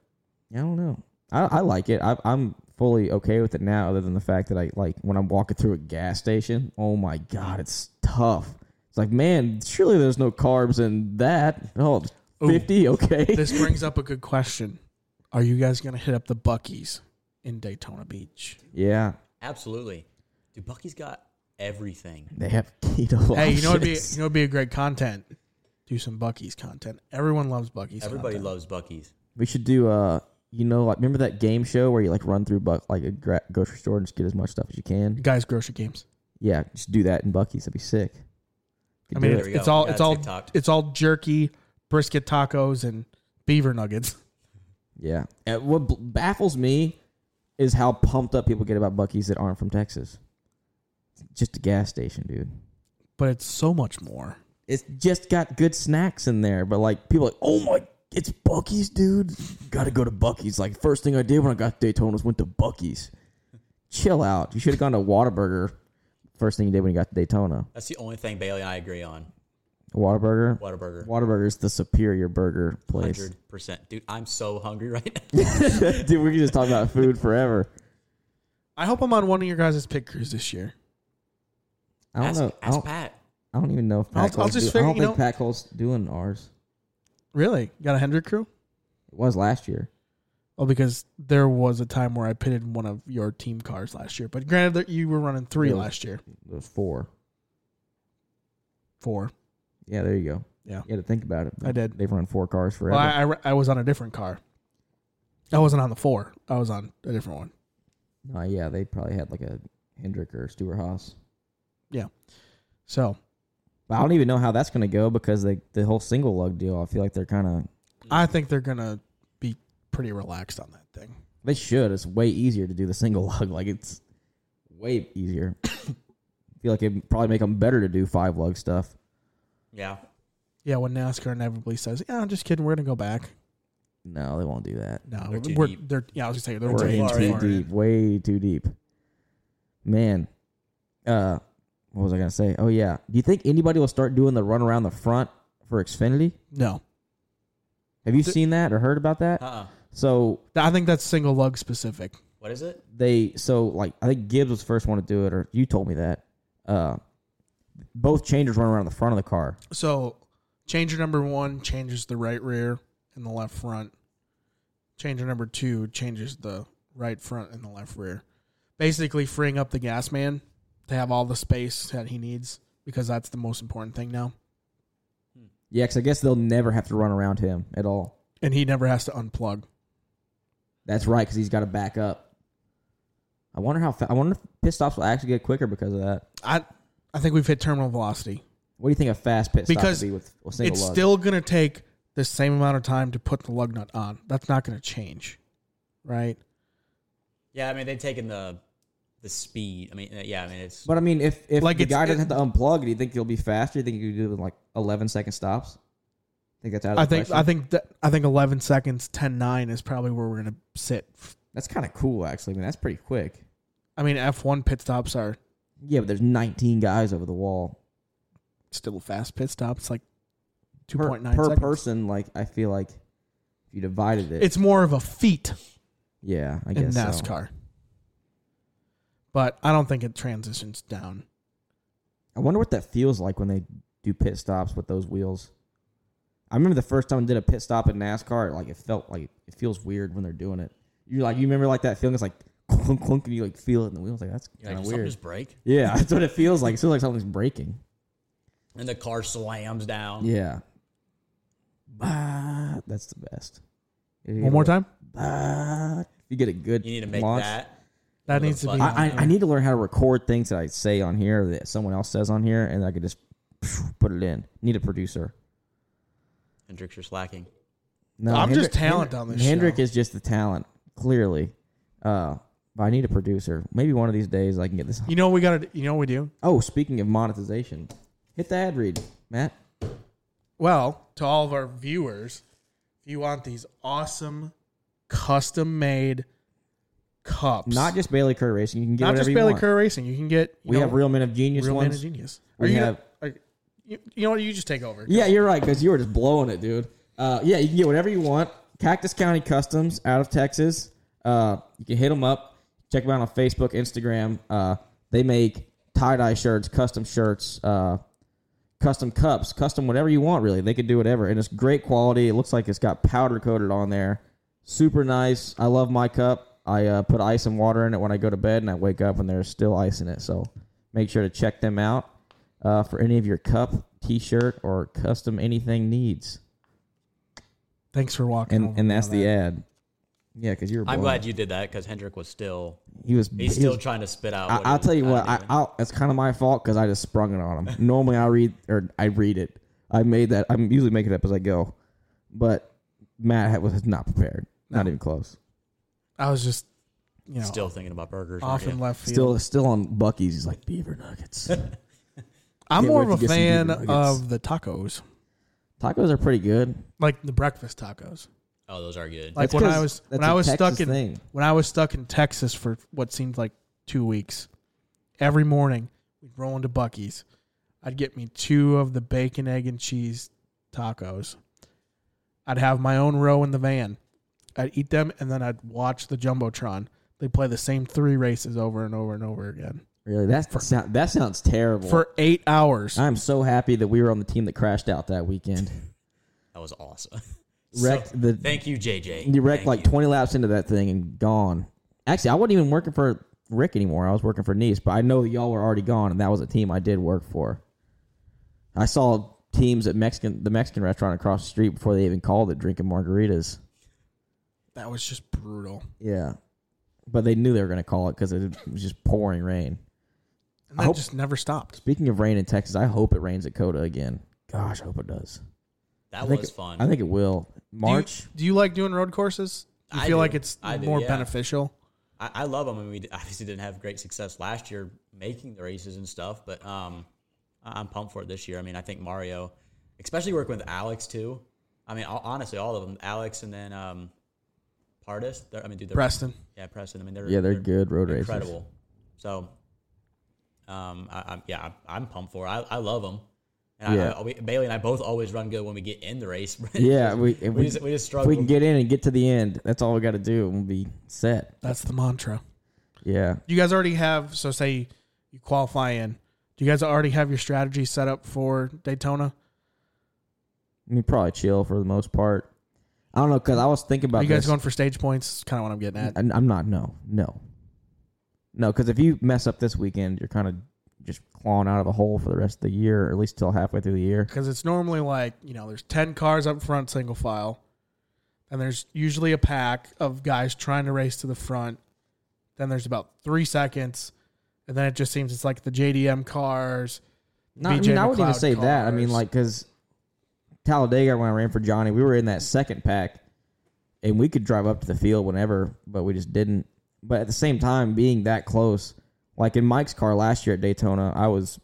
[SPEAKER 2] yeah, I don't know. I, I like it. I, I'm fully okay with it now, other than the fact that I like when I'm walking through a gas station. Oh my god, it's tough. It's like, man, surely there's no carbs in that. Oh, it's 50, okay.
[SPEAKER 3] This brings up a good question. Are you guys gonna hit up the Buckies in Daytona Beach?
[SPEAKER 2] yeah,
[SPEAKER 4] Absolutely. Dude, Bucky's got everything.
[SPEAKER 2] they have keto.
[SPEAKER 3] Hey, you know what'd be you
[SPEAKER 2] options.
[SPEAKER 3] know what'd be a great content? Do some Buckies content. Everyone loves Buckies.
[SPEAKER 4] Everybody
[SPEAKER 3] content.
[SPEAKER 4] loves Bucky's.
[SPEAKER 2] we should do uh, you know, like, remember that game show where you like run through buck like a gra- grocery store and just get as much stuff as you can.
[SPEAKER 3] guys grocery games.
[SPEAKER 2] Yeah, just do that in Bucky's. That'd be sick.
[SPEAKER 3] I
[SPEAKER 2] Could
[SPEAKER 3] mean,
[SPEAKER 2] do
[SPEAKER 3] it's,
[SPEAKER 4] There we
[SPEAKER 3] it's
[SPEAKER 4] go.
[SPEAKER 3] all
[SPEAKER 4] Yeah,
[SPEAKER 3] it's all
[SPEAKER 4] TikTok.
[SPEAKER 3] it's all jerky, brisket tacos, and beaver nuggets.
[SPEAKER 2] Yeah. And what b- baffles me is how pumped up people get about Bucky's that aren't from Texas. It's just a gas station, dude.
[SPEAKER 3] But it's so much more.
[SPEAKER 2] It's just got good snacks in there, but like people are like, oh my, it's Bucky's, dude. Got to go to Bucky's. Like first thing I did when I got to Daytona was went to Bucky's. Chill out. You should have gone to Whataburger. First thing you did when you got to Daytona,
[SPEAKER 4] That's the only thing Bailey and I agree on.
[SPEAKER 2] Whataburger.
[SPEAKER 4] Whataburger.
[SPEAKER 2] Whataburger is the superior burger place.
[SPEAKER 4] 100%. Dude, I'm so hungry right now.
[SPEAKER 2] dude, we can just talk about food forever.
[SPEAKER 3] I hope I'm on one of your guys' pick crews this year.
[SPEAKER 2] I don't
[SPEAKER 4] ask
[SPEAKER 2] know. I
[SPEAKER 4] ask
[SPEAKER 2] don't,
[SPEAKER 4] Pat.
[SPEAKER 2] I don't even know if
[SPEAKER 3] I'll-
[SPEAKER 2] Pat
[SPEAKER 3] I'll
[SPEAKER 2] Cole's
[SPEAKER 3] just
[SPEAKER 2] do-
[SPEAKER 3] figure-
[SPEAKER 2] I don't
[SPEAKER 3] you
[SPEAKER 2] think
[SPEAKER 3] know-
[SPEAKER 2] Pat Cole's doing ours.
[SPEAKER 3] Really? You got a Hendrick crew?
[SPEAKER 2] It was last year.
[SPEAKER 3] Well, Oh, because there was a time where I pitted one of your team cars last year. But granted, that you were running three
[SPEAKER 2] Yeah.
[SPEAKER 3] last year,
[SPEAKER 2] It was four.
[SPEAKER 3] four.
[SPEAKER 2] Yeah, there you go.
[SPEAKER 3] Yeah.
[SPEAKER 2] You had to think about it.
[SPEAKER 3] I did.
[SPEAKER 2] They've run four cars forever.
[SPEAKER 3] Well, I, I, I was on a different car. I wasn't on the four. I was on a different one.
[SPEAKER 2] Uh, yeah, they probably had like a Hendrick or Stuart Haas.
[SPEAKER 3] So
[SPEAKER 2] But I don't even know how that's going to go because they, the whole single lug deal, I feel like they're kind of.
[SPEAKER 3] I think they're gonna be pretty relaxed on that thing.
[SPEAKER 2] They should. It's way easier to do the single lug. Like, it's way easier. I feel like it'd probably make them better to do five lug stuff.
[SPEAKER 4] Yeah.
[SPEAKER 3] Yeah, when NASCAR inevitably says, "Yeah, I'm just kidding. We're gonna go back."
[SPEAKER 2] No, they won't do that.
[SPEAKER 3] No,
[SPEAKER 4] They're too
[SPEAKER 3] we're
[SPEAKER 4] deep.
[SPEAKER 3] they're yeah. I was gonna say they're,
[SPEAKER 4] They're
[SPEAKER 3] way
[SPEAKER 2] way
[SPEAKER 3] too
[SPEAKER 4] too far in.
[SPEAKER 2] too
[SPEAKER 3] far in.
[SPEAKER 2] deep. Way too deep. Man. Uh what was I gonna say? Oh yeah. Do you think anybody will start doing the run around the front for Xfinity?
[SPEAKER 3] No,
[SPEAKER 2] Have you
[SPEAKER 3] Th-
[SPEAKER 2] seen that or heard about that?
[SPEAKER 4] Uh-uh.
[SPEAKER 2] So
[SPEAKER 3] I think that's single lug specific.
[SPEAKER 4] What is it?
[SPEAKER 2] they so like I think Gibbs was the first one to do it, or you told me that. Uh both changers run around the front of the car.
[SPEAKER 3] So, changer number one changes the right rear and the left front. Changer number two changes the right front and the left rear. Basically, freeing up the gas man to have all the space that he needs because that's the most important thing now.
[SPEAKER 2] Yeah, 'cause I guess they'll never have to run around him at all.
[SPEAKER 3] And he never has to unplug.
[SPEAKER 2] That's right, because he's got to back up. I wonder how fa- I wonder if pit stops will actually get quicker because of that.
[SPEAKER 3] I I think we've hit terminal velocity.
[SPEAKER 2] What do you think a fast pit stop
[SPEAKER 3] Because
[SPEAKER 2] would be with a single
[SPEAKER 3] it's
[SPEAKER 2] lug?
[SPEAKER 3] still going to take the same amount of time to put the lug nut on. That's not going to change, right?
[SPEAKER 4] Yeah, I mean they've taken the the speed. I mean, uh, yeah, I mean it's
[SPEAKER 2] But I mean, if if
[SPEAKER 3] Like,
[SPEAKER 2] the
[SPEAKER 3] it's-
[SPEAKER 2] guy
[SPEAKER 3] it-
[SPEAKER 2] doesn't have to unplug, do you think he'll be faster? Do you think you could do like eleven second stops? I think that's out of
[SPEAKER 3] I
[SPEAKER 2] the
[SPEAKER 3] think
[SPEAKER 2] question.
[SPEAKER 3] I think that I think 11 seconds 10 9 is probably where we're going to sit.
[SPEAKER 2] that's kind of cool, actually. I mean, that's pretty quick.
[SPEAKER 3] I mean F1 pit stops are
[SPEAKER 2] Yeah, but there's 19 guys over the wall
[SPEAKER 3] still fast pit stops like
[SPEAKER 2] per,
[SPEAKER 3] 2.9
[SPEAKER 2] per
[SPEAKER 3] seconds.
[SPEAKER 2] person. Like, I feel like if you divided it,
[SPEAKER 3] It's more of a feat
[SPEAKER 2] yeah, I
[SPEAKER 3] in
[SPEAKER 2] guess so.
[SPEAKER 3] NASCAR. But I don't think it transitions down.
[SPEAKER 2] I wonder what that feels like when they do pit stops with those wheels. I remember the first time I did a pit stop at NASCAR, like it felt like it feels weird when they're doing it. You like you remember like that feeling? It's like clunk clunk, and you like feel it in the wheels. Like that's
[SPEAKER 4] you know,
[SPEAKER 2] kind
[SPEAKER 4] like,
[SPEAKER 2] of
[SPEAKER 4] did something
[SPEAKER 2] weird.
[SPEAKER 4] just break
[SPEAKER 2] Yeah, that's what it feels like. It feels like something's breaking.
[SPEAKER 4] and the car slams down.
[SPEAKER 2] Yeah. Bah, that's the best. If you
[SPEAKER 3] One
[SPEAKER 2] get
[SPEAKER 3] more
[SPEAKER 2] a-
[SPEAKER 3] time.
[SPEAKER 2] Bah, if you get a good
[SPEAKER 4] You need to make
[SPEAKER 2] launch.
[SPEAKER 4] that.
[SPEAKER 3] That needs to be
[SPEAKER 2] I, I, I need to learn how to record things that I say on here that someone else says on here, and I could just put it in. Need a producer.
[SPEAKER 4] Hendricks, you're slacking.
[SPEAKER 2] No,
[SPEAKER 3] I'm just
[SPEAKER 2] Hendrick-
[SPEAKER 3] talent on this
[SPEAKER 2] Hendrick
[SPEAKER 3] show.
[SPEAKER 2] is just the talent, clearly. Uh, but I need a producer. Maybe one of these days I can get this.
[SPEAKER 3] You know what we got to you know what we do?
[SPEAKER 2] Oh, speaking of monetization, hit the ad read, Matt.
[SPEAKER 3] Well, to all of our viewers, if you want these awesome custom made cups.
[SPEAKER 2] Not just Bailey Kerr Racing. You can get
[SPEAKER 3] not
[SPEAKER 2] whatever
[SPEAKER 3] just
[SPEAKER 2] you
[SPEAKER 3] Bailey
[SPEAKER 2] want.
[SPEAKER 3] Kerr Racing. You can get you
[SPEAKER 2] We
[SPEAKER 3] know,
[SPEAKER 2] have real men of genius
[SPEAKER 3] real man
[SPEAKER 2] ones.
[SPEAKER 3] of genius.
[SPEAKER 2] We
[SPEAKER 3] Are you,
[SPEAKER 2] have-
[SPEAKER 3] are- you you know what? You just take over.
[SPEAKER 2] Yeah, you're right because you were just blowing it, dude. Uh, yeah, you can get whatever you want. Cactus County Customs out of Texas. Uh, you can hit them up. Check them out on Facebook, Instagram. Uh, they make tie dye shirts, custom shirts, uh, custom cups, custom whatever you want. Really, they could do whatever, and it's great quality. It looks like it's got powder coated on there. Super nice. I love my cup. I uh, put ice and water in it when I go to bed, and I wake up and there's still ice in it. So make sure to check them out uh, for any of your cup, T-shirt, or custom anything needs.
[SPEAKER 3] Thanks for walking.
[SPEAKER 2] And and that's the ad. Yeah, because you're.
[SPEAKER 4] Oh, I'm glad you did that because Hendrick was still
[SPEAKER 2] he was.
[SPEAKER 4] he's
[SPEAKER 2] he
[SPEAKER 4] still
[SPEAKER 2] was-
[SPEAKER 4] trying to spit out.
[SPEAKER 2] I,
[SPEAKER 4] what
[SPEAKER 2] I'll
[SPEAKER 4] he-
[SPEAKER 2] tell you what.
[SPEAKER 4] don't
[SPEAKER 2] I,
[SPEAKER 4] even-
[SPEAKER 2] I'll, it's kind of my fault because I just sprung it on him. Normally, I read or I read it. I made that. I'm usually making it up as I go, but Matt had- was not prepared. Not even close.
[SPEAKER 3] I was just you know
[SPEAKER 4] still thinking about burgers.
[SPEAKER 3] off
[SPEAKER 4] aren't
[SPEAKER 3] in
[SPEAKER 4] you?
[SPEAKER 3] left field.
[SPEAKER 2] Still, still on Bucky's. He's like beaver nuggets.
[SPEAKER 3] I'm
[SPEAKER 2] can't
[SPEAKER 3] more
[SPEAKER 2] wait
[SPEAKER 3] of
[SPEAKER 2] to
[SPEAKER 3] a
[SPEAKER 2] get some
[SPEAKER 3] fan
[SPEAKER 2] Beaver Nuggets.
[SPEAKER 3] of the tacos,
[SPEAKER 2] Tacos are pretty good.
[SPEAKER 3] like the breakfast tacos.
[SPEAKER 4] oh, those are good.
[SPEAKER 3] Like
[SPEAKER 2] That's
[SPEAKER 3] when
[SPEAKER 2] 'cause
[SPEAKER 3] I was
[SPEAKER 2] that's
[SPEAKER 3] when I
[SPEAKER 2] a
[SPEAKER 3] was
[SPEAKER 2] Texas
[SPEAKER 3] stuck in
[SPEAKER 2] thing.
[SPEAKER 3] when I was stuck in Texas for what seemed like two weeks. Every morning we'd roll into Bucky's. I'd get me two of the bacon, egg, and cheese tacos. I'd have my own row in the van. I'd eat them and then I'd watch the jumbotron. They play the same three races over and over and over again
[SPEAKER 2] Really, that's sound, that sounds terrible.
[SPEAKER 3] for eight hours.
[SPEAKER 2] I'm so happy that we were on the team that crashed out that weekend.
[SPEAKER 4] That was awesome.
[SPEAKER 2] Wrecked
[SPEAKER 4] So,
[SPEAKER 2] the
[SPEAKER 4] Thank you, JJ.
[SPEAKER 2] you wrecked
[SPEAKER 4] Thank
[SPEAKER 2] like
[SPEAKER 4] you.
[SPEAKER 2] 20 laps into that thing and gone. Actually, I wasn't even working for Rick anymore. I was working for Nice, but I know that y'all were already gone, and that was a team I did work for. I saw teams at Mexican the Mexican restaurant across the street before they even called it drinking margaritas.
[SPEAKER 3] That was just brutal.
[SPEAKER 2] Yeah, but they knew they were going to call it because it was just pouring rain.
[SPEAKER 3] And
[SPEAKER 2] I
[SPEAKER 3] that
[SPEAKER 2] hope-
[SPEAKER 3] just never stopped.
[SPEAKER 2] Speaking of rain in Texas, I hope it rains at Coda again. Gosh, I hope it does.
[SPEAKER 4] that
[SPEAKER 2] I think
[SPEAKER 4] was
[SPEAKER 2] it-
[SPEAKER 4] fun.
[SPEAKER 2] I think it will. March.
[SPEAKER 3] Do you, do you like doing road courses? You
[SPEAKER 4] I
[SPEAKER 3] feel
[SPEAKER 4] do.
[SPEAKER 3] like it's
[SPEAKER 4] I do,
[SPEAKER 3] more
[SPEAKER 4] yeah.
[SPEAKER 3] beneficial?
[SPEAKER 4] I, I love them. I mean, we d- obviously didn't have great success last year making the races and stuff, but um, I- I'm pumped for it this year. I mean, I think Mario, especially working with Alex too. I mean, all, honestly, all of them, Alex and then um, Partis. they're- I mean, dude, they're,
[SPEAKER 3] Preston.
[SPEAKER 4] Yeah, Preston. I mean, they're
[SPEAKER 2] yeah, they're, good road races.
[SPEAKER 4] incredible. So, um, I, I'm yeah, I'm, I'm pumped for. It. I I love them. And
[SPEAKER 2] Yeah.
[SPEAKER 4] I, I, we, Bailey and I both always run good when we get in the race.
[SPEAKER 2] Yeah, we, if
[SPEAKER 4] we,
[SPEAKER 2] we,
[SPEAKER 4] just we just
[SPEAKER 2] if
[SPEAKER 4] struggle.
[SPEAKER 2] we can get in and get to the end, that's all we got to do, and we'll be set.
[SPEAKER 3] That's the mantra.
[SPEAKER 2] Yeah,
[SPEAKER 3] you guys already have so say you qualify in do you guys already have your strategy set up for daytona
[SPEAKER 2] I mean, probably chill for the most part. I don't know because I was thinking about
[SPEAKER 3] are you guys
[SPEAKER 2] this.
[SPEAKER 3] going for stage points kind of what i'm getting at
[SPEAKER 2] I- I'm not. No, no, no. Because if you mess up this weekend, you're kind of just clawing out of a hole for the rest of the year, or at least till halfway through the year.
[SPEAKER 3] because it's normally like you know there's 10 cars up front single file and there's usually a pack of guys trying to race to the front then there's about three seconds and then it just seems it's like the jdm cars
[SPEAKER 2] No, I
[SPEAKER 3] BJ
[SPEAKER 2] mean, I wouldn't even
[SPEAKER 3] McLeod
[SPEAKER 2] say that. I mean,
[SPEAKER 3] cars.
[SPEAKER 2] like, because Talladega, when I ran for Johnny, we were in that second pack, and we could drive up to the field whenever, but we just didn't. But at the same time, being that close, like in Mike's car last year at Daytona, I was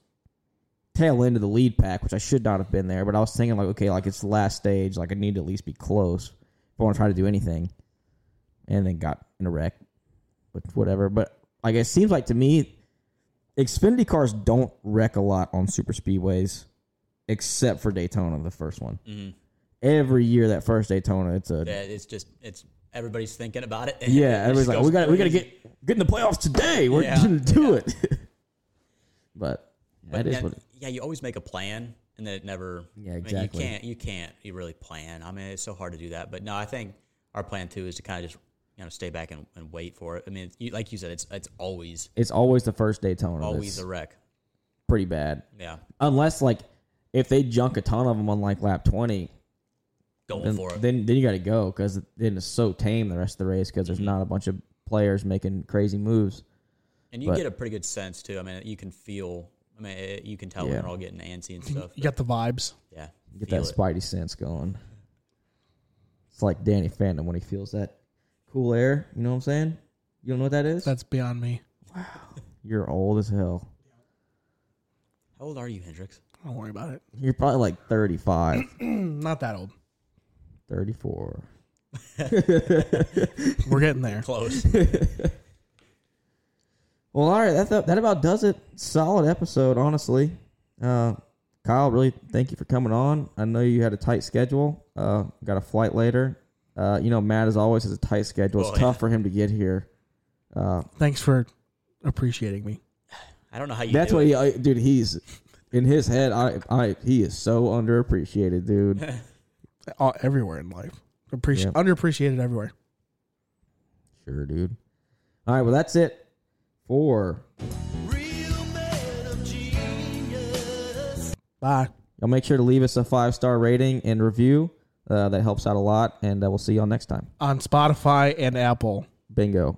[SPEAKER 2] tail end of the lead pack, which I should not have been there. But I was thinking like, okay, like it's the last stage, like I need to at least be close if I want to try to do anything. And then got in a wreck, but whatever. But like it seems like to me, Xfinity cars don't wreck a lot on super speedways, except for Daytona, the first one.
[SPEAKER 4] Mm-hmm.
[SPEAKER 2] Every year that first Daytona, it's a
[SPEAKER 4] Yeah, it's just it's everybody's thinking about it.
[SPEAKER 2] yeah,
[SPEAKER 4] It
[SPEAKER 2] everybody's
[SPEAKER 4] just
[SPEAKER 2] like,
[SPEAKER 4] goes
[SPEAKER 2] we got to we got to
[SPEAKER 4] crazy.
[SPEAKER 2] get get in the playoffs today. We're
[SPEAKER 4] Yeah,
[SPEAKER 2] gonna do it. but that is
[SPEAKER 4] yeah,
[SPEAKER 2] what. It,
[SPEAKER 4] yeah, you always make a plan, and then it never.
[SPEAKER 2] Yeah,
[SPEAKER 4] I mean,
[SPEAKER 2] exactly.
[SPEAKER 4] you can't. You can't. You really plan. I mean, it's so hard to do that. But no, I think our plan too is to kind of just you know stay back and, and wait for it. I mean, you, like you said, it's it's always
[SPEAKER 2] it's always the first Daytona.
[SPEAKER 4] always
[SPEAKER 2] Always
[SPEAKER 4] a wreck.
[SPEAKER 2] pretty bad,
[SPEAKER 4] Yeah,
[SPEAKER 2] unless like if they junk a ton of them on like lap twenty,
[SPEAKER 4] going
[SPEAKER 2] then
[SPEAKER 4] for it.
[SPEAKER 2] then, then you got to go because then it's so tame the rest of the race because
[SPEAKER 4] Mm-hmm.
[SPEAKER 2] there's not a bunch of players making crazy moves.
[SPEAKER 4] and you
[SPEAKER 2] but-
[SPEAKER 4] get a pretty good sense too. I mean, you can feel. I mean, it, you can tell
[SPEAKER 2] Yeah.
[SPEAKER 4] when they're all getting antsy and stuff.
[SPEAKER 3] You
[SPEAKER 4] but
[SPEAKER 3] got the vibes.
[SPEAKER 4] yeah,
[SPEAKER 2] Get
[SPEAKER 4] feel
[SPEAKER 2] that
[SPEAKER 4] it.
[SPEAKER 2] Spidey sense going. It's like Danny Phantom when he feels that cool air. You know what I'm saying? You don't know what that is?
[SPEAKER 3] That's beyond me.
[SPEAKER 2] You're old as hell.
[SPEAKER 4] How old are you, Hendrix?
[SPEAKER 3] Don't worry about it.
[SPEAKER 2] You're probably like 35,
[SPEAKER 3] I'm not that old.
[SPEAKER 2] 34.
[SPEAKER 3] We're getting there.
[SPEAKER 4] Close.
[SPEAKER 2] Well, all right, that that about does it. Solid episode, honestly. Uh, Kyle, really thank you for coming on. I know you had a tight schedule. Uh, got a flight later. Uh, you know, Matt as always has a tight schedule. It's
[SPEAKER 4] Oh,
[SPEAKER 2] tough for him to get here. Uh,
[SPEAKER 3] Thanks for appreciating me.
[SPEAKER 4] I don't know how you.
[SPEAKER 2] that's
[SPEAKER 4] do
[SPEAKER 2] what
[SPEAKER 4] it.
[SPEAKER 2] he, I, dude. He's in his head. I, I, he is so underappreciated, dude.
[SPEAKER 3] All, uh, everywhere in life. Appreci-
[SPEAKER 2] Yeah.
[SPEAKER 3] Underappreciated everywhere.
[SPEAKER 2] sure, dude. All right, well, that's it for
[SPEAKER 3] Bye.
[SPEAKER 2] Y'all make sure to leave us a five star rating and review. Uh, that helps out a lot. And uh, we'll see y'all next time.
[SPEAKER 3] On Spotify and Apple.
[SPEAKER 2] Bingo.